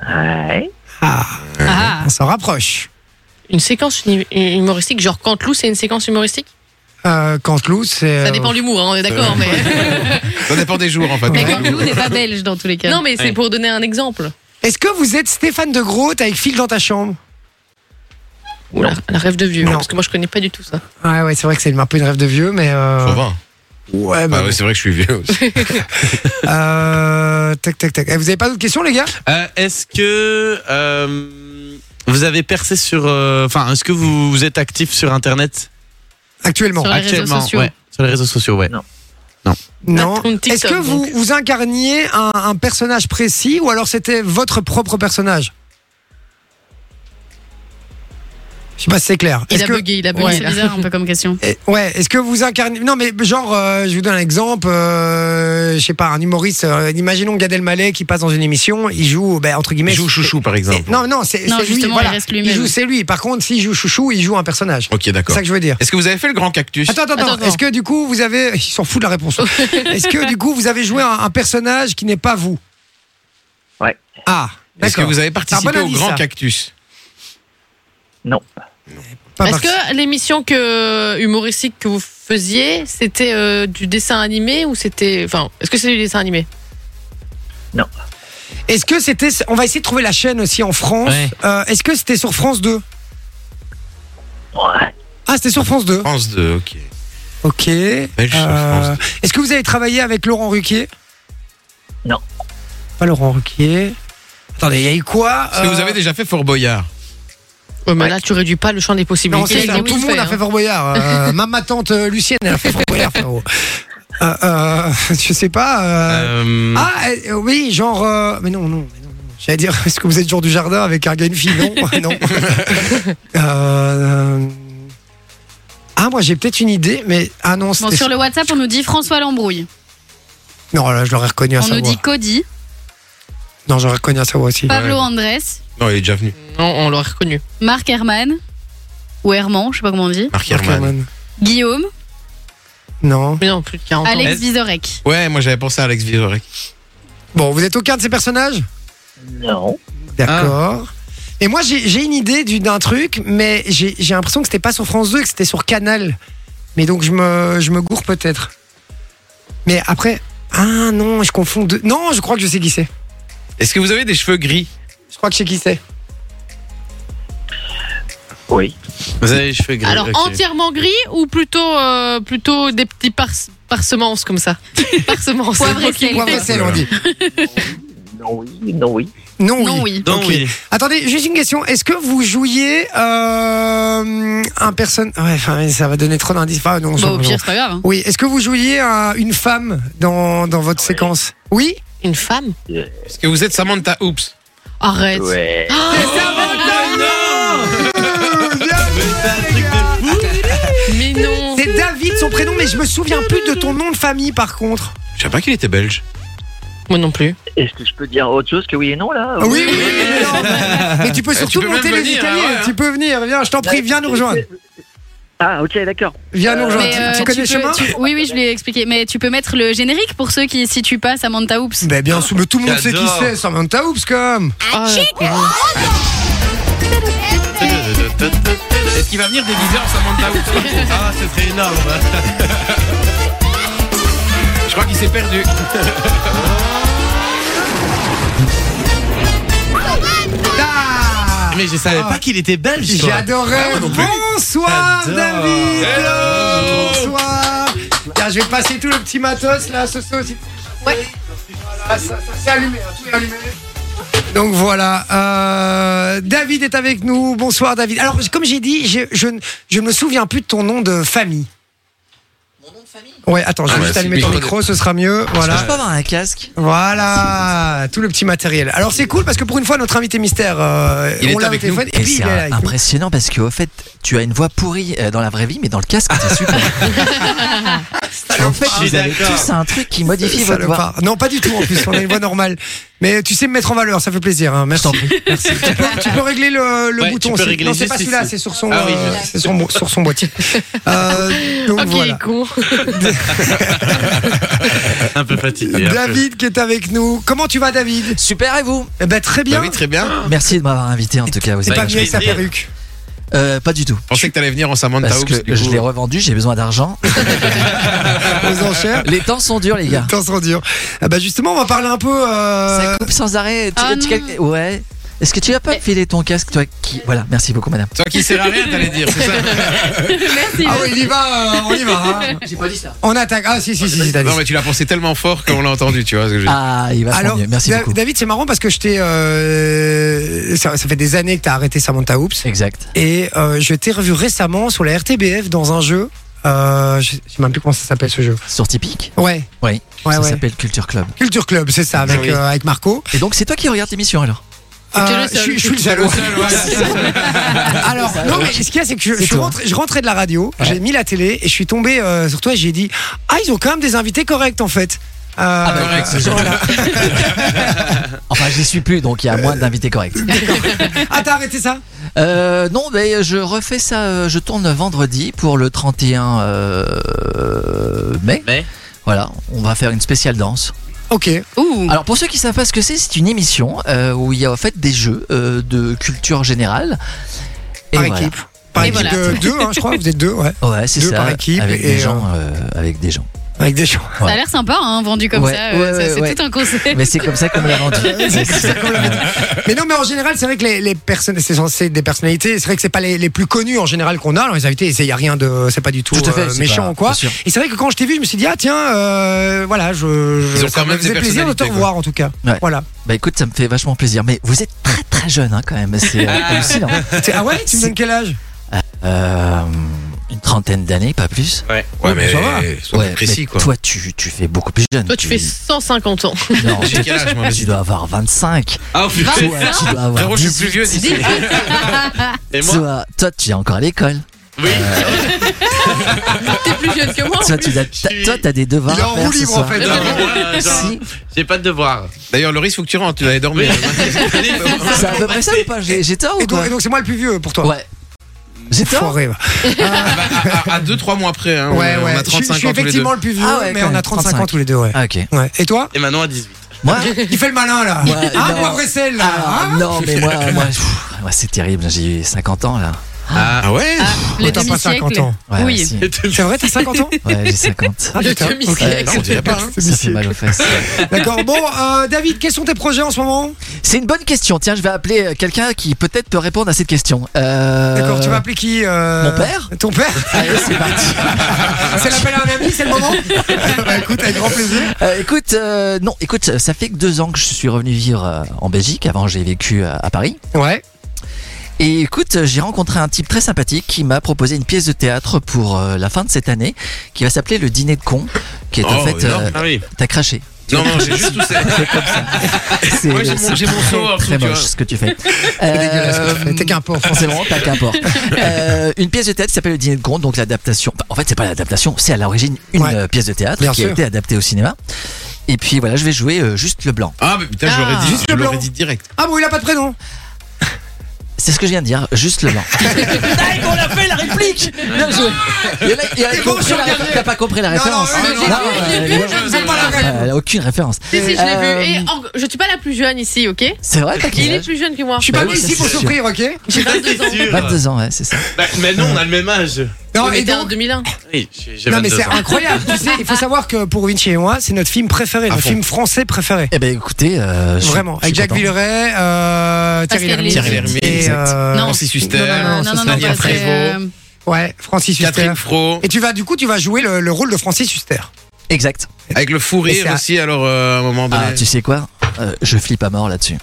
Speaker 14: Ouais.
Speaker 2: Ah,
Speaker 7: Ah,
Speaker 2: on s'en rapproche.
Speaker 7: Une séquence uni- humoristique, genre Cantelou, c'est une séquence humoristique
Speaker 2: Euh, Canteloup, c'est.
Speaker 7: Ça dépend de l'humour, hein, on est d'accord, mais.
Speaker 5: Ça dépend des jours en fait.
Speaker 3: Mais Cantelou n'est pas belge dans tous les
Speaker 2: (laughs)
Speaker 3: cas.
Speaker 7: Non, mais c'est
Speaker 5: Ouais.
Speaker 7: pour donner un exemple.
Speaker 2: Est-ce que vous êtes Stéphane de Groot avec Phil dans ta chambre
Speaker 7: Oula, la rêve de vieux,
Speaker 2: Non.
Speaker 7: parce que moi je connais pas du tout ça.
Speaker 2: Ah Ouais, ouais, c'est vrai que c'est un peu une rêve de vieux, mais. euh,
Speaker 5: Faut voir.
Speaker 2: Ouais, bah,
Speaker 5: Ah ouais, c'est vrai que je suis vieux aussi.
Speaker 2: (laughs) euh, tac, tac, tac. Eh, Vous avez pas d'autres questions, les gars
Speaker 4: Euh, Est-ce que. euh, vous avez percé sur. euh, Enfin, est-ce que vous, vous êtes actif sur Internet
Speaker 2: Actuellement.
Speaker 7: Sur les réseaux
Speaker 4: Actuellement,
Speaker 7: sociaux.
Speaker 4: ouais. Sur les réseaux sociaux, ouais.
Speaker 14: Non.
Speaker 2: Non.
Speaker 7: Patron de TikTok,
Speaker 2: Est-ce que vous,
Speaker 7: donc.
Speaker 2: vous incarniez un, un personnage précis ou alors c'était votre propre personnage Je sais pas si c'est clair.
Speaker 7: Il
Speaker 2: Est-ce
Speaker 7: a
Speaker 2: que...
Speaker 7: bugué, il a
Speaker 3: Ouais,
Speaker 7: bugué.
Speaker 3: c'est
Speaker 7: là.
Speaker 3: bizarre un
Speaker 2: (laughs)
Speaker 3: peu comme question.
Speaker 2: Eh, Ouais, est-ce que vous incarnez Non, mais genre, euh, je vous donne un exemple. euh, je sais pas, un humoriste. euh, imaginons Gad Elmaleh qui passe dans une émission. Il joue, ben, entre guillemets.
Speaker 5: Il joue chouchou par exemple.
Speaker 2: Non, non, c'est
Speaker 3: Non,
Speaker 2: c'est lui.
Speaker 3: justement,
Speaker 2: Voilà.
Speaker 3: il reste
Speaker 2: Il
Speaker 3: lui-même.
Speaker 2: joue, c'est lui. Par contre, s'il joue
Speaker 3: (laughs)
Speaker 2: chouchou, il joue un personnage.
Speaker 5: Ok,
Speaker 2: C'est
Speaker 5: d'accord.
Speaker 2: ça que je veux dire.
Speaker 5: Est-ce que vous avez fait le grand cactus
Speaker 2: Attends, attends, attends.
Speaker 7: Attends, attends.
Speaker 2: Est-ce que du coup vous avez. Il s'en fout de la
Speaker 7: (laughs)
Speaker 2: réponse. Est-ce que du coup vous avez joué un, un personnage qui n'est pas vous
Speaker 14: Ouais.
Speaker 2: Ah,
Speaker 5: Est-ce que
Speaker 2: d'accord.
Speaker 5: vous avez
Speaker 2: C'est un
Speaker 5: participé
Speaker 2: bon
Speaker 5: au
Speaker 2: indice,
Speaker 5: grand
Speaker 2: ça.
Speaker 5: cactus
Speaker 14: Non.
Speaker 2: Pas
Speaker 7: Est-ce
Speaker 2: parti-
Speaker 7: que l'émission que, humoristique que vous faisiez, c'était euh, du dessin animé ou c'était. Enfin, est-ce que c'est du dessin animé
Speaker 2: Est-ce que c'était. On va essayer de trouver la chaîne aussi en France. Euh, Est-ce que c'était sur France 2 Ah, c'était sur France 2.
Speaker 5: France 2, ok.
Speaker 2: Ok. Euh, Est-ce que vous avez travaillé avec Laurent Ruquier
Speaker 14: Non.
Speaker 2: Pas Laurent Ruquier. Attendez, il y a eu quoi
Speaker 5: Est-ce que vous
Speaker 2: Euh,
Speaker 5: avez déjà fait Fort Boyard
Speaker 7: Ouais, mais Bah, là, tu réduis pas le champ des
Speaker 2: Non,
Speaker 7: possibilités.
Speaker 2: c'est ça, tout le monde a
Speaker 7: hein.
Speaker 2: fait Fort Boyard.
Speaker 7: (laughs)
Speaker 2: Euh, même ma tante euh, Lucienne, elle a fait Fort Boyard, frérot. Euh, euh, (laughs) je sais pas. euh,
Speaker 5: Mm.
Speaker 2: Ah, euh, oui, genre. euh, Mais non, non. mais non, non. J'allais dire, (laughs) est-ce que vous êtes genre du jardin avec un gars et une fille Non,
Speaker 5: (laughs)
Speaker 2: non. Euh, euh, Ah, moi, j'ai peut-être une idée, mais. Ah non,
Speaker 3: Bon,
Speaker 2: c'était.
Speaker 3: sur le WhatsApp, on nous dit François Lambrouille.
Speaker 2: Non, là, je l'aurais reconnu à
Speaker 3: On
Speaker 2: sa
Speaker 3: nous
Speaker 2: voix.
Speaker 3: dit Cody,
Speaker 2: Non, j'aurais reconnu à sa voix aussi.
Speaker 3: Pablo Andrés,
Speaker 5: Non, il est déjà venu.
Speaker 7: Non, on l'aurait reconnu.
Speaker 3: Marc Herman, ou Herman, je sais pas comment on dit,
Speaker 5: Marc Herman.
Speaker 3: Guillaume,
Speaker 2: Non.
Speaker 7: Mais non, plus de 40
Speaker 3: Alex Vizorek.
Speaker 5: Ouais, moi j'avais pensé à Alex Vizorek.
Speaker 2: Bon, vous êtes aucun de ces personnages
Speaker 14: Non.
Speaker 2: D'accord. Ah. Et moi, j'ai j'ai une idée du- d'un truc, mais j'ai j'ai l'impression que c'était pas sur France 2, que c'était sur Canal. Mais donc, je me, je me gourre peut-être. Mais après. Ah non, je confonds deux. Non, je crois que je sais qui c'est.
Speaker 5: Ah. Est-ce que vous avez des cheveux gris
Speaker 2: Je crois que je sais qui c'est.
Speaker 14: Oui.
Speaker 4: Vous avez les cheveux gris.
Speaker 7: Alors,
Speaker 4: ok.
Speaker 7: entièrement gris ou plutôt, euh, plutôt des petits pars- parsemences comme
Speaker 2: (laughs)
Speaker 7: ça Parsemences.
Speaker 3: Poivre et sel.
Speaker 2: Poivre et sel, on dit.
Speaker 14: Non, oui. Non, oui.
Speaker 2: Non, oui.
Speaker 3: Non, oui.
Speaker 4: Non,
Speaker 2: Ok.
Speaker 4: oui.
Speaker 2: Attendez, juste une question. Est-ce que vous jouiez euh, un personne. Ouais, enfin, ça va donner trop d'indices. Enfin, non,
Speaker 3: Bah,
Speaker 2: non,
Speaker 3: au
Speaker 2: non.
Speaker 3: pire, c'est pas grave. hein.
Speaker 2: Oui, est-ce que vous jouiez un- une femme dans, dans votre séquence Oui
Speaker 7: Une femme
Speaker 5: Est-ce que vous êtes Samantha Oops
Speaker 7: Arrête.
Speaker 14: Ouais.
Speaker 3: Ah,
Speaker 2: Ah,
Speaker 7: Mais non.
Speaker 2: C'est David son prénom, mais je me souviens plus de ton nom de famille par contre.
Speaker 5: Je savais pas qu'il était belge.
Speaker 7: Moi non plus.
Speaker 14: Est-ce que je peux dire autre chose que oui et non là
Speaker 2: Oui, oui, oui, mais non,
Speaker 11: (laughs)
Speaker 2: Mais tu peux
Speaker 5: Eh,
Speaker 2: surtout
Speaker 5: tu peux
Speaker 2: monter
Speaker 5: même
Speaker 2: les
Speaker 5: venir,
Speaker 2: escaliers.
Speaker 5: hein, ouais, hein.
Speaker 2: Tu peux venir, viens, je t'en prie, viens nous rejoindre.
Speaker 14: Ah, ok, d'accord.
Speaker 2: Viens nous rejoindre.
Speaker 3: Mais,
Speaker 2: Tu-
Speaker 3: euh,
Speaker 2: tu,
Speaker 3: tu
Speaker 2: connais le
Speaker 3: peux-
Speaker 2: chemin
Speaker 3: tu- Oui, oui, je l'ai expliqué. Mais tu peux mettre le générique pour ceux qui, si tu passes, Samantha Oops.
Speaker 2: Ben bien sûr, mais tout le monde sait qui
Speaker 4: J'adore.
Speaker 2: c'est, Samantha Oops comme.
Speaker 7: Ah,
Speaker 3: euh,
Speaker 5: Est-ce qu'il va venir déguisé en Samantha Oops
Speaker 14: (laughs)
Speaker 4: Ah, ce serait énorme.
Speaker 5: (laughs) Je crois qu'il s'est perdu.
Speaker 2: Ah
Speaker 4: Mais je savais pas qu'il était belge. toi.
Speaker 5: Ah,
Speaker 2: J'adorais. Bonsoir
Speaker 4: J'adore.
Speaker 2: David.
Speaker 5: Hello.
Speaker 2: Bonsoir. Tiens, je vais passer tout le petit matos là, ce soir aussi. Ouais. Voilà, ça, ça c'est allumé, hein, tout est allumé. Donc voilà, euh, David est avec nous. Bonsoir David. Alors comme j'ai dit, je, je, ne- je ne me souviens plus de ton nom de famille. Mon nom de famille Ouais, attends, je vais
Speaker 5: Ah,
Speaker 2: juste
Speaker 5: bah,
Speaker 2: allumer
Speaker 5: c'est
Speaker 2: ton
Speaker 5: bien.
Speaker 2: micro, ce sera mieux. Voilà.
Speaker 11: avoir un casque
Speaker 2: Voilà, tout le petit matériel. Alors c'est cool parce que pour une fois notre invité mystère, euh,
Speaker 5: Il
Speaker 2: on
Speaker 5: est
Speaker 2: l'a au
Speaker 5: avec nous.
Speaker 2: téléphone et
Speaker 11: Et
Speaker 2: lui il
Speaker 11: c'est
Speaker 2: est là.
Speaker 11: un-
Speaker 2: avec nous.
Speaker 11: impressionnant parce qu'au fait, tu as une voix pourrie euh, dans la vraie vie, mais dans le casque, t'es super.
Speaker 2: (laughs)
Speaker 11: en fait,
Speaker 2: Ah,
Speaker 4: Je suis
Speaker 11: vous avez
Speaker 4: d'accord.
Speaker 11: tous un truc qui modifie votre voix.
Speaker 2: Salopard. Non, pas du tout en plus, on a une voix normale. Mais tu sais me mettre en valeur, ça fait plaisir. hein. Merci.
Speaker 11: t'en prie.
Speaker 2: Merci. Tu, peux, tu peux régler le, le
Speaker 4: Ouais,
Speaker 2: bouton.
Speaker 4: tu peux
Speaker 2: c'est-
Speaker 4: régler
Speaker 2: non, c'est
Speaker 4: juste
Speaker 2: pas celui-là,
Speaker 4: ici.
Speaker 2: c'est sur son,
Speaker 4: Ah oui,
Speaker 2: euh,
Speaker 4: je-
Speaker 2: c'est sur, mon- sur son boîtier. Euh, donc
Speaker 7: ok,
Speaker 2: voilà.
Speaker 7: con.
Speaker 4: (laughs) Un peu fatigué. un
Speaker 2: (laughs)
Speaker 4: peu.
Speaker 2: David qui est avec nous. Comment tu vas, David
Speaker 11: Super, et vous
Speaker 2: Eh ben très bien.
Speaker 5: Bah oui, très bien.
Speaker 11: Merci de m'avoir invité en tout cas. Vous
Speaker 2: C'est
Speaker 11: êtes-
Speaker 2: pas
Speaker 4: je
Speaker 2: mieux avec
Speaker 4: vais
Speaker 2: sa
Speaker 4: dire.
Speaker 2: perruque.
Speaker 11: Euh, pas du tout.
Speaker 5: Je pensais que t'allais venir en Samantha
Speaker 11: Parce
Speaker 5: Oops.
Speaker 11: que
Speaker 5: du
Speaker 11: je
Speaker 5: coup.
Speaker 11: l'ai revendu, j'ai besoin d'argent.
Speaker 2: (laughs) Aux enchères.
Speaker 11: Les temps sont durs, les gars.
Speaker 2: Les temps sont durs. Ah bah justement, on va parler un peu. euh,
Speaker 11: Ça coupe sans arrêt. Tu-
Speaker 3: Ah
Speaker 11: tu-
Speaker 3: non.
Speaker 11: quel- Ouais. Est-ce que tu vas pas me filer ton casque, toi qui... Voilà, merci beaucoup, madame.
Speaker 5: Toi qui sert à rien, t'allais dire, c'est ça
Speaker 3: (laughs) Merci.
Speaker 2: Ah oui, il y va, euh, on y va. hein.
Speaker 11: J'ai pas dit ça.
Speaker 2: On attaque. Ah si, si, si, si, t'as dit.
Speaker 5: Non, mais tu l'as pensé tellement fort qu'on l'a entendu, tu vois ce que je veux dire.
Speaker 11: Ah, il va se
Speaker 2: Alors,
Speaker 11: mieux. Merci
Speaker 2: Da-
Speaker 11: beaucoup.
Speaker 2: David, c'est marrant parce que je t'ai. euh, ça, ça fait des années que t'as arrêté Samantha Oops.
Speaker 11: Exact.
Speaker 2: Et euh, je t'ai revu récemment sur la RTBF dans un jeu. Euh, je je sais même plus comment ça s'appelle ce jeu.
Speaker 11: Sur Typique
Speaker 2: Ouais,
Speaker 11: Oui.
Speaker 2: ouais,
Speaker 11: ça
Speaker 2: ouais.
Speaker 11: s'appelle Culture Club. Ah
Speaker 2: Culture Club, c'est ça, avec,
Speaker 5: Oui.
Speaker 2: euh, avec Marco.
Speaker 11: Et donc, c'est toi qui regardes l'émission alors
Speaker 2: Euh,
Speaker 7: le
Speaker 2: je,
Speaker 7: seul.
Speaker 2: suis- je suis le
Speaker 11: (laughs)
Speaker 5: T'es
Speaker 2: seul.
Speaker 5: le seul, ouais, c'est ça.
Speaker 2: Alors, non, mais ce qu'il y a, c'est que je,
Speaker 11: C'est
Speaker 2: je
Speaker 11: toi.
Speaker 2: rentrais, je rentrais de la radio,
Speaker 11: Ouais.
Speaker 2: j'ai mis la télé et je suis tombé euh, sur toi et j'ai dit Ah, ils ont quand même des invités corrects en fait. Euh,
Speaker 11: bah, correct,
Speaker 2: (laughs)
Speaker 11: c'est
Speaker 2: voilà.
Speaker 11: Enfin, j'y suis plus, donc il y a moins d'invités corrects.
Speaker 2: Ah, t'as arrêté ça
Speaker 11: Euh, non, mais je refais ça, euh, je tourne vendredi pour le 31 euh, mai.
Speaker 4: Mais
Speaker 11: Voilà, on va faire une spéciale danse.
Speaker 2: Ok.
Speaker 3: Ouh.
Speaker 11: Alors pour ceux qui savent pas ce que c'est, c'est une émission euh, où il y a en fait des jeux euh, de culture générale. Et
Speaker 2: par
Speaker 11: voilà.
Speaker 2: équipe. Par
Speaker 3: Et
Speaker 2: équipe
Speaker 3: voilà.
Speaker 2: de deux, hein, je crois, vous êtes deux, ouais.
Speaker 11: (laughs) Ouais, c'est
Speaker 2: Deux
Speaker 11: ça.
Speaker 2: par équipe
Speaker 11: avec
Speaker 2: et,
Speaker 11: des gens, euh, avec des gens.
Speaker 2: Avec des gens.
Speaker 3: Ça a l'air sympa, hein, vendu comme
Speaker 2: Ouais,
Speaker 3: ça.
Speaker 2: ouais,
Speaker 3: euh, ça,
Speaker 2: ouais,
Speaker 3: c'est
Speaker 2: ouais.
Speaker 3: tout un concept.
Speaker 11: Mais c'est comme ça qu'on me l'a
Speaker 3: (laughs)
Speaker 11: vendu.
Speaker 2: (laughs) C'est comme ça qu'on l'a vendu. Mais non, mais en général, c'est vrai que les, les personnes, c'est censé être des personnalités. C'est vrai que c'est pas les, les plus connus en général qu'on a. Alors les invités, il y a rien de, c'est pas du tout,
Speaker 11: Tout à fait,
Speaker 2: euh,
Speaker 11: c'est
Speaker 2: méchant
Speaker 11: pas-
Speaker 2: ou quoi.
Speaker 11: bien sûr.
Speaker 2: Et c'est vrai que quand je t'ai vu, je me suis dit ah tiens, euh, voilà, je, je-
Speaker 11: Ils ont
Speaker 2: ça
Speaker 11: quand
Speaker 2: me
Speaker 11: même
Speaker 2: faisait
Speaker 11: des
Speaker 2: plaisir de te
Speaker 11: personnalités,
Speaker 2: revoir en tout cas.
Speaker 11: Ouais.
Speaker 2: Voilà.
Speaker 11: Bah écoute, ça me fait vachement plaisir. Mais vous êtes très très jeune hein, quand même.
Speaker 2: (laughs)
Speaker 11: C'est euh, hallucinant.
Speaker 2: T'es- Ah ouais, tu me donnes quel âge
Speaker 11: Euh, une trentaine d'années, pas plus.
Speaker 4: Ouais,
Speaker 2: Ouais, mais mais ça va.
Speaker 4: sois plus précis,
Speaker 11: mais
Speaker 4: quoi.
Speaker 11: Toi, tu, tu fais beaucoup plus jeune.
Speaker 7: Toi, tu fais 150 ans. (laughs)
Speaker 11: Non,
Speaker 4: J'ai quel âge, moi,
Speaker 11: tu dois avoir 25.
Speaker 4: Ah,
Speaker 11: Toi, tu dois avoir
Speaker 4: Frérot, je suis plus vieux d'ici.
Speaker 11: 18. (laughs) Toi, toi, tu es encore à l'école. Euh,
Speaker 4: Oui.
Speaker 7: (laughs) T'es plus jeune que moi. en
Speaker 11: Toi,
Speaker 7: plus.
Speaker 11: tu dois- t'as- toi, t'as des devoirs. à faire ce soir.
Speaker 2: hein.
Speaker 4: Ouais, genre, J'ai pas de devoir.
Speaker 5: D'ailleurs, Loris, faut que tu rentres, tu vas dormir.
Speaker 11: C'est à peu près ça ou pas J'ai j'ai tort ou
Speaker 2: Et donc,
Speaker 11: quoi
Speaker 2: et donc, c'est moi le plus vieux pour toi.
Speaker 11: Ouais. J'ai tort
Speaker 2: Foiré.
Speaker 5: à 2-3 mois après, hein,
Speaker 2: Ouais,
Speaker 5: on,
Speaker 2: ouais.
Speaker 5: on a
Speaker 2: Je suis-
Speaker 5: 35
Speaker 2: je suis
Speaker 5: ans tous les deux.
Speaker 2: effectivement le plus vieux,
Speaker 11: Ah ouais,
Speaker 2: mais
Speaker 11: quand
Speaker 2: on a
Speaker 11: même,
Speaker 2: 35 ans
Speaker 11: 35.
Speaker 2: tous les deux, ouais.
Speaker 11: Ah, ok.
Speaker 2: Ouais. Et toi
Speaker 4: Et maintenant à 18.
Speaker 11: Moi
Speaker 2: Il fait le malin là.
Speaker 11: Ouais,
Speaker 2: ah,
Speaker 11: non.
Speaker 2: moi, vrai celle là.
Speaker 11: Ah,
Speaker 2: hein
Speaker 11: non,
Speaker 2: (laughs)
Speaker 11: mais moi, moi, pff, moi, c'est terrible. J'ai eu 50 ans là.
Speaker 5: Ah, ouais
Speaker 2: Ouais,
Speaker 3: Le
Speaker 2: t'as pas 50
Speaker 3: demi-siècle.
Speaker 2: ans.
Speaker 11: Ouais,
Speaker 3: Oui.
Speaker 11: si.
Speaker 2: C'est vrai, t'as 50 ans
Speaker 11: Ouais, j'ai 50.
Speaker 2: Ah, putain,
Speaker 7: demi-
Speaker 2: ok.
Speaker 11: Ouais,
Speaker 7: Non, on
Speaker 5: dirait pas, hein.
Speaker 11: ça fait mal aux fesses.
Speaker 2: D'accord. Bon, euh, David, quels sont tes projets en ce moment
Speaker 11: C'est une bonne question. Tiens, je vais appeler euh, quelqu'un qui peut-être peut répondre à cette question. Euh,
Speaker 2: D'accord, tu vas appeler qui euh,
Speaker 11: Mon père
Speaker 2: Ton père
Speaker 11: Allez, c'est parti.
Speaker 2: (laughs) C'est l'appel à un ami, c'est le moment (laughs) Bah écoute, avec grand plaisir.
Speaker 11: Euh, écoute, euh, non, écoute, ça fait que deux ans que je suis revenu vivre euh, en Belgique. Avant, j'ai vécu euh, à- à Paris.
Speaker 2: Ouais.
Speaker 11: Et écoute, euh, j'ai rencontré un type très sympathique qui m'a proposé une pièce de théâtre pour euh, la fin de cette année, qui va s'appeler Le Dîner de con, qui est en
Speaker 5: Oh,
Speaker 11: fait.
Speaker 5: énorme.
Speaker 11: euh,
Speaker 4: Ah oui.
Speaker 11: T'as craché.
Speaker 5: Non, non, j'ai
Speaker 11: (laughs)
Speaker 5: juste tout ça.
Speaker 11: C'est
Speaker 5: Moi, j'ai mon-
Speaker 11: c'est
Speaker 5: j'ai mon
Speaker 11: très,
Speaker 5: seau
Speaker 11: très
Speaker 5: en dessous, tu
Speaker 11: moche
Speaker 5: vois.
Speaker 11: ce que tu fais.
Speaker 5: (laughs)
Speaker 2: C'est dégueulasse
Speaker 11: Euh,
Speaker 2: ce que tu fais. T'es qu'un porc.
Speaker 11: C'est vraiment pas qu'importe. Euh, une pièce de théâtre qui s'appelle Le Dîner de con, donc l'adaptation. enfin, en fait, c'est pas l'adaptation, c'est à l'origine une
Speaker 2: Ouais.
Speaker 11: euh, pièce de théâtre
Speaker 2: Bien
Speaker 11: qui
Speaker 2: sûr.
Speaker 11: a été adaptée au cinéma. Et puis voilà, je vais jouer euh, juste le blanc.
Speaker 5: Ah, mais putain, je l'aurais dit,
Speaker 2: Juste
Speaker 5: je
Speaker 2: le
Speaker 5: l'aurais
Speaker 2: blanc.
Speaker 5: dit direct.
Speaker 2: Ah bon, il a pas de prénom
Speaker 11: C'est ce que je viens de dire, juste
Speaker 5: (laughs)
Speaker 11: le blanc. Putain, on l'a fait la réplique
Speaker 2: (laughs)
Speaker 11: Bien joué Il y en a, il y en a
Speaker 2: Et
Speaker 11: qui
Speaker 2: bon,
Speaker 11: ont compris
Speaker 2: je
Speaker 11: la
Speaker 2: regarde.
Speaker 11: réplique, t'as pas compris la
Speaker 2: Non, non,
Speaker 11: référence
Speaker 7: j'ai
Speaker 2: oui,
Speaker 7: vu, j'ai
Speaker 11: euh,
Speaker 7: vu,
Speaker 11: évidemment,
Speaker 7: je sais
Speaker 2: pas la
Speaker 11: euh, Elle a aucune référence.
Speaker 7: Si, si, je l'ai
Speaker 11: Euh,
Speaker 7: vu. Et en- je suis pas la plus jeune ici, ok
Speaker 11: C'est vrai, t'as
Speaker 7: Il
Speaker 11: quel
Speaker 7: est
Speaker 11: âge
Speaker 7: plus jeune que moi.
Speaker 2: Je suis pas
Speaker 11: Bah
Speaker 2: venu
Speaker 11: oui, ça,
Speaker 2: ici pour
Speaker 11: c'est sûr.
Speaker 2: souffrir, ok
Speaker 7: J'ai 22 ans.
Speaker 4: C'est sûr.
Speaker 11: 22 ans, ouais, c'est ça.
Speaker 4: Bah, mais non, on a le même âge.
Speaker 2: Non,
Speaker 7: On
Speaker 2: et
Speaker 7: était en
Speaker 2: donc.
Speaker 7: 2001.
Speaker 4: Oui, j'ai j'ai
Speaker 2: Non, mais
Speaker 4: 22
Speaker 2: c'est
Speaker 4: ans.
Speaker 2: incroyable. tu sais, il faut savoir que pour Vinci et moi, c'est notre film préféré, notre
Speaker 5: fond.
Speaker 2: film français préféré.
Speaker 11: Eh ben écoutez, euh, je suis-
Speaker 2: Vraiment.
Speaker 11: je suis
Speaker 2: Avec Jacques
Speaker 11: content.
Speaker 2: Villeray, euh, Thierry
Speaker 3: Pascal
Speaker 2: Lhermitte.
Speaker 5: Thierry Lhermitte,
Speaker 2: et, euh,
Speaker 3: Non.
Speaker 5: Francis Huster,
Speaker 2: Non, non,
Speaker 3: Euh, Non, non, non,
Speaker 5: Nadia
Speaker 3: ça, c'est,
Speaker 5: Prévost,
Speaker 3: euh,
Speaker 2: Ouais, Francis Huster.
Speaker 5: Catherine Fro,
Speaker 2: Et tu vas, du coup, tu vas jouer le, le rôle de Francis Huster.
Speaker 11: Exact.
Speaker 5: avec le fou
Speaker 2: Et
Speaker 5: rire
Speaker 2: c'est- (laughs)
Speaker 5: aussi, alors euh, à un moment donné.
Speaker 11: Ah, tu sais quoi Euh, Je flippe à mort là-dessus.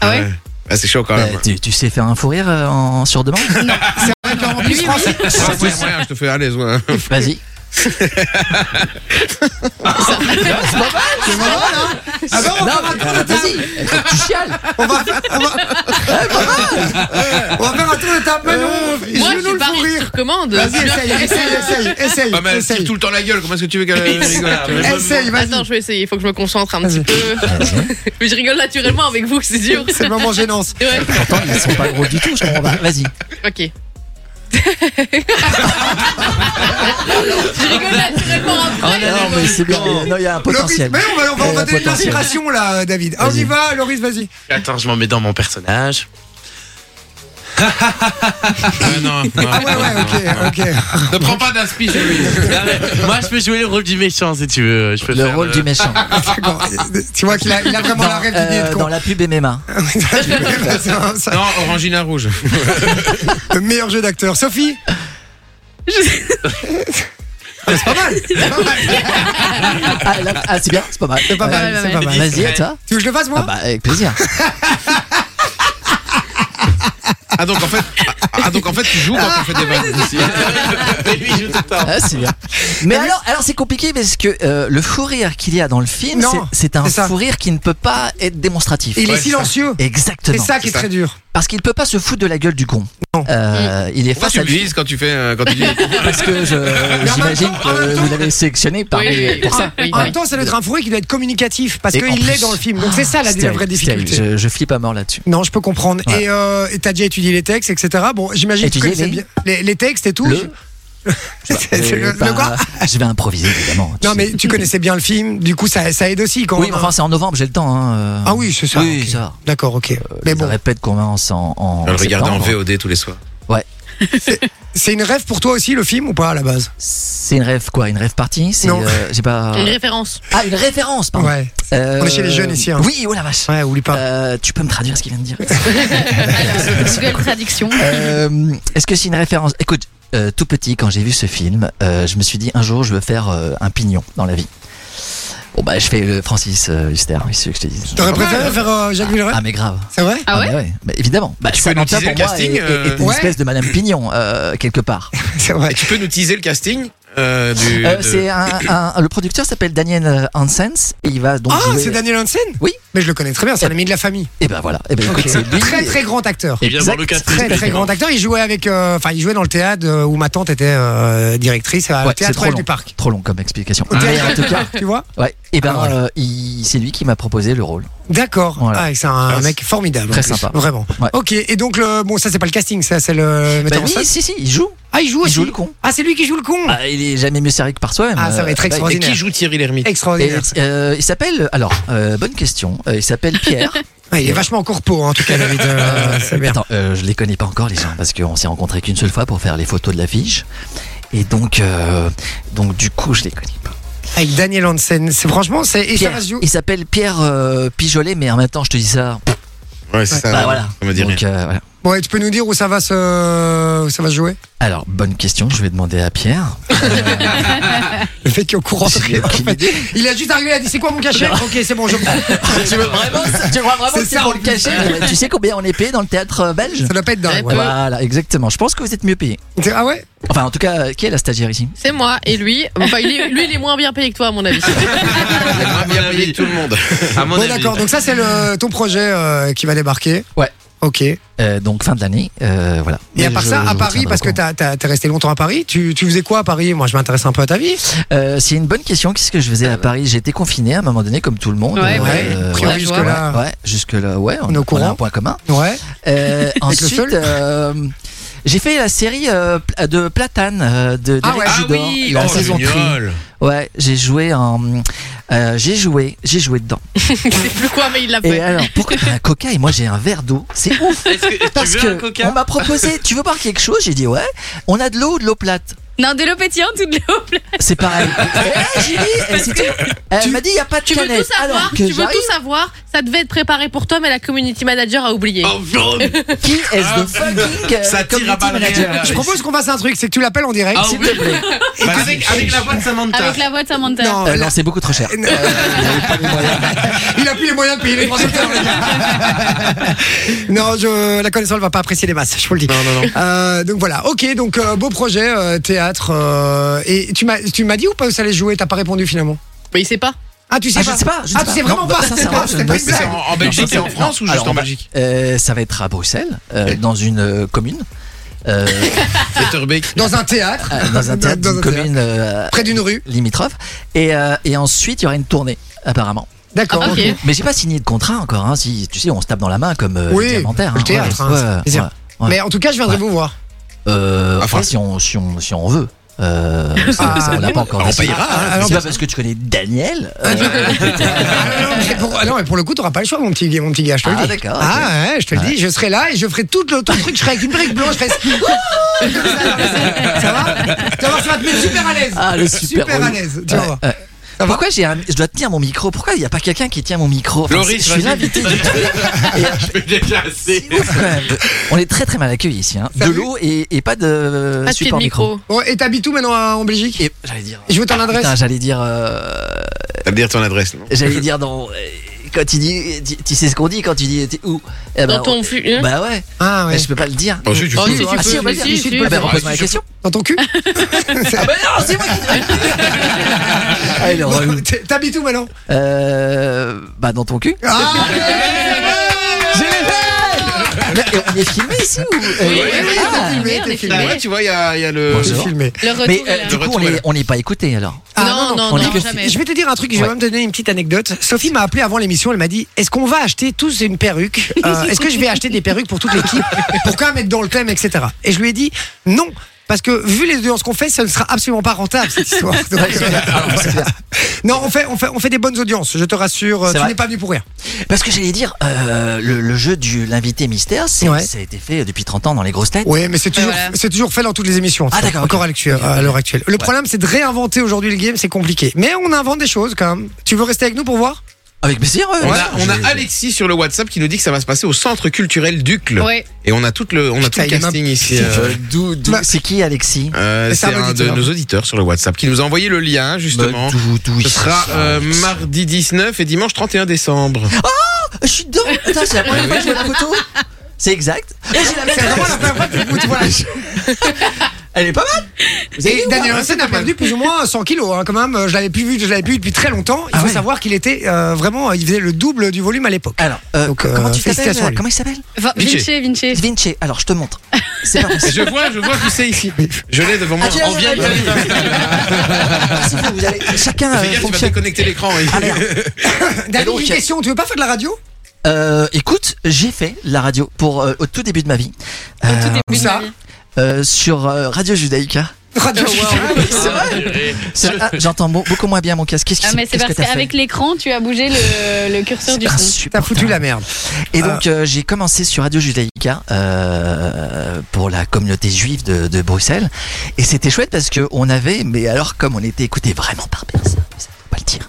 Speaker 3: Ah ouais
Speaker 5: Ah, c'est chaud quand
Speaker 11: Euh,
Speaker 5: même.
Speaker 11: tu, tu sais faire un fou rire euh, en sur
Speaker 2: (laughs)
Speaker 11: demande
Speaker 2: C'est vrai qu'en plus, Francis-
Speaker 5: Ah, ouais, ouais, je te fais à l'aise. Ouais.
Speaker 11: Vas-y.
Speaker 2: C'est pas mal, hein Ah bah, on,
Speaker 11: Non,
Speaker 2: va faire un tour de table.
Speaker 11: vas-y, il faut que tu chiales.
Speaker 2: On va, on va-
Speaker 11: Ah,
Speaker 2: on va faire un tour de table. Manon,
Speaker 7: Moi,
Speaker 2: joue-nous
Speaker 7: je
Speaker 2: le
Speaker 7: parie
Speaker 2: fou rire.
Speaker 7: sur commande.
Speaker 2: Vas-y, essaye, essaye, essaye, essaye.
Speaker 5: Ah, mais elle tire
Speaker 2: essaye.
Speaker 5: tout le temps la gueule, comment est-ce que tu veux qu'elle rigole tu vois
Speaker 2: Essaye,
Speaker 7: Attends,
Speaker 2: vas-y.
Speaker 7: je vais essayer. Il faut que je me concentre un petit
Speaker 2: Vas-y.
Speaker 7: peu. (laughs) Mais je rigole naturellement
Speaker 2: Euh,
Speaker 7: avec vous, c'est dur.
Speaker 2: C'est le
Speaker 7: (laughs)
Speaker 2: moment gênance.
Speaker 7: Ouais,
Speaker 11: Pourtant, ils sont pas gros du tout, je comprends pas. Vas-y.
Speaker 7: ok. je rigole naturellement après.
Speaker 11: Ah, non, mais c'est bien. il y a- Non, il y a un
Speaker 2: Loris,
Speaker 11: potentiel.
Speaker 2: mais on va, on va, on
Speaker 11: Il y
Speaker 2: va
Speaker 11: a un
Speaker 2: donner
Speaker 11: potentiel.
Speaker 2: de l'inspiration là, David. On
Speaker 11: Vas-y.
Speaker 2: y va, Loris, vas-y.
Speaker 4: Attends, je m'en mets dans
Speaker 2: (laughs)
Speaker 4: mon personnage.
Speaker 5: Ah, non, non,
Speaker 2: Ah ouais, ouais, ok, ok.
Speaker 5: Ne prends pas d'inspi sur lui.
Speaker 2: (laughs)
Speaker 4: Non, mais (laughs) Moi, je peux jouer le rôle du méchant si tu veux. Je peux
Speaker 11: Le
Speaker 4: faire,
Speaker 11: rôle
Speaker 4: euh,
Speaker 11: du
Speaker 4: (laughs)
Speaker 11: méchant.
Speaker 2: D'accord. Tu vois qu'il a, il a vraiment la
Speaker 11: Dans,
Speaker 2: rêve d'idée
Speaker 11: euh,
Speaker 2: de
Speaker 11: dans
Speaker 2: con.
Speaker 11: la pub MMA.
Speaker 2: C'est un-
Speaker 5: Non, Orangina Rouge.
Speaker 2: (laughs) Le meilleur jeu d'acteur. Sophie Ah, C'est pas mal. C'est pas mal.
Speaker 11: Ah, là- ah, c'est bien, c'est pas mal.
Speaker 2: C'est pas mal,
Speaker 11: Ouais.
Speaker 2: c'est pas mal.
Speaker 11: Vas-y, à toi.
Speaker 2: Tu veux que je le fasse
Speaker 11: Ah
Speaker 2: moi
Speaker 11: bah, avec plaisir.
Speaker 5: Ah, donc en fait, ah, ah, donc, en fait tu joues quand on fait des vannes
Speaker 2: Ah,
Speaker 5: aussi.
Speaker 4: Mais lui, il joue tout le temps.
Speaker 11: Ah, c'est bien. Mais alors, alors c'est compliqué parce que euh, le fou rire qu'il y a dans le film,
Speaker 2: Non,
Speaker 11: c'est- c'est un
Speaker 2: c'est ça.
Speaker 11: fou rire qui ne peut pas être démonstratif.
Speaker 2: Il
Speaker 5: Ouais,
Speaker 2: est
Speaker 5: c'est
Speaker 2: silencieux. C'est
Speaker 11: Exactement.
Speaker 2: ça qui est
Speaker 5: c'est ça.
Speaker 2: très dur.
Speaker 11: Parce qu'il peut pas se foutre de la gueule du con. Euh, Il est
Speaker 5: Pourquoi
Speaker 11: face
Speaker 5: tu
Speaker 11: à
Speaker 5: le vises quand tu fais euh, quand tu dis
Speaker 11: Parce que je-
Speaker 2: temps,
Speaker 11: j'imagine
Speaker 2: en même
Speaker 11: que
Speaker 2: temps-
Speaker 11: vous l'avez sélectionné par
Speaker 7: Oui, oui,
Speaker 11: les- pour
Speaker 7: oui.
Speaker 11: ça.
Speaker 7: Oui.
Speaker 2: En
Speaker 11: Ouais.
Speaker 2: même temps, ça doit être un fourré qui doit être communicatif parce
Speaker 11: Et en
Speaker 2: qu'il l'est
Speaker 11: plus-
Speaker 2: dans le film. Donc c'est ça la,
Speaker 11: C'est
Speaker 2: la vraie
Speaker 11: terrible, c'est terrible.
Speaker 2: difficulté.
Speaker 11: Je, je flippe à mort là-dessus.
Speaker 2: Non, je peux comprendre.
Speaker 11: Ouais.
Speaker 2: Et euh, et t'as déjà étudié les textes, etc. Bon, j'imagine que tu
Speaker 11: Étudier
Speaker 2: connaissais
Speaker 11: les-
Speaker 2: bien les, les textes et tout.
Speaker 11: Le-
Speaker 2: C'est- c'est-
Speaker 11: Euh,
Speaker 2: le-
Speaker 11: bah,
Speaker 2: le quoi
Speaker 11: Je vais improviser évidemment.
Speaker 2: Non, mais tu connaissais bien le film. Du coup, ça, ça aide aussi quand
Speaker 11: oui,
Speaker 2: même. hein.
Speaker 11: mais enfin c'est en novembre, j'ai le temps. hein, euh.
Speaker 2: Ah oui, c'est ça.
Speaker 11: Oui,
Speaker 2: ok.
Speaker 11: ça.
Speaker 2: D'accord, ok.
Speaker 11: Euh,
Speaker 2: Mais
Speaker 11: je
Speaker 2: bon.
Speaker 11: répète qu'on commence en. en
Speaker 5: On le regarde en
Speaker 11: septembre.
Speaker 5: VOD tous les soirs.
Speaker 2: C'est- C'est une rêve pour toi aussi le film ou pas à la base
Speaker 11: C'est une rêve quoi Une rêve partie C'est,
Speaker 2: Non.
Speaker 11: euh, j'ai pas.
Speaker 7: Une référence.
Speaker 11: Ah, une référence, pardon. (laughs) Euh,
Speaker 2: Ouais. On est chez les jeunes ici, hein.
Speaker 11: Oui, oh la vache. Euh,
Speaker 2: Ouais, oublie pas.
Speaker 11: tu peux me traduire ce qu'il vient
Speaker 2: (laughs)
Speaker 11: de dire
Speaker 3: Google Traduction.
Speaker 11: Euh, Est-ce que c'est une référence Écoute, euh, tout petit, quand j'ai vu ce film, euh, je me suis dit un jour, je veux faire euh, un pignon dans la vie. Bon, bah, je fais le Francis euh, Huster, oui, c'est ce que je te dis.
Speaker 2: T'aurais préféré faire euh, Jacques Villeray
Speaker 11: Ah, mais grave.
Speaker 2: C'est vrai
Speaker 11: Ah, bah ouais Bah, Évidemment. Bah,
Speaker 5: tu
Speaker 11: ça
Speaker 5: peux nous
Speaker 11: m'entend
Speaker 5: teaser
Speaker 11: pour
Speaker 5: le
Speaker 11: moi
Speaker 5: casting,
Speaker 11: est- est- est une
Speaker 5: euh,
Speaker 11: espèce de Madame Pignon, euh, quelque part.
Speaker 2: (laughs) C'est vrai.
Speaker 5: Tu peux nous teaser le casting euh, du.
Speaker 11: Euh,
Speaker 5: de-
Speaker 11: c'est un- un- le producteur s'appelle Daniel euh, Hansens et il va donc
Speaker 2: Ah,
Speaker 11: jouer-
Speaker 2: c'est Daniel Hansen
Speaker 11: Oui.
Speaker 2: Mais je le connais très bien, c'est un ami de la famille.
Speaker 11: Et ben voilà. Et ben
Speaker 2: Ok.
Speaker 11: écoute, c'est lui.
Speaker 2: Très très grand acteur.
Speaker 11: Il vient voir le casting,
Speaker 2: Très très
Speaker 11: effectivement.
Speaker 2: grand acteur. Il jouait avec, euh, enfin, il jouait dans le théâtre euh, où ma tante était euh, directrice euh, au
Speaker 11: Ouais, c'est
Speaker 2: théâtre
Speaker 11: trop
Speaker 2: Royal
Speaker 11: long.
Speaker 2: du Parc.
Speaker 11: Trop long comme explication.
Speaker 2: Au
Speaker 11: Mais
Speaker 2: théâtre
Speaker 11: Ah en tout cas,
Speaker 2: tu vois.
Speaker 11: ouais. Et ben
Speaker 2: Ah, voilà.
Speaker 11: euh, il- c'est lui qui m'a proposé le rôle.
Speaker 2: D'accord.
Speaker 11: Voilà.
Speaker 2: Ah, et c'est un, un mec formidable. en
Speaker 11: Très
Speaker 2: plus.
Speaker 11: sympa.
Speaker 2: Vraiment.
Speaker 11: Ouais.
Speaker 2: Ok. Et donc le, bon, ça c'est pas le casting, ça c'est le.
Speaker 11: Bah
Speaker 2: metteur en
Speaker 11: oui,
Speaker 2: scène.
Speaker 11: si si, il joue.
Speaker 2: Ah, il joue
Speaker 11: Il
Speaker 2: aussi.
Speaker 11: joue le con.
Speaker 2: Ah, c'est lui qui joue le con.
Speaker 11: Ah, il est jamais mieux servi que par soi-même.
Speaker 2: Ah, ça va être
Speaker 11: Euh,
Speaker 5: Et
Speaker 2: extraordinaire.
Speaker 5: qui joue Thierry Lhermitte
Speaker 2: Extraordinaire.
Speaker 11: Et, euh, il s'appelle. Alors, euh, bonne question. Euh, il s'appelle
Speaker 2: (laughs)
Speaker 11: Pierre. euh,
Speaker 2: Ah, il est vachement corpo hein, en tout
Speaker 11: (laughs)
Speaker 2: cas, David. euh, c'est bien.
Speaker 11: Attends, euh, je les connais pas encore les gens parce qu'on s'est rencontrés qu'une seule fois pour faire les photos de l'affiche. Et donc, euh, donc du coup, je les connais pas.
Speaker 2: Avec Daniel Hansen. C'est franchement, c'est. et ça
Speaker 11: Pierre,
Speaker 2: va se jouer.
Speaker 11: il s'appelle Pierre euh, Pijolet, mais en même temps, je te dis ça.
Speaker 5: Ouais, c'est ça.
Speaker 11: Bah voilà.
Speaker 5: Ça me dit rien.
Speaker 11: Donc, euh, voilà.
Speaker 2: Bon, et tu peux nous dire où ça va se, où ça va se jouer
Speaker 11: Alors, bonne question, je vais demander à Pierre.
Speaker 2: (laughs) Le fait qu'il est au courant.
Speaker 11: J'ai aucune idée.
Speaker 2: Il a juste arrivé, il a dit c'est quoi mon cachet Ok,
Speaker 11: (laughs)
Speaker 2: c'est bon, je prends.
Speaker 11: tu veux vraiment, tu crois vraiment
Speaker 2: C'est
Speaker 11: que c'est
Speaker 2: ça,
Speaker 11: pour
Speaker 2: on
Speaker 11: le cacher
Speaker 2: dit.
Speaker 11: Euh, Tu sais combien on est payé dans le théâtre euh, belge
Speaker 2: Ça doit pas être dingue. ouais.
Speaker 11: Voilà, exactement. Je pense que vous êtes mieux payé.
Speaker 2: Ah ouais
Speaker 11: Enfin, en tout cas, euh, qui est la stagiaire ici
Speaker 7: C'est moi et lui. Enfin, il est- lui, il est moins bien payé que toi, à mon avis.
Speaker 5: Il a bien payé que tout
Speaker 11: (laughs)
Speaker 5: le monde.
Speaker 4: À mon
Speaker 2: Bon,
Speaker 4: avis.
Speaker 2: d'accord. Donc, ça, c'est le, ton projet euh, qui va débarquer.
Speaker 11: Ouais.
Speaker 2: Ok. Et
Speaker 11: Euh, Donc, fin de l'année, euh, voilà. Mais
Speaker 2: à part
Speaker 11: je-
Speaker 2: ça,
Speaker 11: je
Speaker 2: à
Speaker 11: vous
Speaker 2: Paris,
Speaker 11: tiendrai
Speaker 2: parce
Speaker 11: au
Speaker 2: que
Speaker 11: courant.
Speaker 2: t'as- t'as- t'es resté longtemps à Paris, tu, tu faisais quoi à Paris Moi, je m'intéresse un peu à ta vie.
Speaker 11: Euh, c'est une bonne question. Qu'est-ce que je
Speaker 2: Ah
Speaker 11: faisais à
Speaker 2: bah.
Speaker 11: Paris J'étais confiné à un moment donné, comme tout le monde. Euh,
Speaker 3: Ouais,
Speaker 2: ouais. A priori, jusque-là.
Speaker 11: Ouais, ouais, jusque-là, ouais.
Speaker 2: On est au
Speaker 11: a
Speaker 2: courant.
Speaker 11: un point commun.
Speaker 2: Ouais. (laughs)
Speaker 11: Euh,
Speaker 2: le
Speaker 11: ensuite,
Speaker 2: seul
Speaker 11: euh, j'ai fait la série euh, pl- de Platane euh, de
Speaker 2: Ah
Speaker 11: d'Éric
Speaker 2: ouais.
Speaker 11: Judor, la saison 3. Ouais, j'ai joué en, euh, j'ai joué, j'ai joué dedans.
Speaker 7: C'est plus quoi, mais il l'a
Speaker 11: Et
Speaker 7: fait.
Speaker 11: alors, pourquoi t'as un coca et moi j'ai un verre d'eau C'est ouf.
Speaker 4: Est-ce que- est-ce que tu
Speaker 11: Parce
Speaker 4: veux un
Speaker 11: que
Speaker 4: coca
Speaker 11: on m'a proposé, tu veux boire quelque chose J'ai dit ouais. On a de l'eau ou de l'eau plate
Speaker 3: Non, de l'eau pétillante ou de l'eau pleine
Speaker 11: C'est pareil. Eh,
Speaker 2: (laughs)
Speaker 11: j'ai dit, eh, c'est tout. Elle m'a dit il y a pas de
Speaker 7: Tu veux
Speaker 11: cannelle.
Speaker 7: tout savoir,
Speaker 11: alors
Speaker 7: tu
Speaker 11: que
Speaker 7: veux
Speaker 11: j'arrive,
Speaker 7: tout savoir, ça devait être préparé pour toi, mais la community manager a oublié.
Speaker 5: Oh, jaune.
Speaker 11: (laughs) qui est-ce de
Speaker 2: Ah.
Speaker 11: fucking euh,
Speaker 5: Ça tire à
Speaker 11: community
Speaker 5: balles
Speaker 11: manager
Speaker 5: réelles.
Speaker 2: Je propose qu'on fasse un truc, c'est que tu l'appelles en direct.
Speaker 4: Ah
Speaker 11: S'il
Speaker 4: oui.
Speaker 11: te
Speaker 2: (laughs)
Speaker 11: plaît.
Speaker 5: Bah, avec, avec la voix de Samantha.
Speaker 3: Avec la voix de Samantha.
Speaker 2: Non,
Speaker 11: Euh, non, c'est beaucoup (laughs) trop cher.
Speaker 2: Euh, Il a plus les moyens de payer les droits d'auteur, les gars. (laughs) Non, je, euh, la connaissance ne va pas apprécier les masses, je vous le dis.
Speaker 5: Non, non, non.
Speaker 2: Euh, donc voilà, ok, donc euh, beau projet, euh, théâtre. euh, et tu m'as, tu m'as dit ou pas où ça allait se jouer T'as pas répondu finalement
Speaker 7: Mais il sait pas.
Speaker 2: Ah, tu sais
Speaker 11: Ah,
Speaker 2: pas
Speaker 11: je sais pas, je sais
Speaker 2: Ah, tu
Speaker 11: pas.
Speaker 2: sais vraiment
Speaker 11: Non,
Speaker 2: pas
Speaker 11: bah,
Speaker 2: (laughs)
Speaker 11: sincèrement,
Speaker 2: Ah,
Speaker 11: je
Speaker 2: c'était
Speaker 11: ne
Speaker 2: pas une
Speaker 11: sais
Speaker 5: C'est
Speaker 2: blague.
Speaker 5: en, en Belgique et en France ou juste
Speaker 11: Alors,
Speaker 5: en
Speaker 11: on va-
Speaker 5: Belgique
Speaker 11: euh, Ça va être à Bruxelles, euh, dans une euh, commune.
Speaker 5: (laughs)
Speaker 11: Euh,
Speaker 5: Etterbeek.
Speaker 2: Dans un théâtre
Speaker 11: euh, dans un théâtre, d'une commune euh,
Speaker 2: Près d'une rue.
Speaker 11: limitrophe. Et, euh, et ensuite, il y aura une tournée, apparemment.
Speaker 2: D'accord,
Speaker 7: Ah, ok.
Speaker 2: ok.
Speaker 11: Mais j'ai pas signé de contrat encore. Hein, si, tu sais, on se tape dans la main comme euh,
Speaker 2: Oui,
Speaker 11: les diamantaires,
Speaker 2: le
Speaker 11: hein.
Speaker 2: théâtre,
Speaker 11: Ouais,
Speaker 2: hein, c'est
Speaker 11: ouais,
Speaker 2: un plaisir.
Speaker 11: ouais, ouais.
Speaker 2: Mais en tout cas, je viendrai
Speaker 11: Ouais.
Speaker 2: vous voir.
Speaker 11: Euh,
Speaker 5: Ah,
Speaker 11: enfin,
Speaker 5: faut-
Speaker 11: si on, si, on, si on veut. Euh, ça,
Speaker 2: Ah,
Speaker 11: ça, on l'a pas encore
Speaker 5: on
Speaker 11: décidé.
Speaker 5: payera, hein,
Speaker 11: C'est
Speaker 2: alors- bah,
Speaker 11: pas parce que tu connais Daniel. euh,
Speaker 2: Ah, non, non, mais pour, ah, non, mais pour le coup, t'auras pas le choix, mon petit, mon petit gars, je te le
Speaker 11: Ah,
Speaker 2: dis.
Speaker 11: d'accord, ok.
Speaker 2: Ah, ouais, je te le dis, je serai là et je ferai tout le, tout le truc, je serai avec une brique blanche, je ferai. Ouh, comme ça, dans le- ça va Tu vas voir, ça va te mettre super à l'aise.
Speaker 11: ah, le super. relou.
Speaker 2: à l'aise, tu vas
Speaker 11: Ouais,
Speaker 2: voir.
Speaker 11: ouais.
Speaker 2: Ça va
Speaker 11: Pourquoi j'ai un- je dois tenir mon micro Pourquoi il n'y a pas quelqu'un qui tient mon micro Enfin,
Speaker 4: Loris,
Speaker 11: c'est- Je suis
Speaker 4: vas-y.
Speaker 11: l'invité
Speaker 4: (laughs)
Speaker 11: du truc. Et, euh,
Speaker 4: Je suis déjà assez.
Speaker 11: c'est ouf, quand même. On est très très mal accueillis ici. hein. De
Speaker 2: Salut.
Speaker 11: l'eau et, et pas de
Speaker 7: Pas de pied de
Speaker 11: support micro.
Speaker 7: micro.
Speaker 2: Bon, et t'habites où maintenant à- en Belgique
Speaker 11: Et j'allais dire.
Speaker 2: Je veux ton adresse.
Speaker 11: Putain, j'allais dire. euh,
Speaker 5: T'as bien ton adresse, non
Speaker 11: J'allais dire dans. euh, Quand il dit. Tu, tu sais ce qu'on dit quand tu dis. T'es où Eh ben,
Speaker 7: Dans ton fu- hein
Speaker 11: Bah ouais.
Speaker 2: Ah
Speaker 11: Mais
Speaker 2: ouais.
Speaker 11: je peux pas le dire.
Speaker 5: Oh, si, tu
Speaker 7: Oh,
Speaker 5: peux.
Speaker 7: si, tu
Speaker 11: ah,
Speaker 7: peux,
Speaker 11: si, on va
Speaker 7: mais
Speaker 11: le dire,
Speaker 7: si,
Speaker 11: si,
Speaker 7: tu
Speaker 11: Ah,
Speaker 7: peux.
Speaker 11: bah,
Speaker 5: Ah,
Speaker 11: repose-moi
Speaker 5: si,
Speaker 11: la
Speaker 5: si,
Speaker 11: question.
Speaker 2: Dans ton cul
Speaker 11: (laughs) Ah bah non, c'est moi qui. Ah, il est relou.
Speaker 2: T'es- T'habites où maintenant
Speaker 11: Euh. Bah, dans ton cul.
Speaker 2: Ah
Speaker 11: Mais Bah, on est filmé ici ou euh,
Speaker 7: Oui, oui,
Speaker 2: oui,
Speaker 11: ah.
Speaker 2: oui,
Speaker 7: filmé, on est
Speaker 5: Ah ouais,
Speaker 7: filmé.
Speaker 5: tu vois, il y a, il y a le.
Speaker 2: J'ai
Speaker 11: Bonjour.
Speaker 2: filmé.
Speaker 7: Le
Speaker 11: Mais
Speaker 7: retour.
Speaker 11: euh,
Speaker 7: est là.
Speaker 11: du coup, on
Speaker 5: retour est là.
Speaker 11: est- on n'est pas écouté alors.
Speaker 2: Ah,
Speaker 7: Non, non,
Speaker 11: on est
Speaker 7: non,
Speaker 11: que-
Speaker 7: jamais.
Speaker 2: Je vais te dire un truc, je vais
Speaker 11: Ouais.
Speaker 2: même donner une petite anecdote. Sophie m'a appelé avant l'émission, elle m'a dit Est-ce qu'on va acheter tous une
Speaker 11: (laughs)
Speaker 2: perruque Euh, Est-ce que je vais acheter des perruques pour toute l'équipe Pourquoi mettre dans le thème, etc. Et je lui ai dit Non Parce que vu les audiences qu'on fait, ça ne sera absolument pas rentable cette
Speaker 11: (laughs)
Speaker 2: histoire. Donc,
Speaker 11: Ouais, c'est
Speaker 2: euh,
Speaker 11: bien.
Speaker 10: Ah,
Speaker 11: Alors, c'est bien.
Speaker 2: non, on fait, on, fait, on fait des bonnes audiences, je te rassure. euh,
Speaker 11: C'est
Speaker 2: Tu
Speaker 11: vrai.
Speaker 2: n'es pas venu pour rien.
Speaker 11: Parce que j'allais dire, euh, le, le jeu du l'invité mystère, c'est,
Speaker 2: Ouais.
Speaker 11: ça a été fait depuis 30 ans dans les grosses têtes.
Speaker 2: Oui, mais c'est toujours, c'est toujours fait dans toutes les émissions. en
Speaker 11: Ah,
Speaker 2: fait,
Speaker 11: d'accord,
Speaker 2: Encore
Speaker 11: ok.
Speaker 2: à l'actu- à l'heure actuelle. Le problème, c'est de réinventer aujourd'hui le game, c'est compliqué. Mais on invente des choses quand même. Tu veux rester avec nous pour voir
Speaker 11: Avec plaisir. euh, ouais.
Speaker 5: On
Speaker 11: Ouais,
Speaker 5: a, on a
Speaker 11: j'ai-
Speaker 5: Alexis sur le WhatsApp qui nous dit que ça va se passer au centre culturel d'Ucle.
Speaker 3: Ouais.
Speaker 5: Et on a tout le, on a tout
Speaker 2: Putain,
Speaker 5: le
Speaker 2: il est ma-
Speaker 5: casting ici. euh,
Speaker 11: Euh, d'où- d'où- c'est qui Alexis
Speaker 5: euh,
Speaker 2: Mais c'est
Speaker 5: c'est
Speaker 2: un
Speaker 5: un de
Speaker 2: auditeur.
Speaker 5: nos auditeurs sur le WhatsApp qui nous a envoyé le lien justement.
Speaker 11: Bah, d'où- d'où il
Speaker 5: Ce sera
Speaker 11: sort,
Speaker 5: euh,
Speaker 11: Alexis.
Speaker 5: mardi 19 et dimanche 31 décembre.
Speaker 11: Ah, Je suis dedans. Putain, c'est la première fois que je vois la photo. C'est exact. Et j'ai la même
Speaker 2: (laughs) C'est vraiment
Speaker 11: adresse.
Speaker 2: la première fois que tu écoutes,
Speaker 5: (laughs)
Speaker 2: voilà.
Speaker 11: Elle est pas mal. Vous avez
Speaker 2: Et
Speaker 11: vu,
Speaker 2: Daniel
Speaker 11: ouais,
Speaker 2: Hansen a perdu plus ou moins 100 kilos hein, quand même. Je l'avais plus vu, je l'avais plus vu depuis très longtemps. Il
Speaker 11: Ah
Speaker 2: faut
Speaker 11: ouais.
Speaker 2: savoir qu'il était euh, vraiment, euh, il faisait le double du volume à l'époque.
Speaker 11: Alors, euh,
Speaker 2: Donc, euh,
Speaker 11: comment tu t'appelles
Speaker 2: félicitations à
Speaker 11: euh,
Speaker 2: lui.
Speaker 11: Comment il s'appelle
Speaker 3: Va-
Speaker 5: Vinci.
Speaker 3: Vinci, Vinci.
Speaker 11: Vinci. Alors, je te montre. C'est
Speaker 2: (laughs)
Speaker 11: pas possible.
Speaker 5: Je vois, je vois, je sais ici. Je l'ai devant moi.
Speaker 11: Ah, tu l'as,
Speaker 5: On
Speaker 11: tu
Speaker 5: vient de
Speaker 11: l'as, tu l'as.
Speaker 5: Fais
Speaker 11: Ah, s'il vous plaît, vous allez-
Speaker 2: (laughs)
Speaker 11: Chacun. euh,
Speaker 5: gaffe, tu vas
Speaker 11: fonctionne.
Speaker 5: déconnecter l'écran. oui.
Speaker 11: Ah, merde.
Speaker 2: David,
Speaker 11: donc,
Speaker 2: une
Speaker 11: il y a-
Speaker 2: question, tu veux pas faire de la radio
Speaker 11: Euh, écoute, j'ai fait la radio pour euh, au tout début de ma vie.
Speaker 3: Au tout
Speaker 11: Euh,
Speaker 3: début de
Speaker 2: ça
Speaker 3: ma vie.
Speaker 11: euh, sur euh, Radio Judaïka.
Speaker 2: Radio
Speaker 11: C'est vrai. C'est- ah, J'entends beau- beaucoup moins bien mon casque. Qu'est-ce qui
Speaker 3: Ah, mais c'est
Speaker 11: qu'est-ce
Speaker 3: parce
Speaker 11: que t'as fait
Speaker 3: qu'avec l'écran, tu as bougé le, le curseur du son.
Speaker 11: Insupportable.
Speaker 2: T'as foutu la merde.
Speaker 11: Et donc euh, j'ai commencé sur Radio Judaïka euh, pour la communauté juive de, de Bruxelles et c'était chouette parce que on avait mais alors comme on était écouté vraiment par personne, mais ça faut pas le dire.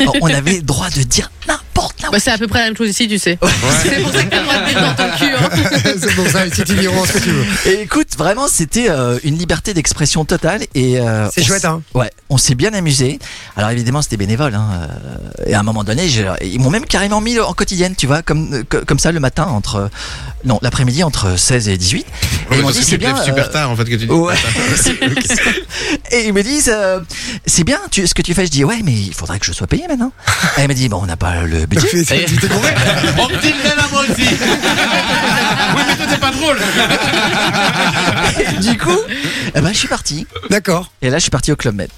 Speaker 3: (laughs)
Speaker 11: alors, on avait droit de dire n'importe quoi.
Speaker 7: Bah, c'est à peu près la même chose ici, tu sais. C'est pour ça que t'as le droit de mettre dans ton cul. hein.
Speaker 2: (laughs) c'est bon ça, si tu diras ce que tu veux.
Speaker 11: Et écoute, vraiment c'était euh, une liberté d'expression totale et euh,
Speaker 2: C'est
Speaker 11: on
Speaker 2: chouette,
Speaker 11: s'est-
Speaker 2: hein.
Speaker 11: Ouais, on s'est bien amusé. Alors évidemment, c'était bénévole hein, euh, et à un moment donné, j'ai- ils m'ont même carrément mis en quotidienne, tu vois, comme euh, co- comme ça le matin entre euh, non, l'après-midi entre 16 et 18.
Speaker 5: Ouais,
Speaker 11: Et ils m'ont
Speaker 5: parce
Speaker 11: dit
Speaker 5: que
Speaker 11: c'est
Speaker 5: tu te
Speaker 11: bien
Speaker 5: lèves
Speaker 11: euh,
Speaker 5: super tard en fait que tu dis.
Speaker 11: Ouais. (laughs) et ils me disent, euh, c'est bien tu, ce que tu fais. Je dis, ouais, mais il faudrait que je sois payé maintenant. Et elle me dit, bon, on n'a pas le budget. (laughs)
Speaker 5: On me dit le même à moi
Speaker 2: (laughs)
Speaker 5: aussi. Oui, mais toi t'es pas drôle.
Speaker 11: du coup, eh ben, je suis parti.
Speaker 2: D'accord,
Speaker 11: Et là, je suis parti au Club Med.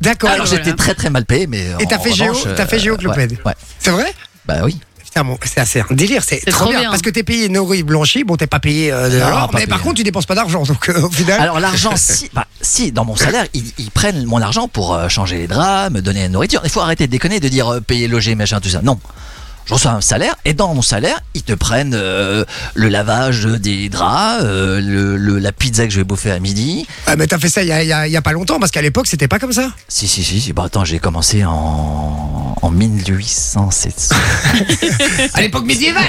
Speaker 2: d'accord.
Speaker 11: Alors, j'étais très très mal payé, mais. euh,
Speaker 2: Et t'as fait géo- t'as fait géo au Club
Speaker 11: ouais,
Speaker 2: Med
Speaker 11: Ouais.
Speaker 2: C'est vrai
Speaker 11: Bah oui.
Speaker 2: Putain, bon, c'est assez un délire, c'est trop,
Speaker 3: trop
Speaker 2: bien.
Speaker 3: bien.
Speaker 2: Parce que t'es payé nourri, blanchi, bon, t'es pas payé euh, de
Speaker 11: Non,
Speaker 2: l'or,
Speaker 11: pas
Speaker 2: mais par
Speaker 11: payé.
Speaker 2: contre, tu dépenses pas d'argent, donc euh, au final.
Speaker 11: Alors,
Speaker 2: (laughs)
Speaker 11: l'argent, si, bah, si, dans mon salaire, ils, ils prennent mon argent pour euh, changer les draps, me donner la nourriture. Il faut arrêter de déconner, de dire euh, payer, loger, machin, tout ça. Non. Je reçois un salaire et dans mon salaire, ils te prennent euh, le lavage des draps, euh, le, le- la pizza que je vais bouffer à midi.
Speaker 2: Ah, mais t'as fait ça il y a, il y a- il y a pas longtemps, parce qu'à l'époque, c'était pas comme
Speaker 11: (laughs)
Speaker 2: ça.
Speaker 11: Si, si, si, si. Bah, attends, j'ai commencé en, en 1807.
Speaker 2: À l'époque médiévale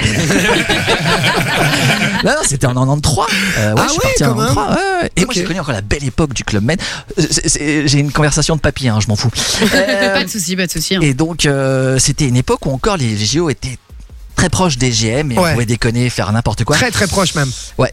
Speaker 11: non, non, c'était en 93. Euh, ouais,
Speaker 2: Ah
Speaker 11: je suis
Speaker 2: ouais,
Speaker 11: parti en
Speaker 2: quand même.
Speaker 11: 93. ouais, ouais. Et moi,
Speaker 2: Ok.
Speaker 11: j'ai connu encore la belle époque du Club Med. Euh, c'est- c'est- J'ai une conversation de papier, hein, je m'en fous.
Speaker 3: Pas
Speaker 11: Euh,
Speaker 3: de soucis, pas de soucis. hein.
Speaker 11: et donc, euh, c'était une époque où encore les JO étaient très proches des GM et
Speaker 2: Ouais.
Speaker 11: on pouvait déconner, faire n'importe quoi.
Speaker 2: Très très proche même.
Speaker 11: Ouais,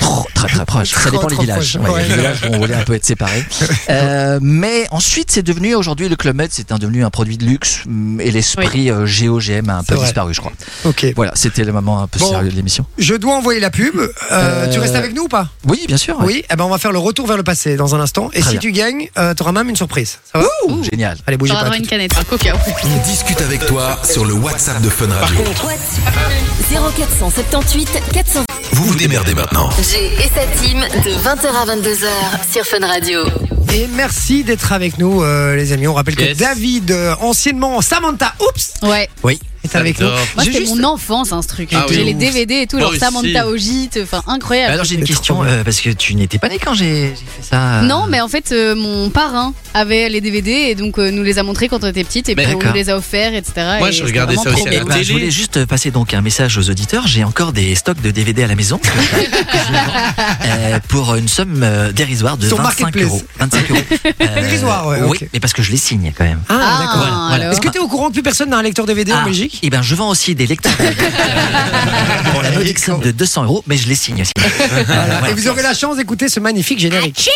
Speaker 11: Trop, très très proche. Ça
Speaker 2: Trop,
Speaker 11: dépend
Speaker 2: trop
Speaker 11: les villages.
Speaker 2: proche,
Speaker 11: Ouais,
Speaker 2: ouais.
Speaker 11: Les villages où on voulait un peu être (laughs) séparés. Euh, mais ensuite, c'est devenu aujourd'hui le Club Med, c'est un- devenu un produit de luxe hum, et l'esprit euh, GOGM a un peu
Speaker 2: vrai.
Speaker 11: disparu, je crois.
Speaker 2: Ok.
Speaker 11: Voilà, c'était le moment un peu
Speaker 2: Bon.
Speaker 11: sérieux de l'émission.
Speaker 2: Je dois envoyer la pub. Euh,
Speaker 11: Euh,
Speaker 2: Tu restes avec nous ou pas
Speaker 11: Oui, bien sûr. ouais.
Speaker 2: Oui. Eh ben on va faire le retour vers le passé dans un instant. Et
Speaker 11: Très
Speaker 2: si
Speaker 11: bien.
Speaker 2: tu gagnes, euh, t'auras même une surprise. Ça va
Speaker 11: Ouh, Génial.
Speaker 2: Allez bougez
Speaker 3: T'auras
Speaker 2: pas.
Speaker 3: droit à
Speaker 2: tout
Speaker 3: une
Speaker 2: de suite.
Speaker 3: canette, un coca.
Speaker 1: On discute avec toi sur le WhatsApp de Fun Radio.
Speaker 8: 0478 400.
Speaker 1: Vous vous démerdez maintenant.
Speaker 8: J'ai et sa team de 20h à 22h sur Fun
Speaker 11: (laughs)
Speaker 8: Radio.
Speaker 2: Et merci d'être avec nous, euh, les amis. On rappelle
Speaker 4: Yes.
Speaker 2: que David, euh, anciennement Samantha, oups,
Speaker 3: Ouais,
Speaker 2: est avec nous.
Speaker 4: J'adore.
Speaker 3: moi
Speaker 2: J'ai
Speaker 3: c'était
Speaker 2: juste-
Speaker 3: mon enfance, hein, ce truc.
Speaker 4: Ah oui,
Speaker 3: J'ai les
Speaker 4: ouf.
Speaker 3: DVD et
Speaker 11: Bah
Speaker 3: tout,
Speaker 4: Moi
Speaker 3: genre
Speaker 4: aussi.
Speaker 3: Samantha au gîte, enfin incroyable.
Speaker 11: Alors j'ai une
Speaker 2: C'est trop
Speaker 11: question
Speaker 2: bien.
Speaker 11: euh, parce que tu n'étais pas né quand j'ai j'ai fait ça. euh.
Speaker 3: Non, mais en fait, euh, mon parrain avait les DVD et donc euh, nous les a montrés quand on était petites et
Speaker 11: Mais
Speaker 3: puis on
Speaker 11: d'accord.
Speaker 3: nous les a offerts, etc.
Speaker 4: Moi,
Speaker 3: et
Speaker 4: je
Speaker 3: c'était
Speaker 4: regardais
Speaker 3: vraiment
Speaker 4: ça aussi
Speaker 3: trop
Speaker 4: à la
Speaker 3: beau.
Speaker 11: Eh ben, je voulais juste passer donc un message aux auditeurs. J'ai encore des stocks de DVD à la maison (laughs) que je vends, euh, pour une somme euh, dérisoire de
Speaker 2: Sur
Speaker 11: 25
Speaker 2: Marketplace.
Speaker 11: euros. 25
Speaker 2: (laughs)
Speaker 11: euros. Euh,
Speaker 2: Dérisoire, ouais,
Speaker 11: Oui,
Speaker 2: ok.
Speaker 11: mais parce que je les signe quand même.
Speaker 2: Ah, d'accord.
Speaker 11: Voilà,
Speaker 3: Ah,
Speaker 11: voilà.
Speaker 3: alors.
Speaker 2: Est-ce que t'es au courant que plus personne n'a un lecteur DVD en Belgique
Speaker 11: Et ben, je vends aussi des lecteurs
Speaker 2: Oh
Speaker 11: DVD pour la modique somme de 200 euros, mais
Speaker 2: (laughs)
Speaker 11: je les signe aussi. Voilà, voilà.
Speaker 2: Et
Speaker 3: Ah,
Speaker 4: Ah,
Speaker 2: Ah. vous aurez la chance d'écouter ce magnifique générique.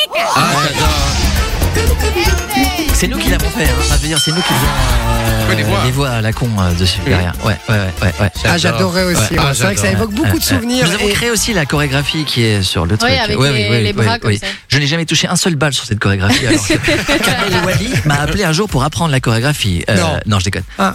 Speaker 11: C'est nous qui l'avons fait, hein. Enfin, je veux dire, c'est nous qui faisons euh,
Speaker 2: Ouais, les voix.
Speaker 11: à la con euh, dessus derrière. Ouais, ouais, ouais, ouais.
Speaker 2: Ah, j'adorerais aussi, ouais. C'est vrai que ça
Speaker 11: j'adorerais.
Speaker 2: évoque beaucoup de souvenirs
Speaker 11: Nous avons
Speaker 2: et-
Speaker 11: créé aussi la chorégraphie qui est sur le
Speaker 2: Ouais,
Speaker 11: truc.
Speaker 2: avec les- les bras comme ça.
Speaker 11: Je n'ai jamais touché un seul bal sur cette chorégraphie. Alors
Speaker 2: (laughs)
Speaker 11: que Kamel Wally m'a appelé un jour pour apprendre la chorégraphie. Euh,
Speaker 2: Non. Ah.
Speaker 11: non, je déconne. Hein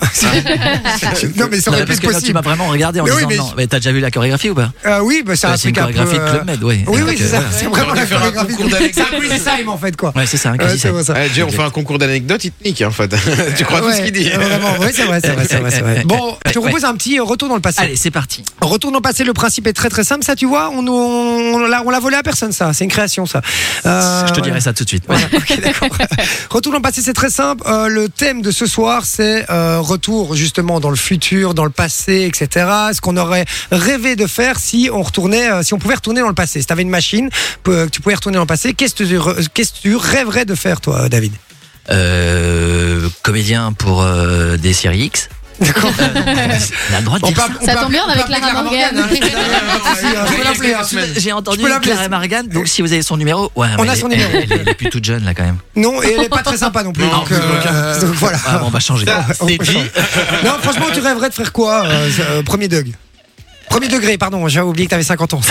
Speaker 2: non, mais ça aurait
Speaker 11: Non,
Speaker 2: pu
Speaker 11: parce
Speaker 2: être
Speaker 11: que là,
Speaker 2: possible.
Speaker 11: tu m'as vraiment regardé en
Speaker 2: Mais oui,
Speaker 11: disant
Speaker 2: mais-
Speaker 11: non. Mais t'as déjà vu la chorégraphie ou pas
Speaker 2: Ah oui, bah, c'est
Speaker 11: Ouais,
Speaker 2: un
Speaker 11: c'est une
Speaker 2: truc un peu.
Speaker 11: chorégraphie de Club Med, oui.
Speaker 2: Oui,
Speaker 11: Donc,
Speaker 2: oui, c'est
Speaker 11: euh,
Speaker 2: ça.
Speaker 11: voilà.
Speaker 2: C'est vraiment la chorégraphie.
Speaker 5: concours
Speaker 2: de- C'est un
Speaker 5: d'anecdotes.
Speaker 2: quiz time en fait, quoi.
Speaker 11: Ouais, c'est ça, un
Speaker 2: Ouais,
Speaker 11: quiz
Speaker 2: c'est vrai, ça.
Speaker 5: Eh, Jay, on fait un concours d'anecdotes, il te nique, hein, en fait. (laughs) tu crois tout ce qu'il dit.
Speaker 2: Ouais, Vraiment, ouais, c'est vrai, c'est vrai, c'est vrai,
Speaker 11: (laughs)
Speaker 2: c'est vrai. Bon, je te propose un petit retour dans le passé.
Speaker 11: Allez, c'est parti.
Speaker 2: Retour dans le passé, le principe est très très simple. Ça, tu vois, on, nous- on, l'a- on l'a volé à personne, ça. C'est une création, ça. Euh,
Speaker 11: Je te
Speaker 2: voilà.
Speaker 11: dirai ça tout de suite.
Speaker 2: (laughs) Retour dans le passé, c'est très simple. Euh, le thème de ce soir, c'est euh, retour justement dans le futur, dans le passé, etc. Ce qu'on aurait rêvé de faire si on retournait, euh, si on pouvait retourner dans le passé. Si t'avais une machine, euh, que tu pouvais retourner dans le passé, qu'est-ce que tu re- qu'est-ce que tu rêverais de faire, toi, euh, David
Speaker 11: Euh, comédien pour euh, des séries X. Euh,
Speaker 2: D'accord.
Speaker 11: on a le droit de
Speaker 2: On
Speaker 11: dire
Speaker 2: peut-
Speaker 11: ça.
Speaker 2: on Ça peut- tombe bien, on
Speaker 3: on avait Clara Morgan.
Speaker 2: hein.
Speaker 3: (laughs)
Speaker 11: J'ai entendu Clara et Morgan, donc si vous avez son numéro, ouais,
Speaker 2: On
Speaker 11: mais
Speaker 2: a
Speaker 11: elle-
Speaker 2: son numéro.
Speaker 11: Elle, elle est plus toute jeune là quand même.
Speaker 2: Non, et elle est pas très sympa non plus.
Speaker 11: Non,
Speaker 2: donc, euh, (laughs)
Speaker 11: aucun-
Speaker 2: euh, donc voilà.
Speaker 11: Ah, bon, on va changer.
Speaker 2: C'est dit. Non, franchement, tu rêverais de faire quoi, euh, euh, premier Doug Premier degré, pardon, j'avais oublié que t'avais 50 ans.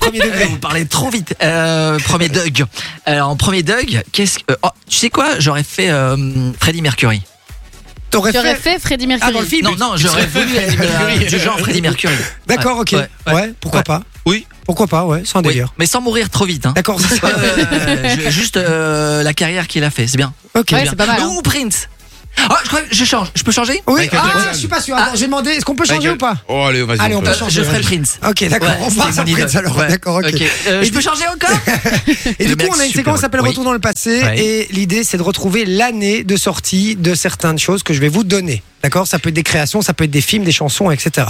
Speaker 2: premier degré.
Speaker 11: Vous parlez trop vite. Euh, premier Doug. Alors en premier Doug, qu'est-ce que oh, tu sais quoi J'aurais fait euh, Freddie Mercury.
Speaker 2: T'aurais
Speaker 3: Tu aurais fait Freddie Mercury.
Speaker 11: Ah, dans le film. Non, non, j'aurais voulu être euh, du genre Freddie Mercury.
Speaker 2: D'accord, ok. Ouais, pourquoi pas
Speaker 11: Oui.
Speaker 2: Pourquoi pas, ouais, c'est un délire.
Speaker 11: Mais sans mourir trop vite. Hein.
Speaker 2: D'accord.
Speaker 11: Euh, je- juste euh, la carrière qu'il a fait, c'est bien.
Speaker 2: Ok.
Speaker 11: Bien.
Speaker 2: Ouais, c'est pas mal, hein.
Speaker 11: Non, Prince. Ah, je, crois que je change. Je peux changer
Speaker 2: Oui, ah, je suis pas sûr. Attends, je vais demander, est-ce qu'on peut changer
Speaker 11: Michael- (laughs)
Speaker 2: ou pas
Speaker 5: Oh, allez, vas-y.
Speaker 2: Allez, on peut
Speaker 11: Euh,
Speaker 2: changer.
Speaker 11: Je ferai Prince.
Speaker 2: Ok, d'accord,
Speaker 11: Ouais,
Speaker 2: on
Speaker 11: c'est
Speaker 2: part
Speaker 11: mon
Speaker 2: sur
Speaker 11: idole.
Speaker 2: Prince alors.
Speaker 11: Ouais.
Speaker 2: D'accord, ok.
Speaker 11: Euh,
Speaker 2: Et
Speaker 11: je peux
Speaker 2: du-
Speaker 11: changer encore
Speaker 2: Et
Speaker 11: Le
Speaker 2: du coup,
Speaker 11: mec
Speaker 2: on a une
Speaker 11: super
Speaker 2: séquence qui s'appelle
Speaker 11: drôle.
Speaker 2: Retour dans le passé.
Speaker 11: Ouais.
Speaker 2: Et l'idée, c'est de retrouver l'année de sortie de certaines choses que je vais vous donner. D'accord Ça peut être des créations, ça peut être des films, des chansons, etc.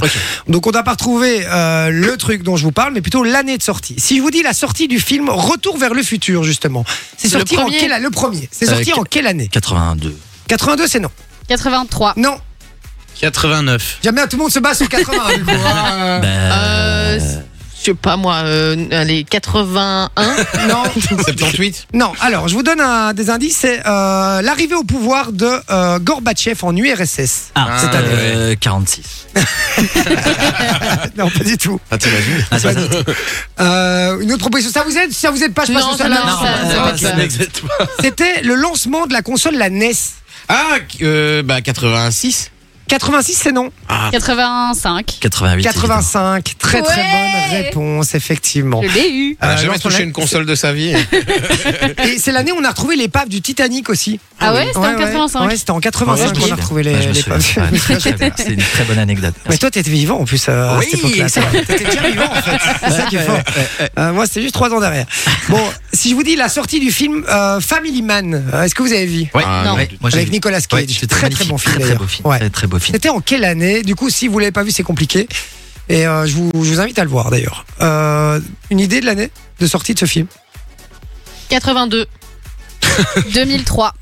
Speaker 2: Donc, on ne doit pas retrouver euh, le truc dont je vous parle, mais plutôt l'année de sortie. Si je vous dis la sortie du film Retour vers le futur, justement, c'est
Speaker 3: Le
Speaker 2: sorti en
Speaker 3: premier.
Speaker 2: quelle année Le premier. C'est sorti
Speaker 11: Euh,
Speaker 2: en quelle année
Speaker 11: 82.
Speaker 2: 82, c'est non.
Speaker 3: 83.
Speaker 2: Non.
Speaker 4: 89.
Speaker 2: Jamais tout le monde se bat sur 80. du coup, hein.
Speaker 7: Euh, je sais pas moi, euh, allez, 81.
Speaker 2: Euh,
Speaker 11: (laughs)
Speaker 2: Non.
Speaker 5: 78
Speaker 2: Non, alors je vous donne un, des indices. C'est euh, l'arrivée au pouvoir de euh, Gorbatchev en URSS.
Speaker 11: (laughs) Ah, c'est
Speaker 2: année.
Speaker 11: euh, 46.
Speaker 2: (laughs) non, pas du tout.
Speaker 5: Ah, t'imagines
Speaker 11: Ah, c'est pas ça.
Speaker 2: Euh, une autre proposition. Ça vous aide Si Ça vous aide pas Je passe
Speaker 7: Non,
Speaker 2: au sol.
Speaker 7: non,
Speaker 2: là.
Speaker 7: non, ça- ça va, ça va.
Speaker 2: C'était le lancement de la console la E NES.
Speaker 5: Ah, euh, bah, 86.
Speaker 2: 86, c'est non.
Speaker 5: Ah,
Speaker 3: 85.
Speaker 11: 88.
Speaker 2: 85. Très très bonne réponse, effectivement.
Speaker 3: Je l'ai eu.
Speaker 5: elle a
Speaker 2: Euh,
Speaker 5: jamais
Speaker 2: lancement
Speaker 5: touché
Speaker 2: la-
Speaker 5: une console de sa vie.
Speaker 2: Et c'est l'année où on a retrouvé l'épave du Titanic aussi.
Speaker 3: Ah ouais, c'était en 85.
Speaker 2: Ouais, c'était en 85
Speaker 11: Ouais,
Speaker 2: qu'on
Speaker 11: je
Speaker 2: a
Speaker 11: me
Speaker 2: retrouvé
Speaker 11: souviens.
Speaker 2: les-
Speaker 11: Ouais, je me
Speaker 2: l'épave.
Speaker 11: souviens. Ouais, très, très
Speaker 2: (laughs)
Speaker 11: bien. C'est une très bonne anecdote.
Speaker 2: Mais toi, t'étais vivant en plus euh, à
Speaker 11: Oui,
Speaker 2: cette époque-là.
Speaker 11: c'est
Speaker 2: toi. T'étais déjà vivant en fait. C'est ça qui est fort. Euh, moi, c'était juste trois ans derrière. Bon, si je vous dis la sortie du film euh, Family Man, euh, est-ce que vous avez vu
Speaker 11: Ouais,
Speaker 3: Non.
Speaker 11: ouais, Ah, moi, j'ai
Speaker 2: Avec
Speaker 11: vu.
Speaker 2: Nicolas Cage.
Speaker 11: Ouais, c'était
Speaker 2: très très
Speaker 11: magnifique,
Speaker 2: bon film.
Speaker 11: Très, très
Speaker 2: d'ailleurs.
Speaker 11: beau film. Très, très beau film.
Speaker 2: C'était en quelle année Du coup, si vous l'avez pas vu, c'est compliqué. Et euh, je, vous, je vous invite à le voir d'ailleurs. Euh, une idée de l'année de sortie de ce film
Speaker 3: (laughs)
Speaker 7: 82.
Speaker 3: 2003.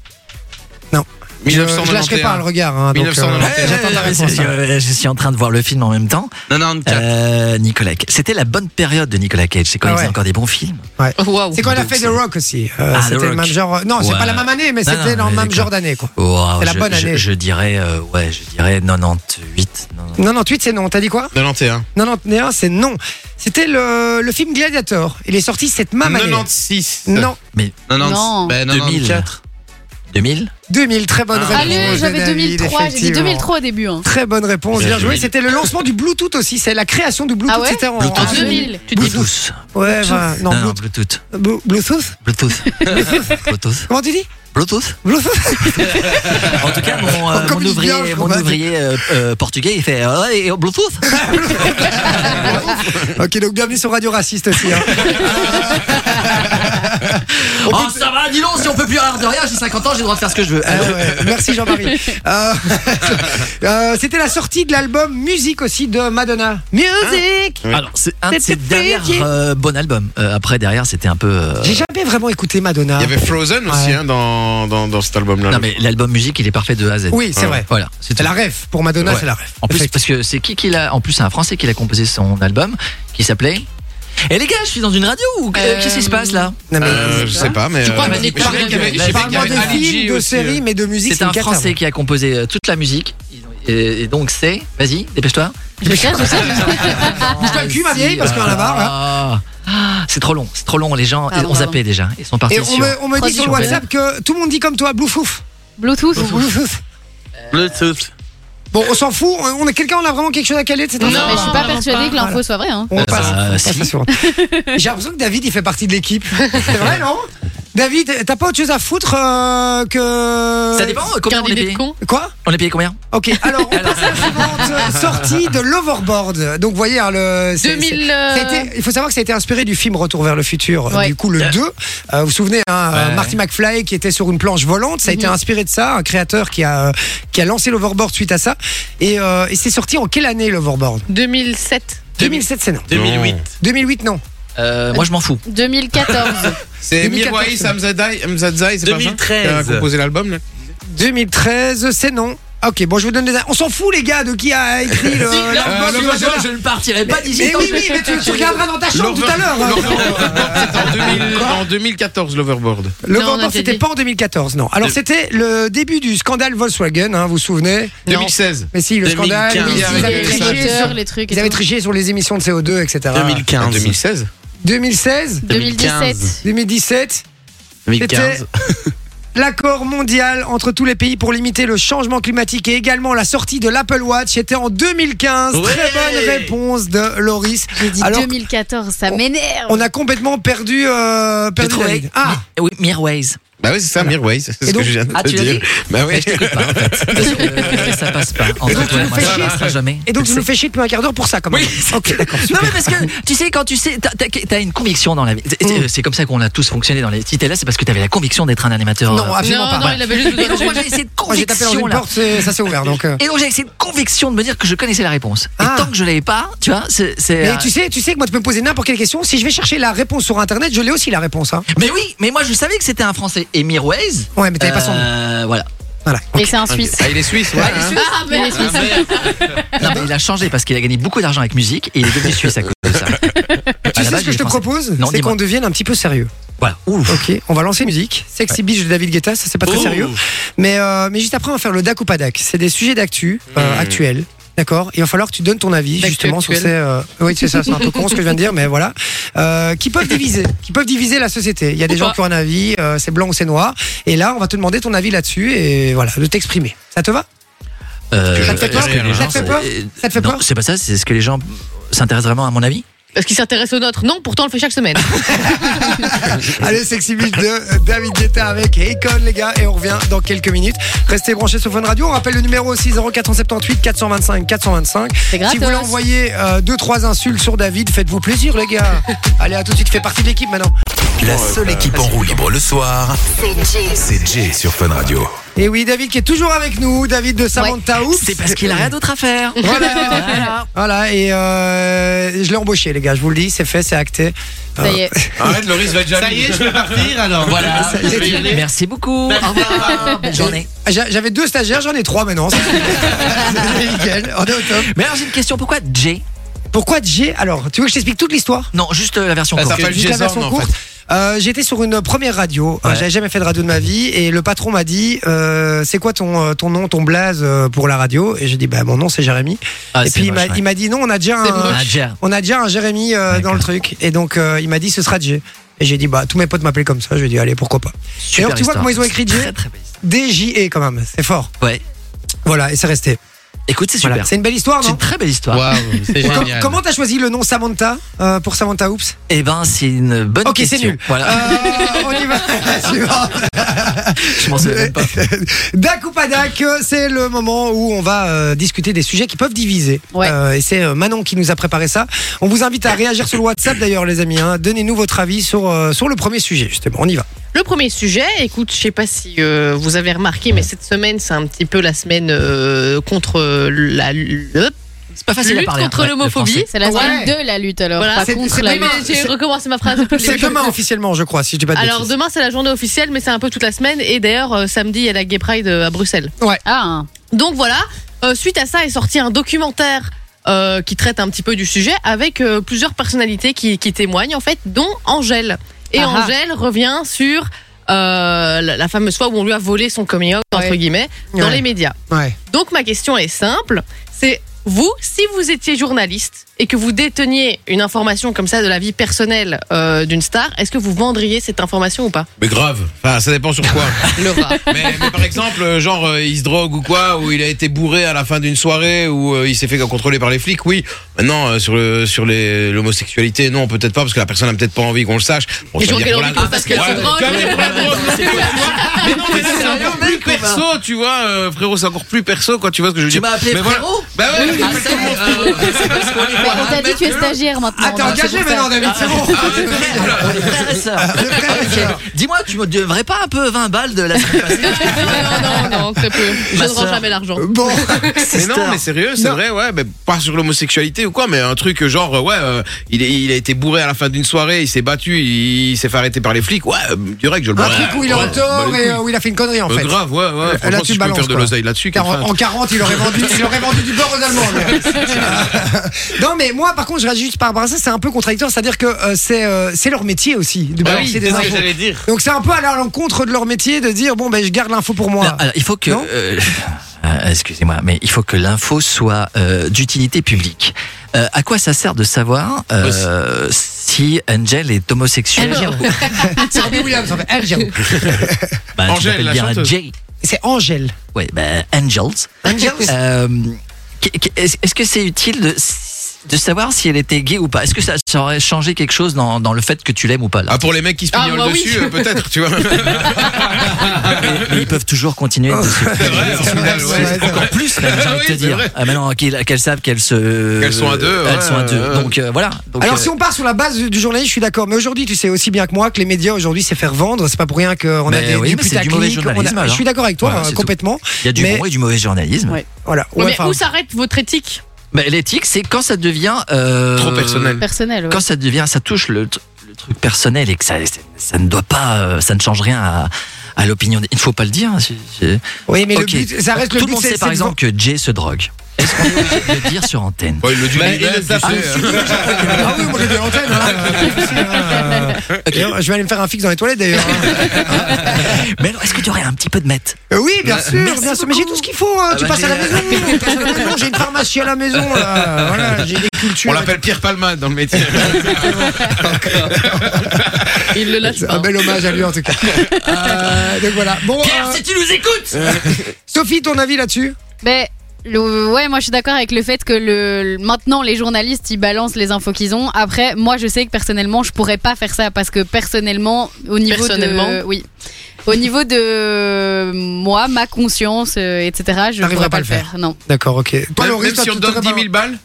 Speaker 2: Je- Je lâcherai pas le regard. hein, donc, euh,
Speaker 5: 1991.
Speaker 2: j'attends ta
Speaker 11: Euh,
Speaker 2: réponse,
Speaker 11: c'est-
Speaker 2: hein.
Speaker 11: euh, je suis en train de voir le film en même temps.
Speaker 4: Non, non,
Speaker 11: Euh, Nicolas Cage. C'était la bonne période de Nicolas Cage. C'est quand
Speaker 2: Ah
Speaker 11: il faisait
Speaker 2: ouais.
Speaker 11: encore des bons films.
Speaker 2: Ouais.
Speaker 7: Waouh.
Speaker 2: C'est quand elle a fait The Rock aussi. Euh,
Speaker 11: Ah, The
Speaker 2: c'était le
Speaker 11: Rock.
Speaker 2: même genre. euh, Non, c'est
Speaker 11: Ouais.
Speaker 2: pas la même année, mais
Speaker 11: Non,
Speaker 2: c'était
Speaker 11: non,
Speaker 2: dans le
Speaker 11: mais
Speaker 2: même
Speaker 11: d'accord.
Speaker 2: genre d'année, quoi.
Speaker 11: Wow,
Speaker 2: C'est la
Speaker 11: je,
Speaker 2: bonne
Speaker 11: je-
Speaker 2: année.
Speaker 11: Je, dirais, euh, ouais, je dirais 98. non, non.
Speaker 2: 98, c'est non. T'as dit quoi
Speaker 5: 91.
Speaker 2: 91, c'est non. C'était le, le film Gladiator. Il est sorti cette même année.
Speaker 5: 96.
Speaker 2: Non.
Speaker 11: Mais
Speaker 3: Non.
Speaker 4: 90, ben, 94.
Speaker 11: 2000
Speaker 2: 2000, très
Speaker 5: Ah.
Speaker 2: bonne réponse.
Speaker 3: Allez, j'avais
Speaker 2: David,
Speaker 3: 2003. J'ai dit
Speaker 2: effectivement.
Speaker 3: 2003 au début. hein.
Speaker 2: Très bonne réponse,
Speaker 11: Bien
Speaker 2: bien joué.
Speaker 11: joué.
Speaker 2: C'était le lancement du Bluetooth aussi, c'est la création du Bluetooth.
Speaker 3: Ah ouais
Speaker 2: C'était en,
Speaker 11: Bluetooth.
Speaker 2: en-
Speaker 3: En 2000.
Speaker 11: Tu dis tous.
Speaker 2: Ouais, bah, non,
Speaker 11: Non, non,
Speaker 2: Bluetooth.
Speaker 11: Bluetooth.
Speaker 2: Blu- Bluetooth
Speaker 11: Bluetooth.
Speaker 2: (laughs)
Speaker 11: Bluetooth.
Speaker 2: Comment
Speaker 5: (laughs)
Speaker 2: tu dis
Speaker 11: Bluetooth.
Speaker 2: Bluetooth
Speaker 11: (laughs) En tout cas, mon, euh,
Speaker 2: On
Speaker 11: mon
Speaker 2: communique
Speaker 11: ouvrier,
Speaker 2: bien, je
Speaker 11: mon
Speaker 2: comprends.
Speaker 11: ouvrier euh, euh, portugais, il fait euh, ouais, et Bluetooth.
Speaker 2: Ok, donc bienvenue sur Radio Raciste aussi.
Speaker 5: (laughs)
Speaker 2: hein.
Speaker 11: Oh, ça va, dis donc, si on peut plus rire de rien, j'ai 50 ans, j'ai le droit de faire ce que je veux.
Speaker 2: Ah
Speaker 11: (laughs)
Speaker 2: ouais, merci Jean-Marie. Euh, (laughs) euh, C'était la sortie de l'album Musique aussi de Madonna. Music
Speaker 11: Alors, c'est un de ses
Speaker 2: C'était
Speaker 11: derniers
Speaker 2: Fergie.
Speaker 11: euh, bons albums. Euh, après, derrière, c'était un peu. euh,
Speaker 2: J'ai jamais vraiment écouté Madonna.
Speaker 5: Ah. Il y avait Frozen aussi
Speaker 2: Ah. Ouais.
Speaker 5: hein, dans, dans, dans cet album-là.
Speaker 11: Non, mais l'album musique, il est parfait de A à Z.
Speaker 2: Oui, c'est vrai.
Speaker 11: Voilà, c'est tout.
Speaker 2: La ref, pour Madonna,
Speaker 11: Ouais.
Speaker 2: c'est la ref.
Speaker 11: En plus, parce que c'est qui qui l'a. En plus, c'est un Français qui l'a composé son album, qui s'appelait. Et les gars, je suis dans une radio ou que- qu'est-ce qui se passe là
Speaker 5: Non, mais- Euh, je sais pas, mais, Tu crois euh, qu'on est je savais qu'il y avait- je savais qu'il y avait Parle-moi de Ali films, G de aussi, séries, euh. mais de musique,
Speaker 11: C'est
Speaker 5: c'est
Speaker 11: un
Speaker 5: une cata,
Speaker 11: Français
Speaker 5: moi.
Speaker 11: qui a composé euh, toute la musique. Et et donc c'est. Vas-y, dépêche-toi.
Speaker 2: Je sais, je sais. (laughs) Bouge pas le cul, ma vieille, parce qu'on a la barre. hein.
Speaker 11: Ah, ah, c'est trop long, c'est trop long. Les gens
Speaker 2: Pardon,
Speaker 11: ont zappé
Speaker 2: pardon.
Speaker 11: déjà. Ils sont partis
Speaker 2: Et on
Speaker 11: sur.
Speaker 2: me, on me dit sur le WhatsApp que tout le monde dit comme toi, Bluetooth.
Speaker 3: Bluetooth.
Speaker 2: Bluetooth.
Speaker 4: Bluetooth.
Speaker 2: Bon, on s'en fout. On on a quelqu'un, on a vraiment quelque chose à caler de cette
Speaker 3: Non,
Speaker 2: info
Speaker 3: mais je suis pas persuadée que l'info
Speaker 2: Voilà.
Speaker 3: soit vraie. Hein.
Speaker 2: On passe.
Speaker 11: bah,
Speaker 2: on passe
Speaker 11: si.
Speaker 3: (laughs)
Speaker 2: la suivante. J'ai l'impression que David, il fait partie de l'équipe. C'est vrai, non David, t'as pas autre chose à foutre euh, que.
Speaker 11: Ça dépend, euh, combien Qu'un on est dîner de payé con
Speaker 2: Quoi
Speaker 11: On est payé combien
Speaker 2: Ok, alors on passe à la suivante
Speaker 11: (laughs)
Speaker 2: sortie de l'Overboard. Donc, vous voyez, hein, le. c'est-
Speaker 7: 2000,
Speaker 2: c'est-
Speaker 7: euh,
Speaker 2: ça a été- il faut savoir que ça a été inspiré du film Retour vers le futur.
Speaker 7: Ouais.
Speaker 2: Du coup, le 2. Euh, vous vous souvenez, hein,
Speaker 7: Ouais.
Speaker 2: euh, Marty McFly qui était sur une planche volante. Ça a été
Speaker 11: Mhm.
Speaker 2: inspiré de ça. Un créateur qui a, euh, qui a lancé l'Overboard suite à ça. Et, euh, et c'est sorti en quelle année l'Overboard
Speaker 7: 2007.
Speaker 2: 2007, c'est non.
Speaker 4: 2008.
Speaker 2: 2008, non. Euh,
Speaker 11: Euh, moi, je m'en fous. (laughs)
Speaker 3: 2014.
Speaker 5: C'est
Speaker 2: 2014,
Speaker 5: Mirwais
Speaker 2: c'est bon.
Speaker 5: Amzadai- Amzadzai, c'est pas ça
Speaker 4: 2013.
Speaker 5: Qui a composé l'album, là
Speaker 2: 2013, c'est non. Ok, bon, je vous donne des. On s'en fout, les gars, de qui a
Speaker 11: (laughs)
Speaker 2: écrit le.
Speaker 11: Euh,
Speaker 2: l'album,
Speaker 11: le
Speaker 2: tu vois,
Speaker 11: voisin,
Speaker 2: voilà.
Speaker 11: je ne partirai pas d'ici.
Speaker 2: Mais oui, oui, mais tu, tu regarderas dans ta chambre tout à l'heure. hein.
Speaker 11: (laughs)
Speaker 5: En 2000 en 2014, l'Overboard.
Speaker 2: Le Vendor, c'était pas en 2014, non. Alors,
Speaker 5: De-
Speaker 2: c'était le début du scandale Volkswagen, hein, vous vous souvenez
Speaker 5: 2016.
Speaker 2: Mais si, le
Speaker 5: 2015,
Speaker 2: scandale.
Speaker 5: il y
Speaker 2: ils,
Speaker 5: avait
Speaker 2: avaient
Speaker 5: les
Speaker 2: triché
Speaker 5: moteurs,
Speaker 2: sur,
Speaker 3: les trucs et
Speaker 2: ils avaient
Speaker 3: tout.
Speaker 2: triché sur les émissions de CO2,
Speaker 5: Ah.
Speaker 2: etc.
Speaker 4: 2015.
Speaker 5: 2016
Speaker 2: 2016
Speaker 4: 2015.
Speaker 2: 2017
Speaker 4: 2015.
Speaker 2: C'était L'accord mondial entre tous les pays pour limiter le changement climatique et également la sortie de l'Apple Watch était en 2015.
Speaker 3: Ouais.
Speaker 2: Très bonne réponse de Loris.
Speaker 3: J'ai dit
Speaker 2: Alors,
Speaker 3: 2014, ça m'énerve.
Speaker 2: on a complètement perdu, euh, perdu
Speaker 11: trouvé.
Speaker 2: la ligne. Ah,
Speaker 11: Eh Oui, Mirways.
Speaker 5: Bah oui, c'est ça, Mirwais. C'est ce
Speaker 2: donc-
Speaker 5: que je viens de
Speaker 11: Ah,
Speaker 5: te
Speaker 11: tu l'as dit
Speaker 5: dire. Bah oui.
Speaker 11: Euh, ça passe pas. En
Speaker 2: Et donc,
Speaker 11: fait,
Speaker 2: tu
Speaker 11: ouais,
Speaker 2: nous
Speaker 11: moi,
Speaker 2: fais
Speaker 11: ça
Speaker 2: chier.
Speaker 11: passera jamais.
Speaker 2: Et donc,
Speaker 11: Je
Speaker 2: tu
Speaker 11: le
Speaker 2: nous
Speaker 11: sais.
Speaker 2: fais chier depuis un quart d'heure pour ça, quand même. Ok, d'accord.
Speaker 11: Non
Speaker 2: super.
Speaker 11: mais parce que tu sais quand tu sais t'as- t'as- t'as une conviction dans la vie C'est- c'est- c'est comme ça qu'on a tous fonctionné dans les titres là c'est parce que t'avais la conviction d'être un animateur
Speaker 2: Non,
Speaker 11: euh,
Speaker 2: absolument
Speaker 7: Non,
Speaker 2: pas.
Speaker 7: non, il avait juste
Speaker 11: Et donc, moi, j'ai cette
Speaker 2: Moi, j'ai tapé dans
Speaker 11: conviction,
Speaker 2: une
Speaker 11: là.
Speaker 2: porte, c'est- ça s'est ouvert. Donc, euh.
Speaker 11: Et donc j'avais cette conviction de me dire que je connaissais la réponse. Et tant que je l'avais pas, tu vois, c'est. c'est,
Speaker 2: Mais
Speaker 11: euh,
Speaker 2: tu sais, tu sais que moi, tu peux me poser n'importe quelle question. Si je vais chercher la réponse sur Internet, je l'ai aussi la réponse. Hein.
Speaker 11: mais oui, mais moi je savais que c'était un Français. Et Mirways.
Speaker 2: Ouais, mais t'avais pas son
Speaker 11: nom. Euh, Voilà.
Speaker 2: Voilà.
Speaker 3: Et c'est un Suisse.
Speaker 5: Ah, il est suisse, ouais.
Speaker 11: Ouais,
Speaker 5: hein.
Speaker 3: Ah, mais les Suisses.
Speaker 11: Non, mais il a changé parce qu'il a gagné beaucoup d'argent avec musique et il est devenu suisse à cause de
Speaker 2: (laughs)
Speaker 11: ça.
Speaker 2: Tu sais ce que je te propose
Speaker 11: Non,
Speaker 2: C'est
Speaker 11: dis-moi.
Speaker 2: qu'on devienne un petit peu sérieux.
Speaker 11: Voilà. Ouf.
Speaker 2: Ok, on va lancer une musique. Sexy Beach de David Guetta, ça c'est pas très
Speaker 11: Ouh.
Speaker 2: sérieux. Mais, euh, mais juste après, on va faire le DAC ou pas DAC. C'est des sujets d'actu euh,
Speaker 11: Hmm.
Speaker 2: actuels. D'accord Il va falloir que tu donnes ton avis
Speaker 7: D'actu
Speaker 2: justement sur ces.
Speaker 7: actuel.
Speaker 2: euh, Oui, c'est ça, c'est un peu con ce que je viens de dire, mais voilà. Euh, qui peuvent diviser. Qui peuvent diviser la société. Il y a des
Speaker 7: Ou
Speaker 2: gens
Speaker 7: pas.
Speaker 2: qui ont un avis, euh, c'est blanc ou c'est noir. Et là, on va te demander ton avis là-dessus et voilà, de t'exprimer. Ça te va
Speaker 11: Euh,
Speaker 2: Ça te fait
Speaker 11: est-ce
Speaker 2: peur
Speaker 11: que les
Speaker 2: Ça
Speaker 11: gens
Speaker 2: te fait
Speaker 11: sont-
Speaker 2: peur
Speaker 11: euh,
Speaker 2: Ça te fait
Speaker 11: non,
Speaker 2: peur
Speaker 11: C'est pas ça, c'est ce que les gens s'intéressent vraiment à mon avis.
Speaker 7: Parce qu'il s'intéresse aux nôtres. Non, pourtant on le fait chaque semaine.
Speaker 2: (laughs) Allez, Sexy Beach de euh, David Guetta avec Akon, les gars, et on revient dans quelques minutes. Restez branchés sur Fun Radio. On rappelle le numéro aussi 0478 425 425. Si
Speaker 3: gratos.
Speaker 2: vous voulez envoyer 2-3 insultes sur David, faites-vous plaisir,
Speaker 11: (laughs)
Speaker 2: les gars. Allez, à tout de suite, fais partie de l'équipe maintenant.
Speaker 1: (laughs) La seule équipe en roue libre le soir, c'est Jay sur Fun Radio.
Speaker 2: Et oui, David qui est toujours avec nous, David de Samantha Oups.
Speaker 11: C'est parce qu'il a rien d'autre à faire.
Speaker 2: (laughs) Voilà, voilà, et euh, je l'ai embauché, les gars, je vous le dis, c'est fait, c'est acté. Euh,
Speaker 3: Ça
Speaker 2: (laughs)
Speaker 3: y est.
Speaker 5: Arrête, Loris va déjà.
Speaker 4: Ça y est, je peux partir alors.
Speaker 11: Voilà.
Speaker 4: Je peux y aller.
Speaker 11: Merci beaucoup. Au revoir. Bonne journée.
Speaker 2: Ah, J'a- J'avais deux stagiaires, j'en ai trois maintenant. c'est-
Speaker 11: (laughs)
Speaker 2: c'est nickel, on est au top.
Speaker 11: Mais alors j'ai une question. Pourquoi J
Speaker 2: Pourquoi J Alors, tu veux que je t'explique toute l'histoire
Speaker 11: Non, juste euh, la version
Speaker 5: Ça
Speaker 11: courte.
Speaker 5: s'appelle
Speaker 2: Juste la version
Speaker 5: Jason, en
Speaker 2: courte.
Speaker 5: fait.
Speaker 2: Euh, J'étais sur une première radio. Euh,
Speaker 11: Ouais.
Speaker 2: J'avais jamais fait de radio de ma vie et le patron m'a dit euh, c'est quoi ton euh, ton nom ton blaze euh, pour la radio et j'ai dit bah mon nom c'est Jérémy
Speaker 11: Ah,
Speaker 2: et
Speaker 11: c'est
Speaker 2: puis il m'a-
Speaker 11: moche, ouais.
Speaker 2: il m'a dit non on a déjà
Speaker 7: C'est
Speaker 2: un
Speaker 11: Ah, J.
Speaker 2: on a déjà un Jérémy euh, dans le truc et donc euh, il m'a dit ce sera J et j'ai dit bah tous mes potes m'appelaient comme ça je lui ai dit allez pourquoi pas
Speaker 11: Super
Speaker 2: et alors tu vois
Speaker 11: histoire.
Speaker 2: comment ils ont écrit J E
Speaker 11: Très, très belle histoire.
Speaker 2: D J E quand même c'est fort
Speaker 11: Ouais.
Speaker 2: voilà et c'est resté
Speaker 11: Écoute, c'est
Speaker 2: Voilà.
Speaker 11: super.
Speaker 2: c'est une belle histoire
Speaker 11: C'est
Speaker 2: non
Speaker 11: une très belle histoire.
Speaker 4: Waouh, c'est
Speaker 2: Com-
Speaker 4: génial.
Speaker 2: comment t'as choisi le nom Samantha euh, pour Samantha Oops
Speaker 11: Eh ben, c'est une bonne
Speaker 2: Ok,
Speaker 11: question.
Speaker 2: c'est nul.
Speaker 11: Voilà.
Speaker 2: Euh, on y va. Suivante.
Speaker 11: (laughs) Je m'en souviens même pas.
Speaker 2: Dac ou pas Dac, euh, c'est le moment où on va euh, discuter des sujets qui peuvent diviser.
Speaker 3: Ouais.
Speaker 2: Euh, et c'est euh, Manon qui nous a préparé ça. On vous invite à réagir sur le WhatsApp d'ailleurs, les amis. hein. Donnez-nous votre avis sur, euh, sur le premier sujet, justement. On y va.
Speaker 7: Le premier sujet, écoute, je sais pas si euh, vous avez remarqué, mais cette semaine, c'est un petit peu la semaine euh, contre la. le-
Speaker 11: C'est pas facile à
Speaker 7: lutte
Speaker 11: parler.
Speaker 7: contre
Speaker 11: ouais, le
Speaker 7: l'homophobie.
Speaker 11: français.
Speaker 3: C'est la semaine
Speaker 2: Ouais.
Speaker 3: de la lutte alors.
Speaker 7: Voilà.
Speaker 3: pas
Speaker 2: C'est-
Speaker 3: contre
Speaker 2: c'est
Speaker 3: la
Speaker 7: Mais
Speaker 2: demain.
Speaker 3: lutte.
Speaker 7: J'ai recommencé ma
Speaker 11: Ah,
Speaker 7: (laughs) phrase. depuis le
Speaker 2: C'est
Speaker 7: début.
Speaker 2: demain officiellement, je crois, si je dis pas de
Speaker 7: Alors
Speaker 2: bêtises.
Speaker 7: demain c'est la journée officielle, mais c'est un peu toute la semaine. Et d'ailleurs euh, samedi il y a la Gay Pride euh, à Bruxelles.
Speaker 3: Ah, hein.
Speaker 7: Donc voilà. euh, suite à ça est sorti un documentaire euh, qui traite un petit peu du sujet avec euh, plusieurs personnalités qui, qui témoignent en fait, dont Angèle. Et
Speaker 3: Ah ah.
Speaker 7: Angèle revient sur euh, la, la fameuse fois où on lui a volé son coming out entre guillemets dans
Speaker 2: Ouais.
Speaker 7: les médias.
Speaker 2: Ouais.
Speaker 7: Donc ma question est simple, c'est vous, si vous étiez journaliste et que vous déteniez une information comme ça de la vie personnelle euh, d'une star, est-ce que vous vendriez cette information ou pas
Speaker 5: Mais grave. Enfin, ça dépend sur
Speaker 11: (laughs)
Speaker 5: quoi.
Speaker 7: Le rat.
Speaker 5: mais, mais par exemple, euh, genre, euh, il se drogue ou quoi, ou il a été bourré à la fin d'une soirée, ou euh, il s'est fait contrôler par les flics, oui. Maintenant, euh, sur le, sur les- l'homosexualité, non, peut-être pas, parce que la personne a peut-être pas envie qu'on le sache. Bon,
Speaker 7: Les
Speaker 5: ça
Speaker 7: gens
Speaker 5: veut
Speaker 7: qui
Speaker 5: dire
Speaker 7: l'ont
Speaker 5: qu'on
Speaker 7: dit
Speaker 5: l'a-
Speaker 7: parce qu'elles
Speaker 5: Ouais,
Speaker 7: sont drôes.
Speaker 5: comme les bras drôes, c'est cool, tu vois. Mais non, mais ça, c'est encore plus perso, tu vois, euh, frérot, c'est encore plus perso, quoi, tu vois ce que je veux dire.
Speaker 11: m'as appelé
Speaker 5: Mais voilà.
Speaker 11: frérot
Speaker 5: Bah ouais,
Speaker 11: Oui,
Speaker 5: mais
Speaker 11: ah,
Speaker 5: c'est
Speaker 11: ça y est, euh, c'est parce qu'on est
Speaker 5: Mais
Speaker 11: pas
Speaker 5: on
Speaker 11: un
Speaker 5: t'a dit
Speaker 11: mec
Speaker 5: tu es
Speaker 11: de l'autre.
Speaker 15: stagiaire maintenant.
Speaker 11: Ah,
Speaker 15: donc, c'est pour ça.
Speaker 11: Ah, on est frères, alors, on est frères et sœurs.
Speaker 2: Ah,
Speaker 11: Ok. Dis-moi, tu me devrais pas un peu 20 balles
Speaker 2: (laughs)
Speaker 11: de la semaine passée
Speaker 7: Non, non, très peu. Je
Speaker 11: Ma
Speaker 7: ne rends
Speaker 11: sœur.
Speaker 7: jamais l'argent. (laughs)
Speaker 2: Bon.
Speaker 5: (laughs) Mais non, mais sérieux, c'est vrai, ouais, mais pas sur l'homosexualité ou quoi, mais un truc genre, euh, ouais, euh, il, est- il a été bourré à la fin d'une soirée, il s'est battu, il, s'est fait arrêter par les flics, ouais, euh, direct, je le
Speaker 2: Un
Speaker 5: balance.
Speaker 2: truc où il est
Speaker 5: Ouais,
Speaker 2: en tort
Speaker 5: bah,
Speaker 2: et
Speaker 5: les
Speaker 2: euh, où il a fait une connerie en
Speaker 5: couilles.
Speaker 2: fait.
Speaker 5: Euh, grave, ouais, ouais.
Speaker 2: Euh,
Speaker 5: franchement, si je peux me faire de
Speaker 2: quoi.
Speaker 5: l'oseille là-dessus,
Speaker 2: Car
Speaker 5: quelle
Speaker 2: en,
Speaker 5: fin.
Speaker 2: en 40, il aurait vendu, il aurait vendu du beurre aux Allemands.
Speaker 11: (laughs)
Speaker 2: lui. non, mais moi, par contre, je réagis juste par rapport à ça, c'est un peu contradictoire. C'est-à-dire que euh, c'est euh, c'est leur métier aussi de
Speaker 4: Bah
Speaker 2: balancer
Speaker 4: oui, c'est
Speaker 2: des
Speaker 4: ce que
Speaker 2: infos.
Speaker 4: j'allais dire.
Speaker 2: Donc c'est un peu à l'encontre de leur métier de dire bon ben je garde l'info pour moi.
Speaker 11: Non, alors, il faut que. euh, euh, Excusez-moi, mais il faut que l'info soit euh, d'utilité publique. Euh, à quoi ça sert de savoir euh, si Angel est homosexuel
Speaker 2: (laughs) c'est Robbie Williams en fait. Angel.
Speaker 11: Bah, tu
Speaker 2: Angèle,
Speaker 11: m'appelles
Speaker 2: la
Speaker 11: bien
Speaker 2: chanteuse.
Speaker 11: Jay.
Speaker 2: C'est Angèle.
Speaker 11: Oui, ben Angels.
Speaker 2: Angels.
Speaker 11: Euh, qu- qu- Est-ce est-ce que c'est utile de, de savoir si elle était gay ou pas Est-ce que ça, ça aurait changé quelque chose dans, dans le fait que tu l'aimes ou pas là
Speaker 5: Ah, pour les mecs qui se
Speaker 11: Ah,
Speaker 5: pignolent
Speaker 2: bah
Speaker 11: moi, oui.
Speaker 5: dessus, euh, peut-être, tu (laughs) vois.
Speaker 11: Mais ils peuvent toujours continuer
Speaker 2: Oh.
Speaker 11: de
Speaker 5: (laughs)
Speaker 11: se encore plus même, j'ai envie de te dire. Ah, maintenant qu'elles qu'elles savent qu'elles se
Speaker 5: Qu'elles sont à deux,
Speaker 11: elles
Speaker 5: ouais,
Speaker 11: sont à deux.
Speaker 5: ouais.
Speaker 11: Donc euh, voilà. (laughs) Donc,
Speaker 2: Alors
Speaker 11: euh,
Speaker 2: si on part sur la base du journalisme, je suis d'accord. Mais aujourd'hui, tu sais aussi bien que moi que les médias aujourd'hui, c'est faire vendre. C'est pas pour rien qu'on a
Speaker 11: Mais
Speaker 2: des
Speaker 11: oui,
Speaker 2: du
Speaker 11: mais c'est du mauvais
Speaker 2: putaclic, on a-
Speaker 11: journalisme,
Speaker 2: Je
Speaker 11: alors.
Speaker 2: suis d'accord avec toi
Speaker 11: Voilà,
Speaker 2: euh,
Speaker 11: c'est tout.
Speaker 2: complètement.
Speaker 11: il y a du
Speaker 2: mais-
Speaker 11: bon et du mauvais journalisme.
Speaker 2: Voilà.
Speaker 7: Ouais,
Speaker 11: Ouais,
Speaker 7: mais
Speaker 11: enfin-
Speaker 7: où s'arrête votre éthique
Speaker 11: Mais Bah, l'éthique, c'est quand ça devient euh,
Speaker 5: Trop personnel.
Speaker 7: Personnel, ouais.
Speaker 11: Quand ça devient, ça touche le, tr- le truc personnel et que ça, c'est- ça ne doit pas, euh, ça ne change rien à, à l'opinion. des- Il ne faut pas le dire. hein, c'est- c'est-
Speaker 2: Oui, mais le
Speaker 11: Ok.
Speaker 2: but- ça reste le
Speaker 11: Tout
Speaker 2: but,
Speaker 11: le monde
Speaker 2: c'est-
Speaker 11: sait par
Speaker 2: c'est de
Speaker 11: exemple que Jay se drogue. Est-ce qu'on est obligé de le dire sur antenne
Speaker 5: Ouais, il le dit
Speaker 11: Bah,
Speaker 5: lui-même,
Speaker 11: il le
Speaker 5: tu
Speaker 11: tape-
Speaker 5: sais,
Speaker 11: Ah,
Speaker 2: (laughs)
Speaker 5: euh.
Speaker 2: Ah oui, moi j'ai bien l'antenne. hein.
Speaker 11: (laughs)
Speaker 2: Euh, Je vais aller me faire un fixe dans les toilettes d'ailleurs.
Speaker 11: Mais alors, est-ce que tu aurais un petit peu de meth
Speaker 2: Euh, Oui, bien
Speaker 11: Euh,
Speaker 2: sûr,
Speaker 11: merci
Speaker 2: bien sûr. Mais j'ai tout ce qu'il faut. hein.
Speaker 11: Ah
Speaker 2: tu
Speaker 11: bah,
Speaker 2: passes à la
Speaker 11: j'ai-
Speaker 2: maison. tu passes à la maison, J'ai une pharmacie à la maison. là. Voilà, j'ai des cultures.
Speaker 5: On l'appelle Pierre Palman dans le métier.
Speaker 7: Il le lâche
Speaker 2: C'est un bel hommage à lui en tout cas. Euh, donc voilà. Bon, euh,
Speaker 11: tu nous écoutes
Speaker 2: Sophie, ton avis là-dessus
Speaker 3: Ah. Mais le- ouais, moi je suis d'accord avec le fait que le, le- maintenant les journalistes ils balancent les infos qu'ils ont. Après, moi je sais que personnellement je pourrais pas faire ça parce que personnellement, au niveau
Speaker 7: Personnellement
Speaker 3: de, oui, au niveau de moi, ma conscience, euh, etc., je
Speaker 2: T'arriverais
Speaker 3: pourrais
Speaker 2: pas
Speaker 3: pas
Speaker 2: à
Speaker 3: le
Speaker 2: le
Speaker 3: faire. Non.
Speaker 2: D'accord, ok. Toi,
Speaker 5: Même-
Speaker 2: Laurie,
Speaker 5: même
Speaker 2: toi,
Speaker 5: si on
Speaker 2: tu
Speaker 5: te donne
Speaker 2: t'aurais pas-
Speaker 5: 10 000 balles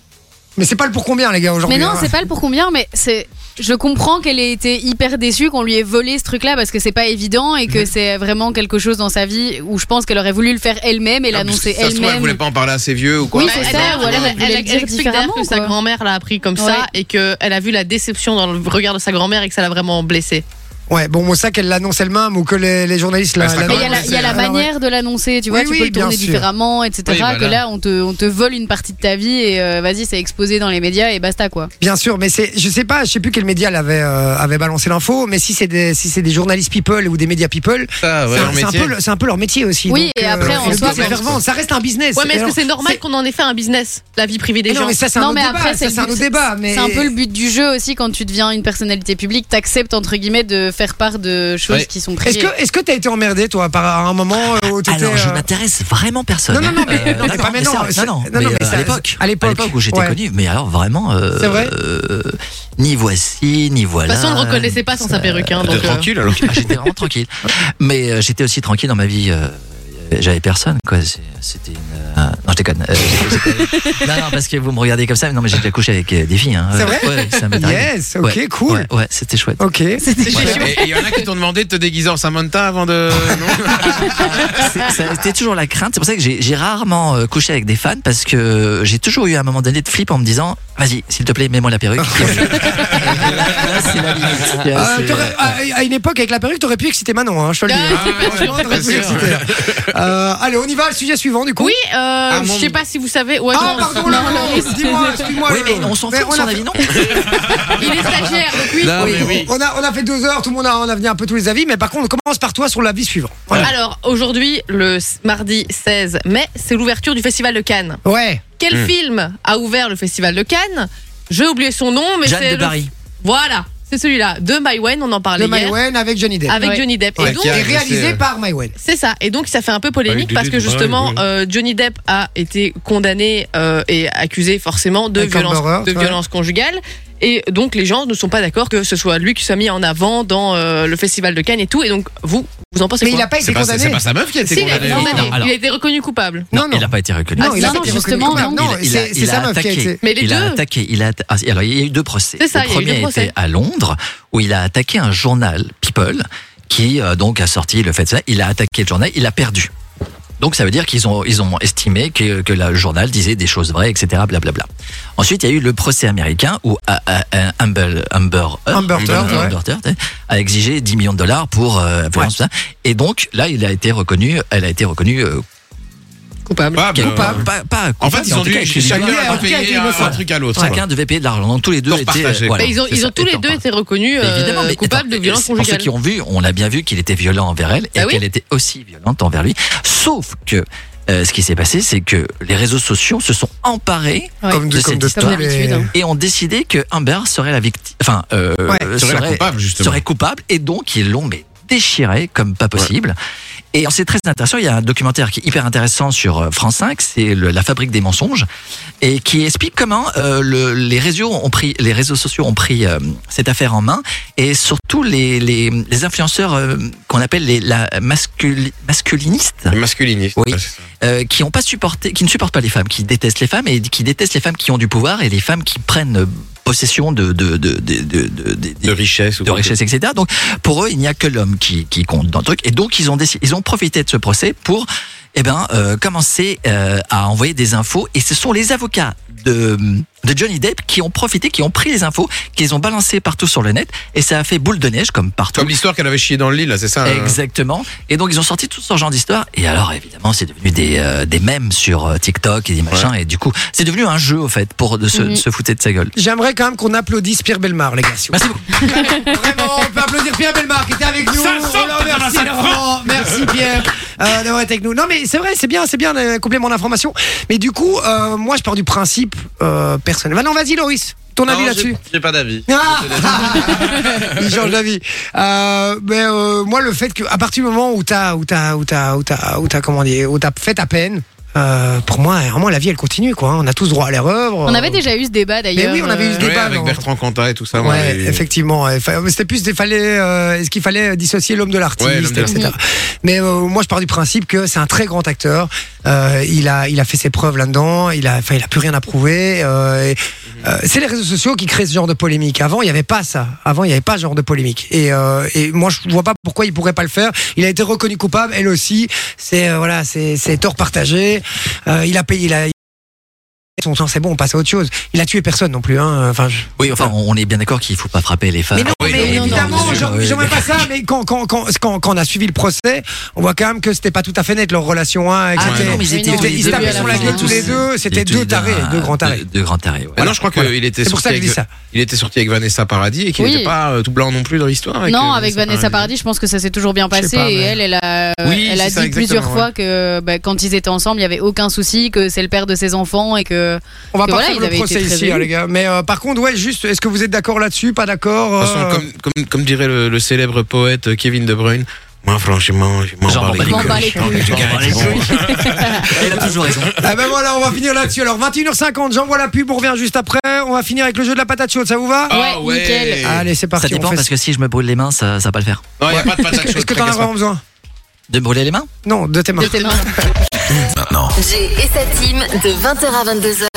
Speaker 2: Mais c'est pas le pour combien, les gars, aujourd'hui
Speaker 3: Mais non,
Speaker 2: hein.
Speaker 3: c'est pas le pour combien, mais c'est. Je comprends qu'elle ait été hyper déçue qu'on lui ait volé ce truc-là parce que c'est pas évident et que c'est vraiment quelque chose dans sa vie où je pense qu'elle aurait voulu le faire
Speaker 2: Ah,
Speaker 3: elle-même et l'annoncer
Speaker 5: Ça se trouve, elle voulait
Speaker 3: elle-même.
Speaker 5: pas en parler à ses vieux ou quoi.
Speaker 3: Oui, c'est ça, ou alors elle
Speaker 7: elle,
Speaker 3: voulait le
Speaker 7: elle
Speaker 3: dire
Speaker 7: explique d'ailleurs que
Speaker 3: différemment,
Speaker 7: sa
Speaker 3: quoi.
Speaker 7: grand-mère l'a appris comme
Speaker 3: Ouais.
Speaker 7: ça et qu'elle a vu la déception dans le regard de sa grand-mère et que ça l'a vraiment blessée.
Speaker 2: Ouais, bon, moi, ça qu'elle l'annonce elle-même ou que les, les journalistes la.
Speaker 5: Elle sera
Speaker 2: la-
Speaker 3: Mais il y a la, il y a la
Speaker 2: Ah, ouais.
Speaker 3: manière de l'annoncer, tu vois,
Speaker 2: Oui,
Speaker 3: tu
Speaker 2: oui,
Speaker 3: peux le tourner
Speaker 2: bien sûr.
Speaker 3: différemment, etc.
Speaker 2: Oui, voilà.
Speaker 3: Que là, on te, on te vole une partie de ta vie et euh, vas-y, c'est exposé dans les médias et basta quoi.
Speaker 2: Bien sûr, mais c'est, je sais pas, je sais plus quel média l'avait euh, avait balancé l'info, mais si c'est des, si c'est des journalistes people ou des médias people,
Speaker 5: Ça, ouais,
Speaker 2: c'est, un-
Speaker 5: leur
Speaker 2: c'est un
Speaker 5: métier.
Speaker 2: peu, le- c'est un peu leur métier aussi.
Speaker 3: Oui,
Speaker 2: donc,
Speaker 3: et
Speaker 2: euh,
Speaker 3: après, en
Speaker 2: le but,
Speaker 3: soi,
Speaker 2: c'est de faire vendre, ça reste un business.
Speaker 7: bah, Ouais, mais est-ce
Speaker 2: Alors,
Speaker 7: que c'est normal qu'on en ait fait un business, la vie privée des
Speaker 2: Mais
Speaker 7: gens
Speaker 2: non, mais ça, c'est un
Speaker 3: Non,
Speaker 2: autre
Speaker 3: mais
Speaker 2: débat.
Speaker 3: après,
Speaker 2: ça,
Speaker 3: le
Speaker 2: c'est un
Speaker 3: but-
Speaker 2: autre débat. Mais
Speaker 3: C'est un peu le but du jeu aussi quand tu deviens une personnalité publique, t'acceptes entre guillemets de faire part de choses
Speaker 2: Ouais.
Speaker 3: qui sont privées.
Speaker 2: Est-ce que, est-ce que t'as été emmerdé, toi, par à un moment euh, où t'étais.
Speaker 11: Alors, je
Speaker 2: euh,
Speaker 11: n'intéresse vraiment personne.
Speaker 2: Non, non, (laughs) non, mais-
Speaker 11: Euh,
Speaker 2: non, mais
Speaker 11: d'accord,
Speaker 2: pas maintenant,
Speaker 11: c'est vrai.
Speaker 2: c'est-
Speaker 11: Non, non,
Speaker 2: non, non,
Speaker 11: mais,
Speaker 2: mais
Speaker 11: euh,
Speaker 2: ça-
Speaker 11: à l'époque.
Speaker 2: à l'époque,
Speaker 11: où j'étais
Speaker 2: ouais.
Speaker 11: connu. Mais alors, vraiment. euh,
Speaker 2: C'est vrai
Speaker 11: euh, Ni voici, ni
Speaker 7: De
Speaker 11: voilà.
Speaker 7: toute façon, on le reconnaissait pas sans sa perruque. hein, donc, euh,
Speaker 5: alors.
Speaker 11: (laughs) J'étais vraiment tranquille. Mais euh, j'étais aussi tranquille dans ma vie. euh, J'avais personne, quoi. C'est- C'était une. euh, non, je déconne. Euh, j'étais- j'étais- non, non, parce que vous me regardez comme ça. mais Non, mais j'ai déjà couché avec euh, des filles. Hein.
Speaker 2: C'est vrai
Speaker 11: Ouais, ça m'est arrivé.
Speaker 2: Yes, ok,
Speaker 11: Ouais,
Speaker 2: cool.
Speaker 11: Ouais, ouais, c'était chouette.
Speaker 2: Ok.
Speaker 5: Et il y en a qui t'ont demandé de te déguiser en Samantha avant de.
Speaker 11: C'est- ça a été toujours la crainte. C'est pour ça que j'ai j'ai rarement euh, couché avec des fans parce que euh, j'ai toujours eu un moment donné de flip en me disant Vas-y, s'il te plaît, mets-moi la perruque.
Speaker 10: Ah,
Speaker 11: Ah,
Speaker 2: Euh, t'aurais- à, à une époque, avec la perruque, t'aurais pu exciter Manon, hein, je te le dis.
Speaker 5: Ah, ouais,
Speaker 2: Franchement, t'aurais
Speaker 5: bien
Speaker 2: pu
Speaker 5: sûr.
Speaker 2: exciter. Euh, allez, on y va, le sujet suivant du coup.
Speaker 7: Oui, euh,
Speaker 5: Ah,
Speaker 7: je sais pas si vous savez. Ouais,
Speaker 2: Ah,
Speaker 7: non.
Speaker 2: pardon,
Speaker 7: Non,
Speaker 2: Laurent,
Speaker 7: non. (laughs)
Speaker 2: dis-moi, excuse-moi. euh,
Speaker 7: Oui, mais on s'en fout de son avis,
Speaker 2: non
Speaker 7: Il est stagiaire, donc oui.
Speaker 2: Oui, On, a, on a fait deux heures, tout le monde a, on a venu un peu tous les avis, mais par contre, on commence par toi sur l'avis suivant. Voilà.
Speaker 7: Alors, aujourd'hui, le s- mardi 16 mai, c'est l'ouverture du Festival de Cannes.
Speaker 2: Ouais.
Speaker 7: Quel
Speaker 2: Hmm.
Speaker 7: film a ouvert le Festival de Cannes J'ai oublié son nom, mais
Speaker 2: Jeanne
Speaker 7: c'est.
Speaker 2: de
Speaker 7: le-
Speaker 2: Barry.
Speaker 7: Voilà, c'est celui-là. De Maïwen, on en parlait
Speaker 2: Le
Speaker 7: hier.
Speaker 2: Maïwen avec Johnny Depp.
Speaker 7: Avec Johnny Depp.
Speaker 2: Ouais,
Speaker 7: et donc,
Speaker 2: qui est réalisé par Maïwen.
Speaker 7: C'est ça. Et donc, ça fait un peu polémique
Speaker 2: Bah,
Speaker 7: parce
Speaker 2: il
Speaker 7: que
Speaker 2: était
Speaker 7: justement,
Speaker 2: mal, ouais.
Speaker 7: euh, Johnny Depp a été condamné euh, et accusé forcément de
Speaker 2: Avec Amber
Speaker 7: violence,
Speaker 2: Heard,
Speaker 7: de
Speaker 2: ouais.
Speaker 7: violence conjugale. Et donc, les gens ne sont pas d'accord que ce soit lui qui soit mis en avant dans euh, le festival de Cannes et tout. Et donc, vous, vous en pensez
Speaker 2: Mais
Speaker 7: quoi
Speaker 2: il a pas été C'est pas- condamné. c'est pas sa meuf qui a été
Speaker 7: Si,
Speaker 2: condamnée.
Speaker 7: Il a, été
Speaker 2: Non, alors-
Speaker 7: Il a été reconnu coupable.
Speaker 2: Non, non.
Speaker 11: il n'a pas été reconnu.
Speaker 2: Non, Ah, il a non, pas été justement, reconnu. non. Non,
Speaker 11: Il- il a-
Speaker 2: c'est-
Speaker 11: il
Speaker 2: c'est
Speaker 11: a
Speaker 2: sa meuf qui a
Speaker 11: attaqué.
Speaker 2: été- Mais les
Speaker 11: Il a
Speaker 2: deux.
Speaker 11: attaqué. Il a atta- ah, alors, il y a eu deux procès.
Speaker 7: C'est ça,
Speaker 11: le
Speaker 7: il y a eu
Speaker 11: premier
Speaker 7: deux procès.
Speaker 11: était à Londres où il a attaqué un journal, People, qui euh, donc a sorti le fait de ça. Il a attaqué le journal, il a perdu. Donc ça veut dire qu'ils ont, ils ont estimé que, que la- le journal disait des choses vraies, etc. Blablabla. Ensuite, il y a eu le procès américain où euh, euh, euh, Amber, Amber, Heard-
Speaker 2: Amber Heard, ouais.
Speaker 11: Amber Heard, eh, a exigé 10 millions de dollars pour euh, violence, tout ça. Et donc là, il a été reconnu, elle a été reconnue euh,
Speaker 7: Coupable.
Speaker 11: Pas,
Speaker 5: Coupable.
Speaker 11: pas- pas
Speaker 5: En fait,
Speaker 11: coupable,
Speaker 5: ils
Speaker 11: mais
Speaker 5: ont
Speaker 11: tout
Speaker 5: dû-
Speaker 11: cas, étaient
Speaker 5: chacun
Speaker 11: libres.
Speaker 5: a
Speaker 11: En tout cas,
Speaker 5: payé
Speaker 11: étaient
Speaker 5: un
Speaker 11: innocents.
Speaker 5: truc à l'autre,
Speaker 11: Chacun
Speaker 5: voilà.
Speaker 11: devait payer de l'argent. Donc tous les deux
Speaker 5: Tort
Speaker 11: étaient.
Speaker 5: partagé,
Speaker 11: euh,
Speaker 5: quoi.
Speaker 11: voilà,
Speaker 7: Mais ils ont,
Speaker 11: c'est
Speaker 7: ils
Speaker 11: ça,
Speaker 7: ont tous les
Speaker 11: étant
Speaker 7: deux été reconnus
Speaker 11: Mais
Speaker 7: euh,
Speaker 11: évidemment, mais
Speaker 7: coupables de
Speaker 11: étant-
Speaker 7: violence
Speaker 11: Pour ceux
Speaker 7: conjugale.
Speaker 11: qui ont vu, on l'a bien vu qu'il était violent envers elle et
Speaker 7: Ah oui
Speaker 11: qu'elle était aussi violente envers lui. Sauf que euh, ce qui s'est passé, c'est que les réseaux sociaux se sont emparés
Speaker 2: Ouais. Comme de-
Speaker 11: de,
Speaker 2: comme
Speaker 11: cette
Speaker 2: de
Speaker 11: histoire
Speaker 2: tous les- Comme d'habitude, hein.
Speaker 11: et ont décidé que Amber serait la victime, enfin euh,
Speaker 2: Ouais. Serait la coupable, justement.
Speaker 11: serait coupable, et donc ils l'ont mais déchiré comme pas possible. Et c'est très intéressant. Il y a un documentaire qui est hyper intéressant sur euh, France 5, c'est le- La Fabrique des mensonges, et qui explique comment euh, le- les réseaux ont pris, les réseaux sociaux ont pris euh, cette affaire en main, et surtout les les, les influenceurs euh, qu'on appelle les la masculi- masculinistes.
Speaker 5: Masculiniste.
Speaker 11: Oui. Euh, qui ont pas supporté, qui ne supportent pas les femmes, qui détestent les femmes et qui détestent les femmes qui ont du pouvoir et les femmes qui prennent euh, possession (laughs) de de de de de,
Speaker 5: richesse,
Speaker 11: de richesse, etc. Donc pour eux, il n'y a que l'homme qui qui compte dans le truc. Et donc ils ont décidé, ils ont profité de ce procès pour eh ben euh, commencer euh, à envoyer des infos. Et ce sont les avocats de de Johnny Depp qui ont profité, qui ont pris les infos, qui les ont balancées partout sur le net. Et ça a fait boule de neige comme partout.
Speaker 5: Comme l'histoire qu'elle avait chié dans le lit, là, c'est ça hein
Speaker 11: Exactement. Et donc ils ont sorti tout ce genre d'histoire. Et alors évidemment, c'est devenu des euh, des mèmes sur euh, TikTok et des machins. Et du coup, c'est devenu un jeu au fait pour de se,
Speaker 2: Mhm.
Speaker 11: de se foutre de sa gueule.
Speaker 2: J'aimerais quand même qu'on applaudisse Pierre Belmar, les gars. Merci Vraiment, on peut applaudir Pierre Belmar qui était avec nous. Oh,
Speaker 16: 500,
Speaker 2: On le remercie
Speaker 16: putain, la
Speaker 2: énormément.
Speaker 16: France.
Speaker 2: Merci Pierre euh, d'avoir été avec nous. Non mais c'est vrai, c'est bien, c'est bien un complément d'information. Mais du coup, euh, moi je pars du principe euh, personnel. Maintenant, vas-y Loris, ton avis
Speaker 4: Non,
Speaker 2: là-dessus.
Speaker 4: j'ai- J'ai pas d'avis.
Speaker 2: Ah (laughs) Il change d'avis. Euh, mais euh, moi, le fait que à partir du moment où t'as, où t'as, où t'as, où t'as, où t'as, comment dire, où t'as fait ta peine, euh, pour moi, vraiment la vie, elle continue, quoi. On a tous droit à l'erreur. euh,
Speaker 3: On avait déjà eu ce débat d'ailleurs.
Speaker 2: oui, on avait eu ce
Speaker 3: euh,
Speaker 2: débat.
Speaker 5: Ouais, avec
Speaker 2: non.
Speaker 5: Bertrand Cantat et tout ça. on
Speaker 2: Ouais,
Speaker 5: avait eu-
Speaker 2: effectivement. ouais. Enfin, C'était plus, des- fallait, euh, est-ce qu'il fallait dissocier l'homme de l'artiste,
Speaker 5: Ouais, l'homme de l'artiste.
Speaker 2: etc. Mais euh, moi, je pars du principe que c'est un très grand acteur. Euh, il a, il a fait ses preuves là-dedans. Il a, enfin, il a plus rien à prouver. euh, et,
Speaker 5: Mhm.
Speaker 2: euh, c'est les réseaux sociaux qui créent ce genre de polémique. Avant, il n'y avait pas ça. Avant, il n'y avait pas ce genre de polémique. Et, euh, et moi, je vois pas pourquoi il pourrait pas le faire. Il a été reconnu coupable, elle aussi. C'est euh, voilà, c'est c'est tort partagé. Euh, il a payé, il a son temps, c'est bon, on passe à autre chose. Il a tué personne non plus. Hein. Enfin, je-
Speaker 11: Oui, enfin, on est bien d'accord qu'il faut pas frapper les femmes.
Speaker 2: mais non,
Speaker 11: Oui,
Speaker 2: mais
Speaker 11: non,
Speaker 2: évidemment,
Speaker 11: non,
Speaker 2: j'en-
Speaker 11: oui,
Speaker 2: j'en veux pas ça, mais quand, quand, quand, quand, quand on a suivi le procès, on voit quand même que c'était pas tout à fait net leur relation. Hein, et que
Speaker 11: Ah,
Speaker 2: c'était-
Speaker 11: non, mais ils étaient tous les
Speaker 2: ils se
Speaker 11: deux à
Speaker 2: tapaient
Speaker 11: la
Speaker 2: sur la
Speaker 11: fin.
Speaker 2: gueule tous les deux, c'était
Speaker 11: Ils étaient
Speaker 2: deux tarés,
Speaker 11: d'un-
Speaker 2: deux grands tarés.
Speaker 11: Deux, deux grands tarés. ouais.
Speaker 5: Ah non, je crois qu'il était
Speaker 2: C'est pour ça
Speaker 5: sorti
Speaker 2: que je dis
Speaker 5: avec- il était sorti avec Vanessa Paradis et qu'il
Speaker 3: Oui.
Speaker 5: n'était pas euh, tout blanc non plus dans l'histoire. euh, et
Speaker 3: non,
Speaker 2: euh,
Speaker 5: que
Speaker 3: avec Vanessa Paradis, je pense que ça s'est toujours bien
Speaker 5: Je sais
Speaker 3: passé.
Speaker 5: pas,
Speaker 3: Et
Speaker 5: mais-
Speaker 3: elle, elle a,
Speaker 5: Oui,
Speaker 3: elle a
Speaker 5: c'est ça,
Speaker 3: dit plusieurs
Speaker 5: exactement,
Speaker 3: fois
Speaker 5: ouais.
Speaker 3: que bah, quand ils étaient ensemble, il n'y avait aucun souci, que c'est le père de ses enfants et que.
Speaker 2: On va
Speaker 3: que
Speaker 2: pas
Speaker 3: voilà,
Speaker 2: faire
Speaker 3: ils
Speaker 2: le
Speaker 3: avaient été
Speaker 2: procès
Speaker 3: très
Speaker 2: ici, hein,
Speaker 3: élus.
Speaker 2: les gars. Mais euh, par contre, ouais, juste, est-ce que vous êtes d'accord là-dessus Pas
Speaker 5: De
Speaker 2: d'accord
Speaker 5: toute façon,
Speaker 2: euh,
Speaker 5: comme, comme, comme dirait le, le célèbre poète euh, Kevin De Bruyne, moi franchement, je m'en bats les
Speaker 11: m'en
Speaker 5: couilles.
Speaker 11: bats les
Speaker 5: Je prends
Speaker 11: couilles.
Speaker 5: du
Speaker 11: Je m'en
Speaker 5: gaz,
Speaker 11: bats les
Speaker 5: bon.
Speaker 11: Elle a toujours raison.
Speaker 2: Ah ben voilà, on va finir là-dessus. Alors 21h50, j'envoie la pub, on revient juste après. On va finir avec le jeu de la patate chaude, ça vous va
Speaker 11: Ah ouais. nickel.
Speaker 2: Allez, c'est parti.
Speaker 11: Ça dépend
Speaker 2: on fait
Speaker 11: parce que si je me brûle les mains, ça, ça va pas le faire.
Speaker 5: Non, il a pas de patate chaude.
Speaker 2: Est-ce que t'en as vraiment besoin
Speaker 11: De me brûler les mains
Speaker 2: Non, de tes mains. (laughs)
Speaker 17: Maintenant.
Speaker 8: Jay et sa team de 20h à 22h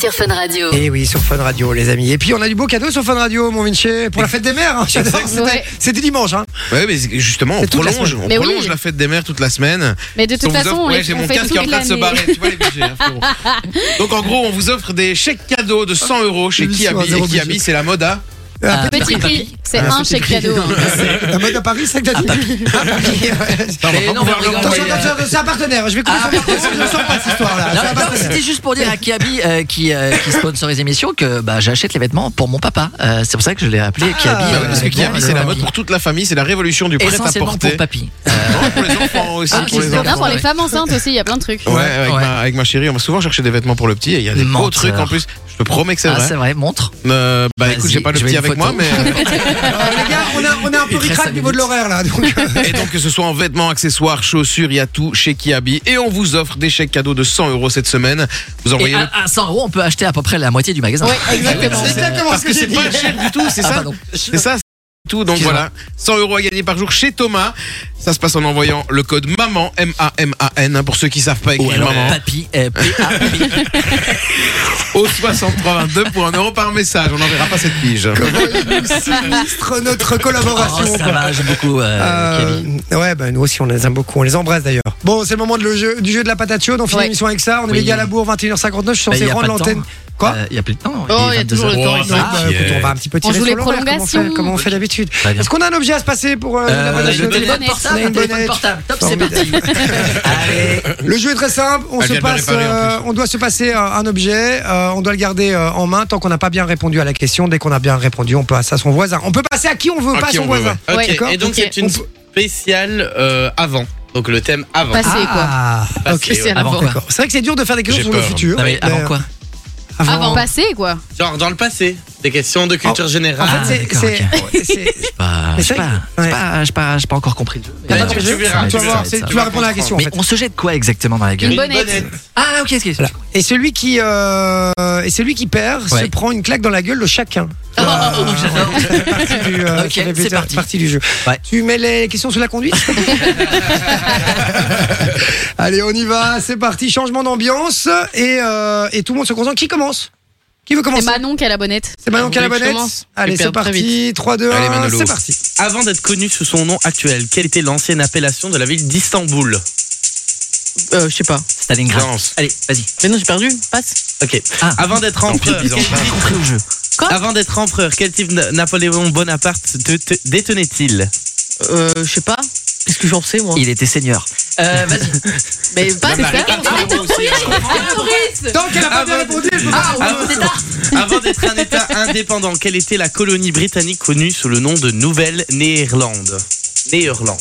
Speaker 8: sur Fun Radio.
Speaker 2: Et oui, sur Fun Radio, les amis. Et puis, on a du beau cadeau sur Fun Radio, mon Vinci, pour la fête des
Speaker 11: (laughs)
Speaker 2: mères. hein. J'adore, c'était-
Speaker 3: Ouais.
Speaker 2: C'était dimanche. Hein.
Speaker 5: Ouais, mais justement, on
Speaker 2: C'est toute la
Speaker 5: prolonge,
Speaker 2: semaine.
Speaker 5: on
Speaker 2: Mais oui.
Speaker 5: prolonge la fête des mères toute la semaine.
Speaker 3: Mais de toute
Speaker 5: On vous
Speaker 3: façon,
Speaker 5: offre-
Speaker 3: on
Speaker 5: ouais,
Speaker 3: les-
Speaker 5: j'ai
Speaker 3: on
Speaker 5: mon
Speaker 3: fait
Speaker 5: casque
Speaker 3: toute
Speaker 5: qui est en train de se
Speaker 3: l'année.
Speaker 5: barrer. Tu vois les budgets, hein,
Speaker 3: (laughs)
Speaker 5: frérot. Donc en gros, on vous offre des chèques cadeaux de 100 euros chez
Speaker 2: Ils sont à
Speaker 5: Kiabi.
Speaker 2: zéro Euh,
Speaker 5: Et Kiabi,
Speaker 2: budget.
Speaker 5: c'est la moda.
Speaker 2: Un
Speaker 3: Euh, petit prix. C'est un
Speaker 2: petit
Speaker 3: chèque
Speaker 2: prix.
Speaker 3: cadeau, hein.
Speaker 2: C'est- (laughs) La mode à Paris, c'est que (laughs) t'as dit. Ah, papy, ouais.
Speaker 11: Mais non, on rigole,
Speaker 2: Attention,
Speaker 11: mais, euh,
Speaker 2: attention, c'est un partenaire. Je vais couper son micro, parce que je le sens pas cette histoire-là.
Speaker 11: Ah. Non,
Speaker 2: C'est un
Speaker 11: non,
Speaker 2: partenaire. (laughs)
Speaker 11: c'était juste pour dire à Kiabi euh, qui, euh, qui sponsorise l'émission que bah, j'achète les vêtements pour mon papa. Euh, c'est pour ça que je l'ai appelé Kiabi.
Speaker 5: Ah,
Speaker 11: euh,
Speaker 5: parce que
Speaker 11: pour mon
Speaker 5: Kiabi, c'est la
Speaker 11: papy.
Speaker 5: mode pour toute la famille, c'est la révolution du prêt-à-porter.
Speaker 11: Essentiellement pour papy.
Speaker 2: (laughs)
Speaker 5: aussi,
Speaker 3: Ah,
Speaker 5: pour les
Speaker 3: non,
Speaker 5: enfants,
Speaker 3: pour les
Speaker 5: ouais.
Speaker 3: femmes enceintes aussi, il y a plein de trucs.
Speaker 5: Ouais, avec, Ma, avec ma chérie, on va souvent chercher des vêtements pour le petit et il y a des beaux
Speaker 11: Menteur.
Speaker 5: trucs en plus. Je te promets que c'est
Speaker 11: Ah,
Speaker 5: vrai.
Speaker 11: c'est vrai, montre.
Speaker 5: Euh, bah écoute,
Speaker 11: Vas-y,
Speaker 5: j'ai pas le
Speaker 11: je veux
Speaker 5: petit
Speaker 11: une
Speaker 5: avec moi,
Speaker 11: photo.
Speaker 5: mais. euh,
Speaker 2: Euh, Les gars, on a- on a un peu
Speaker 5: Il reste
Speaker 2: ricrac
Speaker 5: cinq
Speaker 2: au niveau de l'horaire, là.
Speaker 5: (laughs)
Speaker 2: donc, euh,
Speaker 5: Et donc, que ce soit en vêtements, accessoires, chaussures, il y a tout chez Kiabi. Et on vous offre des chèques cadeaux de 100 euros cette semaine. Vous
Speaker 11: Et
Speaker 5: envoyez
Speaker 11: à, à 100 euros, on peut acheter à peu près la moitié du magasin.
Speaker 2: Ouais, exactement. C'est exactement
Speaker 5: Parce
Speaker 2: ce que
Speaker 5: que
Speaker 2: j'ai
Speaker 5: c'est
Speaker 2: dit.
Speaker 5: pas cher du tout, c'est
Speaker 11: Ah,
Speaker 5: ça
Speaker 11: pardon.
Speaker 5: C'est ça, c'est tout. Donc voilà, 100 euros à gagner par jour chez Thomas. Ça se passe en envoyant le code MAMAN, M-A-M-A-N, hein, pour ceux qui savent pas
Speaker 11: Ou
Speaker 5: écrire
Speaker 11: alors
Speaker 5: MAMAN,
Speaker 11: papy, euh,
Speaker 5: (laughs) au 6322 pour 1 euro par message. On n'enverra pas cette pige.
Speaker 2: Sinistre notre collaboration.
Speaker 11: Oh, ça
Speaker 2: quoi.
Speaker 11: va, j'aime beaucoup. euh,
Speaker 2: Euh,
Speaker 11: Kiabi.
Speaker 2: ouais, bah, nous aussi on les aime beaucoup, on les embrasse d'ailleurs. Bon, c'est le moment de le jeu, du jeu de la patate chaude, on finit
Speaker 3: Ouais.
Speaker 2: l'émission avec ça. On est
Speaker 11: Oui.
Speaker 2: les gars à la bourre, 21h59, je suis
Speaker 11: Bah,
Speaker 2: censé
Speaker 11: y a
Speaker 2: rendre
Speaker 11: pas de temps.
Speaker 2: l'antenne. Quoi
Speaker 11: Euh, Il y a plus de temps.
Speaker 3: Oh,
Speaker 11: il est
Speaker 3: y a toujours le
Speaker 11: 22
Speaker 3: temps,
Speaker 11: heures.
Speaker 3: il est
Speaker 11: Ah,
Speaker 2: Bah, écoute, on va un petit peu
Speaker 3: On
Speaker 2: tirer
Speaker 3: joue
Speaker 2: sur
Speaker 3: les
Speaker 2: l'horaire, comment on fait-
Speaker 3: prolongations.
Speaker 2: Comment on fait d'habitude
Speaker 11: Très bien.
Speaker 2: Est-ce qu'on a un objet à se passer pour euh, la
Speaker 11: Euh,
Speaker 2: patate
Speaker 11: le
Speaker 2: chaude
Speaker 11: téléphone
Speaker 3: téléphone
Speaker 11: portable,
Speaker 2: portable.
Speaker 11: le téléphone portable. Top, c'est parti. Allez.
Speaker 2: Le jeu est très simple, on,
Speaker 5: Elle
Speaker 2: se
Speaker 5: vient de le
Speaker 2: passe,
Speaker 5: réparer, en
Speaker 2: euh, on doit se passer euh, un objet, euh, on doit le garder euh, en main tant qu'on n'a pas bien répondu à la question. Dès qu'on a bien répondu, on passe à son voisin. On peut passer à qui on veut,
Speaker 4: Ok,
Speaker 2: pas à son
Speaker 4: on va,
Speaker 2: voisin.
Speaker 4: ouais. Ok,
Speaker 2: D'accord
Speaker 4: et donc
Speaker 2: Ok.
Speaker 4: c'est une
Speaker 2: On peut-
Speaker 4: spéciale euh, avant. Donc le thème avant.
Speaker 3: Passé, quoi.
Speaker 2: Ah,
Speaker 4: Passé,
Speaker 2: ok.
Speaker 4: ouais.
Speaker 11: Avant quoi
Speaker 2: D'accord. C'est vrai que c'est dur de faire des questions
Speaker 4: J'ai
Speaker 2: sur le
Speaker 4: peur.
Speaker 2: futur.
Speaker 11: Non, mais
Speaker 2: mais,
Speaker 11: avant
Speaker 2: euh,
Speaker 11: quoi
Speaker 2: avant-
Speaker 3: Avant passé, quoi.
Speaker 4: Genre dans le passé. Des questions de culture
Speaker 2: Ah. En
Speaker 4: générale.
Speaker 5: Ah,
Speaker 4: Ah, Bah,
Speaker 2: fait, c'est-
Speaker 11: d'accord,
Speaker 2: c'est. c'est-
Speaker 11: Je sais pas,
Speaker 2: Mais
Speaker 11: Ah, je sais
Speaker 2: c'est-
Speaker 11: pas, je
Speaker 2: ouais.
Speaker 11: sais pas, je sais pas, j'ai pas encore compris le jeu.
Speaker 2: T'as
Speaker 11: Mais-
Speaker 2: pas compris le
Speaker 4: tu
Speaker 2: jeu
Speaker 4: verras,
Speaker 2: Tu vas
Speaker 4: tu
Speaker 2: voir,
Speaker 4: verras,
Speaker 2: c'est-
Speaker 4: tu
Speaker 2: tu vas
Speaker 4: vas
Speaker 2: répondre à la question. en
Speaker 11: Mais
Speaker 2: fait.
Speaker 11: on se jette quoi exactement dans la gueule
Speaker 3: Une bonnette.
Speaker 11: Ah ok, ok.
Speaker 2: Voilà. Et celui qui euh, et celui qui perd se
Speaker 11: Ouais.
Speaker 2: prend une claque dans la gueule de chacun.
Speaker 11: Oh, j'adore.
Speaker 2: ça fait partie du, euh,
Speaker 11: Ok,
Speaker 2: ça fait
Speaker 11: c'est parti.
Speaker 2: partie du jeu.
Speaker 11: Ouais.
Speaker 2: Tu mets les questions sous
Speaker 11: (laughs)
Speaker 2: la conduite Allez, on y va, c'est parti, changement d'ambiance et, euh, et tout le monde se concentre. Qui commence Qui veut
Speaker 3: C'est
Speaker 2: commencer
Speaker 3: Manon qui a la bonnette.
Speaker 2: C'est Manon
Speaker 7: Ah,
Speaker 2: Calabonnette.
Speaker 7: je commence.
Speaker 2: Allez,
Speaker 4: Je
Speaker 2: c'est
Speaker 4: perds très
Speaker 2: parti, 3, 2,
Speaker 5: Allez,
Speaker 2: 1,
Speaker 5: Manolo.
Speaker 2: c'est parti.
Speaker 4: Avant d'être connu sous son nom actuel, quelle était l'ancienne appellation de la ville d'Istanbul
Speaker 7: Euh, je sais pas.
Speaker 11: Stalingrad.
Speaker 5: Danse.
Speaker 11: Allez, vas-y.
Speaker 7: Mais non, j'ai perdu. Passe.
Speaker 4: Ok.
Speaker 11: Ah.
Speaker 4: Avant d'être empereur,
Speaker 5: ils ont
Speaker 4: quel
Speaker 5: pas
Speaker 4: titre-
Speaker 11: Compris le jeu.
Speaker 7: Quoi
Speaker 4: avant d'être empereur, quel type de Napoléon Bonaparte te- te- détenait-il
Speaker 7: Euh, je sais pas. Qu'est-ce que j'en sais, moi
Speaker 11: Il était seigneur. Euh,
Speaker 5: (laughs)
Speaker 11: vas-y.
Speaker 7: Mais passe,
Speaker 4: Bah,
Speaker 7: c'est
Speaker 5: Ah,
Speaker 11: Ah,
Speaker 4: Marie-
Speaker 7: ça
Speaker 2: Tant qu'elle a pas bien répondu, Ah, elle peut pas.
Speaker 4: Ah, Avant avant d'être un État indépendant, quelle était la colonie britannique connue sous le nom de Nouvelle-Néerlande
Speaker 3: (laughs)
Speaker 4: Néerlande.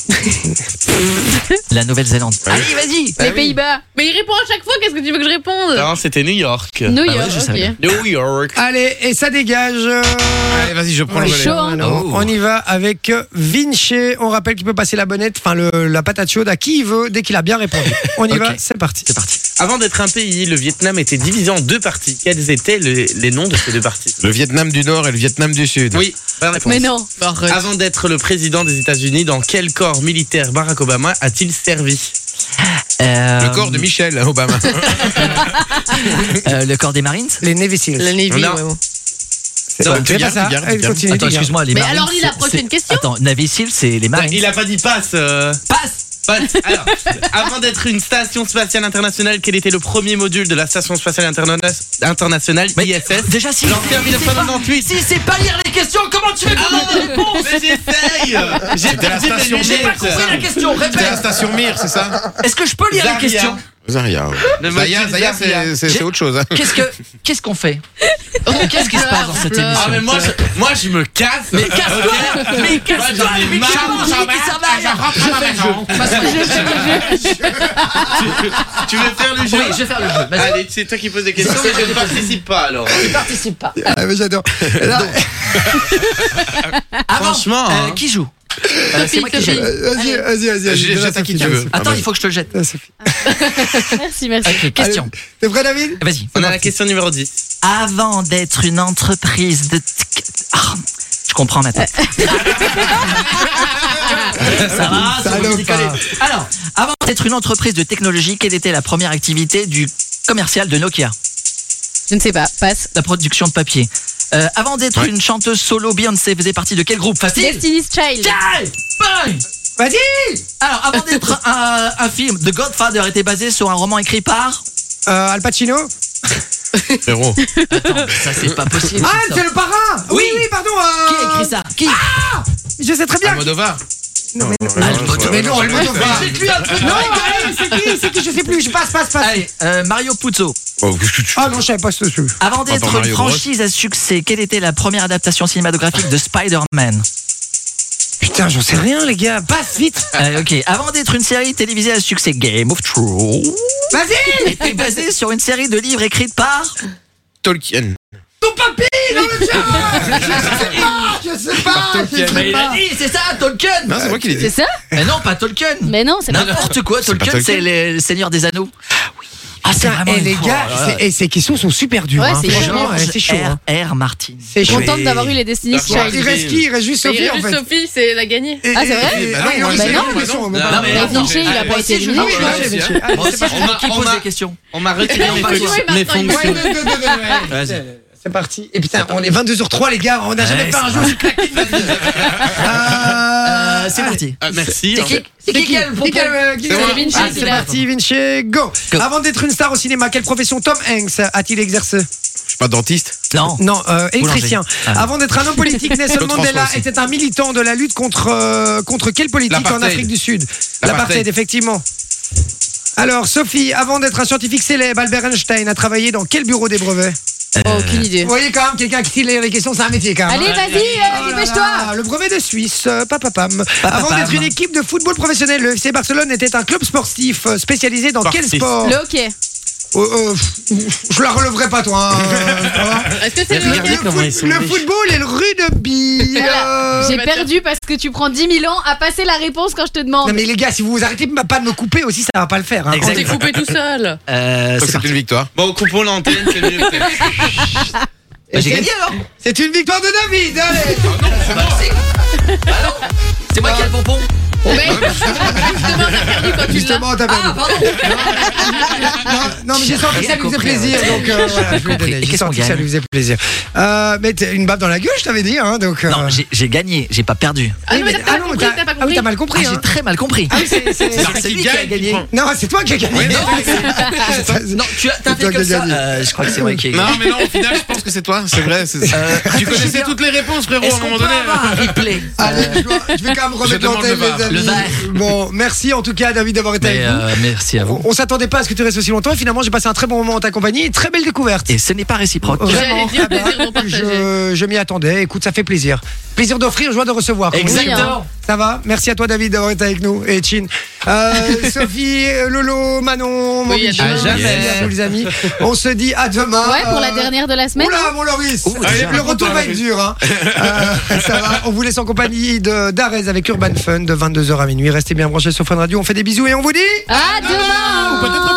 Speaker 11: La Nouvelle-Zélande.
Speaker 4: Ah,
Speaker 7: Allez, vas-y.
Speaker 3: Les Pays-Bas.
Speaker 7: Mais il répond à chaque fois, qu'est-ce que tu veux que je réponde
Speaker 4: Non, c'était New York. Ah
Speaker 3: New
Speaker 11: ouais,
Speaker 3: York,
Speaker 11: je savais.
Speaker 3: ok.
Speaker 4: New York.
Speaker 2: Allez, et ça dégage. euh,
Speaker 5: Allez, vas-y, je prends
Speaker 2: Ouais,
Speaker 5: le
Speaker 3: chaud,
Speaker 5: volet.
Speaker 3: hein.
Speaker 2: Alors,
Speaker 11: Oh.
Speaker 2: On y va avec Vinci. On rappelle qu'il peut passer la bonnette, enfin le- la patate chaude à qui il veut dès qu'il a
Speaker 11: (laughs)
Speaker 2: bien répondu. On y
Speaker 11: Ok.
Speaker 2: va, c'est parti.
Speaker 11: C'est parti.
Speaker 4: Avant d'être un pays, le Vietnam était divisé en deux parties. Quels étaient le- les noms de ces deux parties
Speaker 5: Le Vietnam du Nord et le Vietnam du Sud.
Speaker 4: Oui, bonne réponse.
Speaker 3: Mais non.
Speaker 7: euh,
Speaker 4: Avant d'être le président des États-Unis, dans quel corps militaire Barack Obama a-t-il servi
Speaker 11: Euh,
Speaker 5: Le corps de Michel
Speaker 4: (laughs)
Speaker 5: Obama.
Speaker 11: euh, le corps des Marines.
Speaker 2: Les Navy Seals.
Speaker 7: La Navy,
Speaker 4: Non.
Speaker 7: ouais, bon.
Speaker 2: C'est
Speaker 5: Non, tu
Speaker 2: pas
Speaker 5: gardes,
Speaker 2: ça.
Speaker 5: tu gardes,
Speaker 2: Allez,
Speaker 5: tu gardes.
Speaker 2: continue,
Speaker 11: Attends,
Speaker 2: tu gardes.
Speaker 11: excuse-moi, les
Speaker 7: Mais
Speaker 11: Marines.
Speaker 7: alors, lis la
Speaker 11: c'est-
Speaker 7: prochaine
Speaker 11: c'est-
Speaker 7: question.
Speaker 11: Attends, Navy Seal, c'est les Marines.
Speaker 4: Il a pas dit passe.
Speaker 7: (laughs)
Speaker 4: euh,
Speaker 11: Passe.
Speaker 4: passe. Alors, avant d'être une station spatiale internationale, quel était le premier module de la station spatiale interna- internationale
Speaker 11: Mais-
Speaker 4: ISS
Speaker 11: Déjà, si.
Speaker 4: Lancé en
Speaker 11: si c'est pas-
Speaker 4: 1998.
Speaker 11: Si c'est pas lire les questions, comment tu veux que
Speaker 4: Ah,
Speaker 11: je réponse
Speaker 4: mais j'essaye J'ai
Speaker 5: C'était la
Speaker 4: perdu mes
Speaker 5: station
Speaker 11: J'ai pas
Speaker 4: lunettes.
Speaker 11: compris la question,
Speaker 5: C'était la
Speaker 11: répète.
Speaker 5: station Mir, c'est ça
Speaker 11: Est-ce que je peux lire
Speaker 4: Zaria.
Speaker 11: les questions
Speaker 5: Zaria. ouais.
Speaker 4: Le
Speaker 5: Zaya,
Speaker 4: module
Speaker 5: Zaya, c'est-
Speaker 4: Zaria.
Speaker 5: c'est c'est
Speaker 11: J'ai-
Speaker 5: autre chose. hein.
Speaker 11: Qu'est-ce
Speaker 2: (laughs)
Speaker 11: que qu'est-ce qu'on fait Oh, Qu'est-ce qui se passe dans cette
Speaker 7: pleure.
Speaker 11: émission
Speaker 4: Ah mais moi je, moi je me casse
Speaker 11: Mais casse-toi Mais casse-toi
Speaker 4: Moi, j'en ai
Speaker 11: Mais
Speaker 4: marre,
Speaker 11: comment
Speaker 4: j'en
Speaker 11: j'ai dit
Speaker 10: Ah,
Speaker 11: ça va
Speaker 10: bah,
Speaker 4: Je rentre à la maison. Tu veux faire le jeu
Speaker 11: Oui, je vais faire le jeu. Vas-y,
Speaker 4: Allez, c'est toi qui poses des questions mais je ne participe pas alors.
Speaker 11: tu participes pas.
Speaker 2: Ah, mais j'adore. Là,
Speaker 11: Avant,
Speaker 4: Franchement,
Speaker 11: euh,
Speaker 4: hein.
Speaker 11: qui joue Euh, C'est moi qui
Speaker 7: Sophie.
Speaker 11: joue.
Speaker 2: euh, Vas-y, vas-y, vas-y. vas-y.
Speaker 5: J'ai-
Speaker 2: Donne
Speaker 5: j'ai
Speaker 2: à
Speaker 5: attaqué
Speaker 2: Sophie,
Speaker 5: qui
Speaker 2: donne à
Speaker 5: veux.
Speaker 2: Sophie.
Speaker 11: Attends, il faut que je te le jette.
Speaker 2: Donne à Ah, Sophie.
Speaker 3: Merci, merci.
Speaker 11: Ok, question.
Speaker 2: T'es prêt, David
Speaker 11: Vas-y.
Speaker 4: on a la question numéro 10.
Speaker 11: Avant d'être une entreprise de. Ah, je comprends maintenant. (laughs) ça va, ça va,
Speaker 2: Salope,
Speaker 11: vous décollez.
Speaker 2: hein.
Speaker 11: Alors, avant d'être une entreprise de technologie, quelle était la première activité du commercial de Nokia
Speaker 3: Je ne sais pas, passe.
Speaker 11: La production de papier. Euh, avant d'être
Speaker 5: Ouais.
Speaker 11: une chanteuse solo, Beyoncé faisait partie de quel groupe Facile
Speaker 3: Destiny's Child.
Speaker 11: Tiens, bang
Speaker 2: Vas-y
Speaker 11: Alors, avant
Speaker 2: (laughs)
Speaker 11: d'être un, un film, The Godfather était basé sur un roman écrit par.
Speaker 2: Euh, Al Pacino
Speaker 5: Frérot.
Speaker 11: Attends, ça c'est pas possible.
Speaker 2: Ah,
Speaker 11: ça.
Speaker 2: c'est le parrain Oui,
Speaker 11: Oui.
Speaker 2: oui, pardon.
Speaker 11: Qui
Speaker 2: écrit ça Qui Je sais très bien.
Speaker 5: Almodovar
Speaker 2: Non, mais non.
Speaker 11: mais non, Almodovar.
Speaker 2: Dites-lui un truc. Non, allez, c'est qui C'est qui Je sais plus. Je passe, passe, passe.
Speaker 11: Allez, euh, Mario Puzo.
Speaker 2: Ah non, je savais pas ce truc.
Speaker 11: Avant d'être
Speaker 2: Attends,
Speaker 11: une
Speaker 2: Mario Bros.
Speaker 11: franchise à succès, quelle était la première adaptation cinématographique de Spider-Man
Speaker 2: Putain, j'en sais rien, les gars.
Speaker 11: (laughs)
Speaker 2: Passe vite.
Speaker 11: Euh, Ok, avant d'être une série télévisée à succès, Game of Thrones (laughs)
Speaker 2: Vas-y
Speaker 11: était basée sur une série de livres écrite par
Speaker 5: Tolkien.
Speaker 2: Ton papy dans
Speaker 11: (laughs)
Speaker 2: le chat Ah, Je sais pas, je sais pas.
Speaker 11: Mais il a dit, c'est ça, Tolkien
Speaker 5: Non, c'est moi qui l'ai dit.
Speaker 3: C'est ça
Speaker 11: Mais non, pas Tolkien
Speaker 3: Mais non, c'est pas
Speaker 11: N'importe quoi,
Speaker 5: C'est pas
Speaker 11: Tolkien, c'est
Speaker 5: Tolkien.
Speaker 11: les- le Seigneur des Anneaux. Ah, c'est
Speaker 2: Putain,
Speaker 11: vraiment
Speaker 2: et les
Speaker 11: une-
Speaker 2: gars,
Speaker 11: Oh là là.
Speaker 2: c'est- et ces questions sont super dures.
Speaker 3: Ouais,
Speaker 2: hein.
Speaker 3: c'est
Speaker 2: Franchement,
Speaker 3: George
Speaker 2: ouais, c'est chaud. hein.
Speaker 11: R. Martin.
Speaker 2: C'est chaud.
Speaker 3: Contente d'avoir eu les Destiny's Child.
Speaker 2: Il reste qui Il reste juste
Speaker 7: Mais il
Speaker 2: Sophie
Speaker 7: y a
Speaker 2: en
Speaker 7: juste
Speaker 2: fait.
Speaker 7: Sophie, c'est la gagnée.
Speaker 2: Et-
Speaker 3: Ah, c'est
Speaker 2: et-
Speaker 3: vrai
Speaker 2: et-
Speaker 3: Bah
Speaker 2: non, il
Speaker 3: non,
Speaker 2: reste
Speaker 3: bah
Speaker 2: les
Speaker 3: non.
Speaker 2: questions,
Speaker 3: Non,
Speaker 2: mais
Speaker 3: mais
Speaker 2: pas-
Speaker 3: non, mais attends, Vinci, il a
Speaker 2: allez,
Speaker 3: pas été
Speaker 2: si, je
Speaker 3: éliminé.
Speaker 2: joue,
Speaker 3: Ah,
Speaker 2: je joue.
Speaker 5: si.
Speaker 2: Allez,
Speaker 11: Moi aussi,
Speaker 2: c'est
Speaker 11: je
Speaker 2: parti.
Speaker 11: veux qu'il
Speaker 4: on
Speaker 11: pose
Speaker 4: m'a-
Speaker 11: des questions.
Speaker 4: On m'a retiré
Speaker 2: Ouais,
Speaker 4: mes
Speaker 2: ouais,
Speaker 4: fonctions.
Speaker 2: ouais,
Speaker 4: Mes
Speaker 2: ouais,
Speaker 4: fonctions.
Speaker 2: ouais, ouais, ouais, ouais, ouais.
Speaker 4: Vas-y.
Speaker 2: C'est parti. Et putain, on est 22h03 les gars, on n'a jamais
Speaker 11: Ouais,
Speaker 2: fait un
Speaker 11: ça
Speaker 2: jeu
Speaker 11: va.
Speaker 2: aussi claqué de notre vie. Euh,
Speaker 11: Euh, c'est
Speaker 2: allez.
Speaker 11: parti.
Speaker 4: Ah, merci.
Speaker 11: C'est qui C'est qui qui a le
Speaker 2: Qui qui a le- qui-
Speaker 11: C'est moi.
Speaker 2: Vinci,
Speaker 11: Ah,
Speaker 2: C'est
Speaker 11: c'est
Speaker 2: parti, Vinci, go.
Speaker 11: Go.
Speaker 2: Avant d'être une star au cinéma, quelle profession Tom Hanks a-t-il exercé
Speaker 5: Je suis pas dentiste.
Speaker 11: Non.
Speaker 2: Non, euh, électricien.
Speaker 11: Ah.
Speaker 2: Avant d'être un homme politique, Nelson
Speaker 5: L'autre
Speaker 2: Mandela
Speaker 5: transport aussi.
Speaker 2: était un militant de la lutte contre, euh, contre quelle politique en
Speaker 5: L'apartheid.
Speaker 2: Afrique du Sud
Speaker 5: L'apartheid.
Speaker 2: L'apartheid, effectivement. Alors, Sophie, avant d'être un scientifique célèbre, Albert Einstein a travaillé dans quel bureau des brevets
Speaker 3: Oh, aucune idée.
Speaker 2: Vous voyez quand même, quelqu'un qui lit les questions, c'est un métier quand même.
Speaker 3: Allez,
Speaker 2: hein.
Speaker 3: vas-y,
Speaker 2: Oh
Speaker 3: euh,
Speaker 2: là
Speaker 3: dépêche-toi
Speaker 2: là, Le brevet de Suisse, euh, papapam. Avant
Speaker 11: Papapam.
Speaker 2: d'être une équipe de football professionnel, le FC Barcelone était un club sportif euh, spécialisé dans quel
Speaker 4: Sportif.
Speaker 2: sport
Speaker 3: Le hockey.
Speaker 2: Euh, euh, pff, Je la releverai pas, toi.
Speaker 4: (laughs)
Speaker 2: hein, euh, ça va
Speaker 7: Est-ce que c'est
Speaker 4: Mais
Speaker 7: le
Speaker 4: regardez
Speaker 7: hockey
Speaker 2: le,
Speaker 4: comment ils sont
Speaker 2: foot- le
Speaker 4: riches.
Speaker 2: football et le rugby.
Speaker 3: Voilà.
Speaker 2: euh,
Speaker 3: J'ai
Speaker 7: bah,
Speaker 3: perdu parce que tu prends 10 000 ans à passer la réponse quand je te demande.
Speaker 2: Non mais les gars, si vous vous arrêtez pas de me couper aussi, ça va pas le faire. hein.
Speaker 7: On s'est coupé tout seul.
Speaker 11: Euh,
Speaker 5: Donc
Speaker 11: c'est
Speaker 5: c'est
Speaker 11: parti.
Speaker 5: une victoire.
Speaker 4: Bon, coupons l'antenne,
Speaker 11: (laughs)
Speaker 4: c'est mieux.
Speaker 11: Bah, J'ai gagné alors Ah
Speaker 2: C'est une victoire de David. Allez. Ah
Speaker 11: C'est moi qui ai le bonbon
Speaker 2: Justement, t'as perdu. non, non, mais j'ai senti que ça
Speaker 11: Ah, Rien
Speaker 2: lui faisait
Speaker 11: compris,
Speaker 2: plaisir.
Speaker 11: ouais.
Speaker 2: Donc, euh, voilà, je lui ai
Speaker 11: compris. Et
Speaker 2: donné. J'ai
Speaker 11: qu'est-ce qu'on
Speaker 2: senti que ça
Speaker 11: gagne
Speaker 2: lui faisait plaisir. Euh, mais t'as une baffe dans la gueule, je t'avais dit. Hein, donc, euh,
Speaker 11: Non, j'ai- j'ai gagné, j'ai pas perdu.
Speaker 7: Ah non, mais t'as
Speaker 2: ah
Speaker 7: pas
Speaker 2: non,
Speaker 7: compris, t'as pas
Speaker 2: ah oui,
Speaker 7: compris.
Speaker 2: t'as mal
Speaker 11: Ah,
Speaker 2: compris. hein.
Speaker 11: j'ai très mal compris.
Speaker 2: Ah oui, c'est- c'est-
Speaker 11: Alors, c'est lui qui a gagné.
Speaker 2: Non, c'est toi qui as gagné. Ça, (laughs) c'est-
Speaker 11: Non, tu as t'as
Speaker 2: toi
Speaker 11: fait comme
Speaker 2: qui as
Speaker 11: ça.
Speaker 2: gagné.
Speaker 11: Euh, je crois que c'est moi qui ai gagné. Euh,
Speaker 5: Non, mais non, au final, je pense que c'est toi. C'est vrai. c'est- Tu connaissais toutes les réponses, frérot, à
Speaker 11: Est-ce
Speaker 5: un
Speaker 11: qu'on
Speaker 5: moment
Speaker 11: peut
Speaker 5: donné.
Speaker 11: avoir un replay
Speaker 2: Allez, je dois- je vais quand même remettre
Speaker 5: demande
Speaker 2: l'antenne,
Speaker 5: le
Speaker 2: les
Speaker 5: VAR.
Speaker 2: amis.
Speaker 11: Le
Speaker 2: Bon, merci en tout cas, David, d'avoir été
Speaker 11: Mais,
Speaker 2: avec nous.
Speaker 11: euh, Merci à vous.
Speaker 2: On, on s'attendait pas à ce que tu restes aussi longtemps. et Finalement, j'ai passé un très bon moment en ta compagnie. et Très belle découverte.
Speaker 11: Et ce n'est pas réciproque.
Speaker 2: Vraiment,
Speaker 7: J'allais dire
Speaker 3: (laughs)
Speaker 2: ah bah,
Speaker 7: plaisir non partagé.
Speaker 2: je, je m'y attendais. Écoute, ça fait plaisir. Plaisir d'offrir, joie de recevoir. comme on dit.
Speaker 11: Exactement.
Speaker 2: Ça va Merci à toi, David, d'avoir été avec nous. Et Chin.
Speaker 11: (laughs)
Speaker 2: Euh, Sophie, Lolo, Manon, mon
Speaker 7: Oui, à
Speaker 2: Michel,
Speaker 7: demain.
Speaker 2: merci à vous, les amis. On se dit à demain.
Speaker 3: Ouais, pour la
Speaker 2: Euh,
Speaker 3: dernière de la semaine. hein.
Speaker 2: Oula, mon Loris
Speaker 11: Ouh,
Speaker 2: Allez,
Speaker 11: déjà.
Speaker 2: Le retour va être dur. hein. Euh, (laughs) ça va. On vous laisse en compagnie de d'Arez
Speaker 10: Ah,
Speaker 2: avec Urban Fun de 22h à minuit. Restez bien branchés sur Fun Radio. On fait des bisous et on vous dit.
Speaker 3: À demain
Speaker 5: Peut-être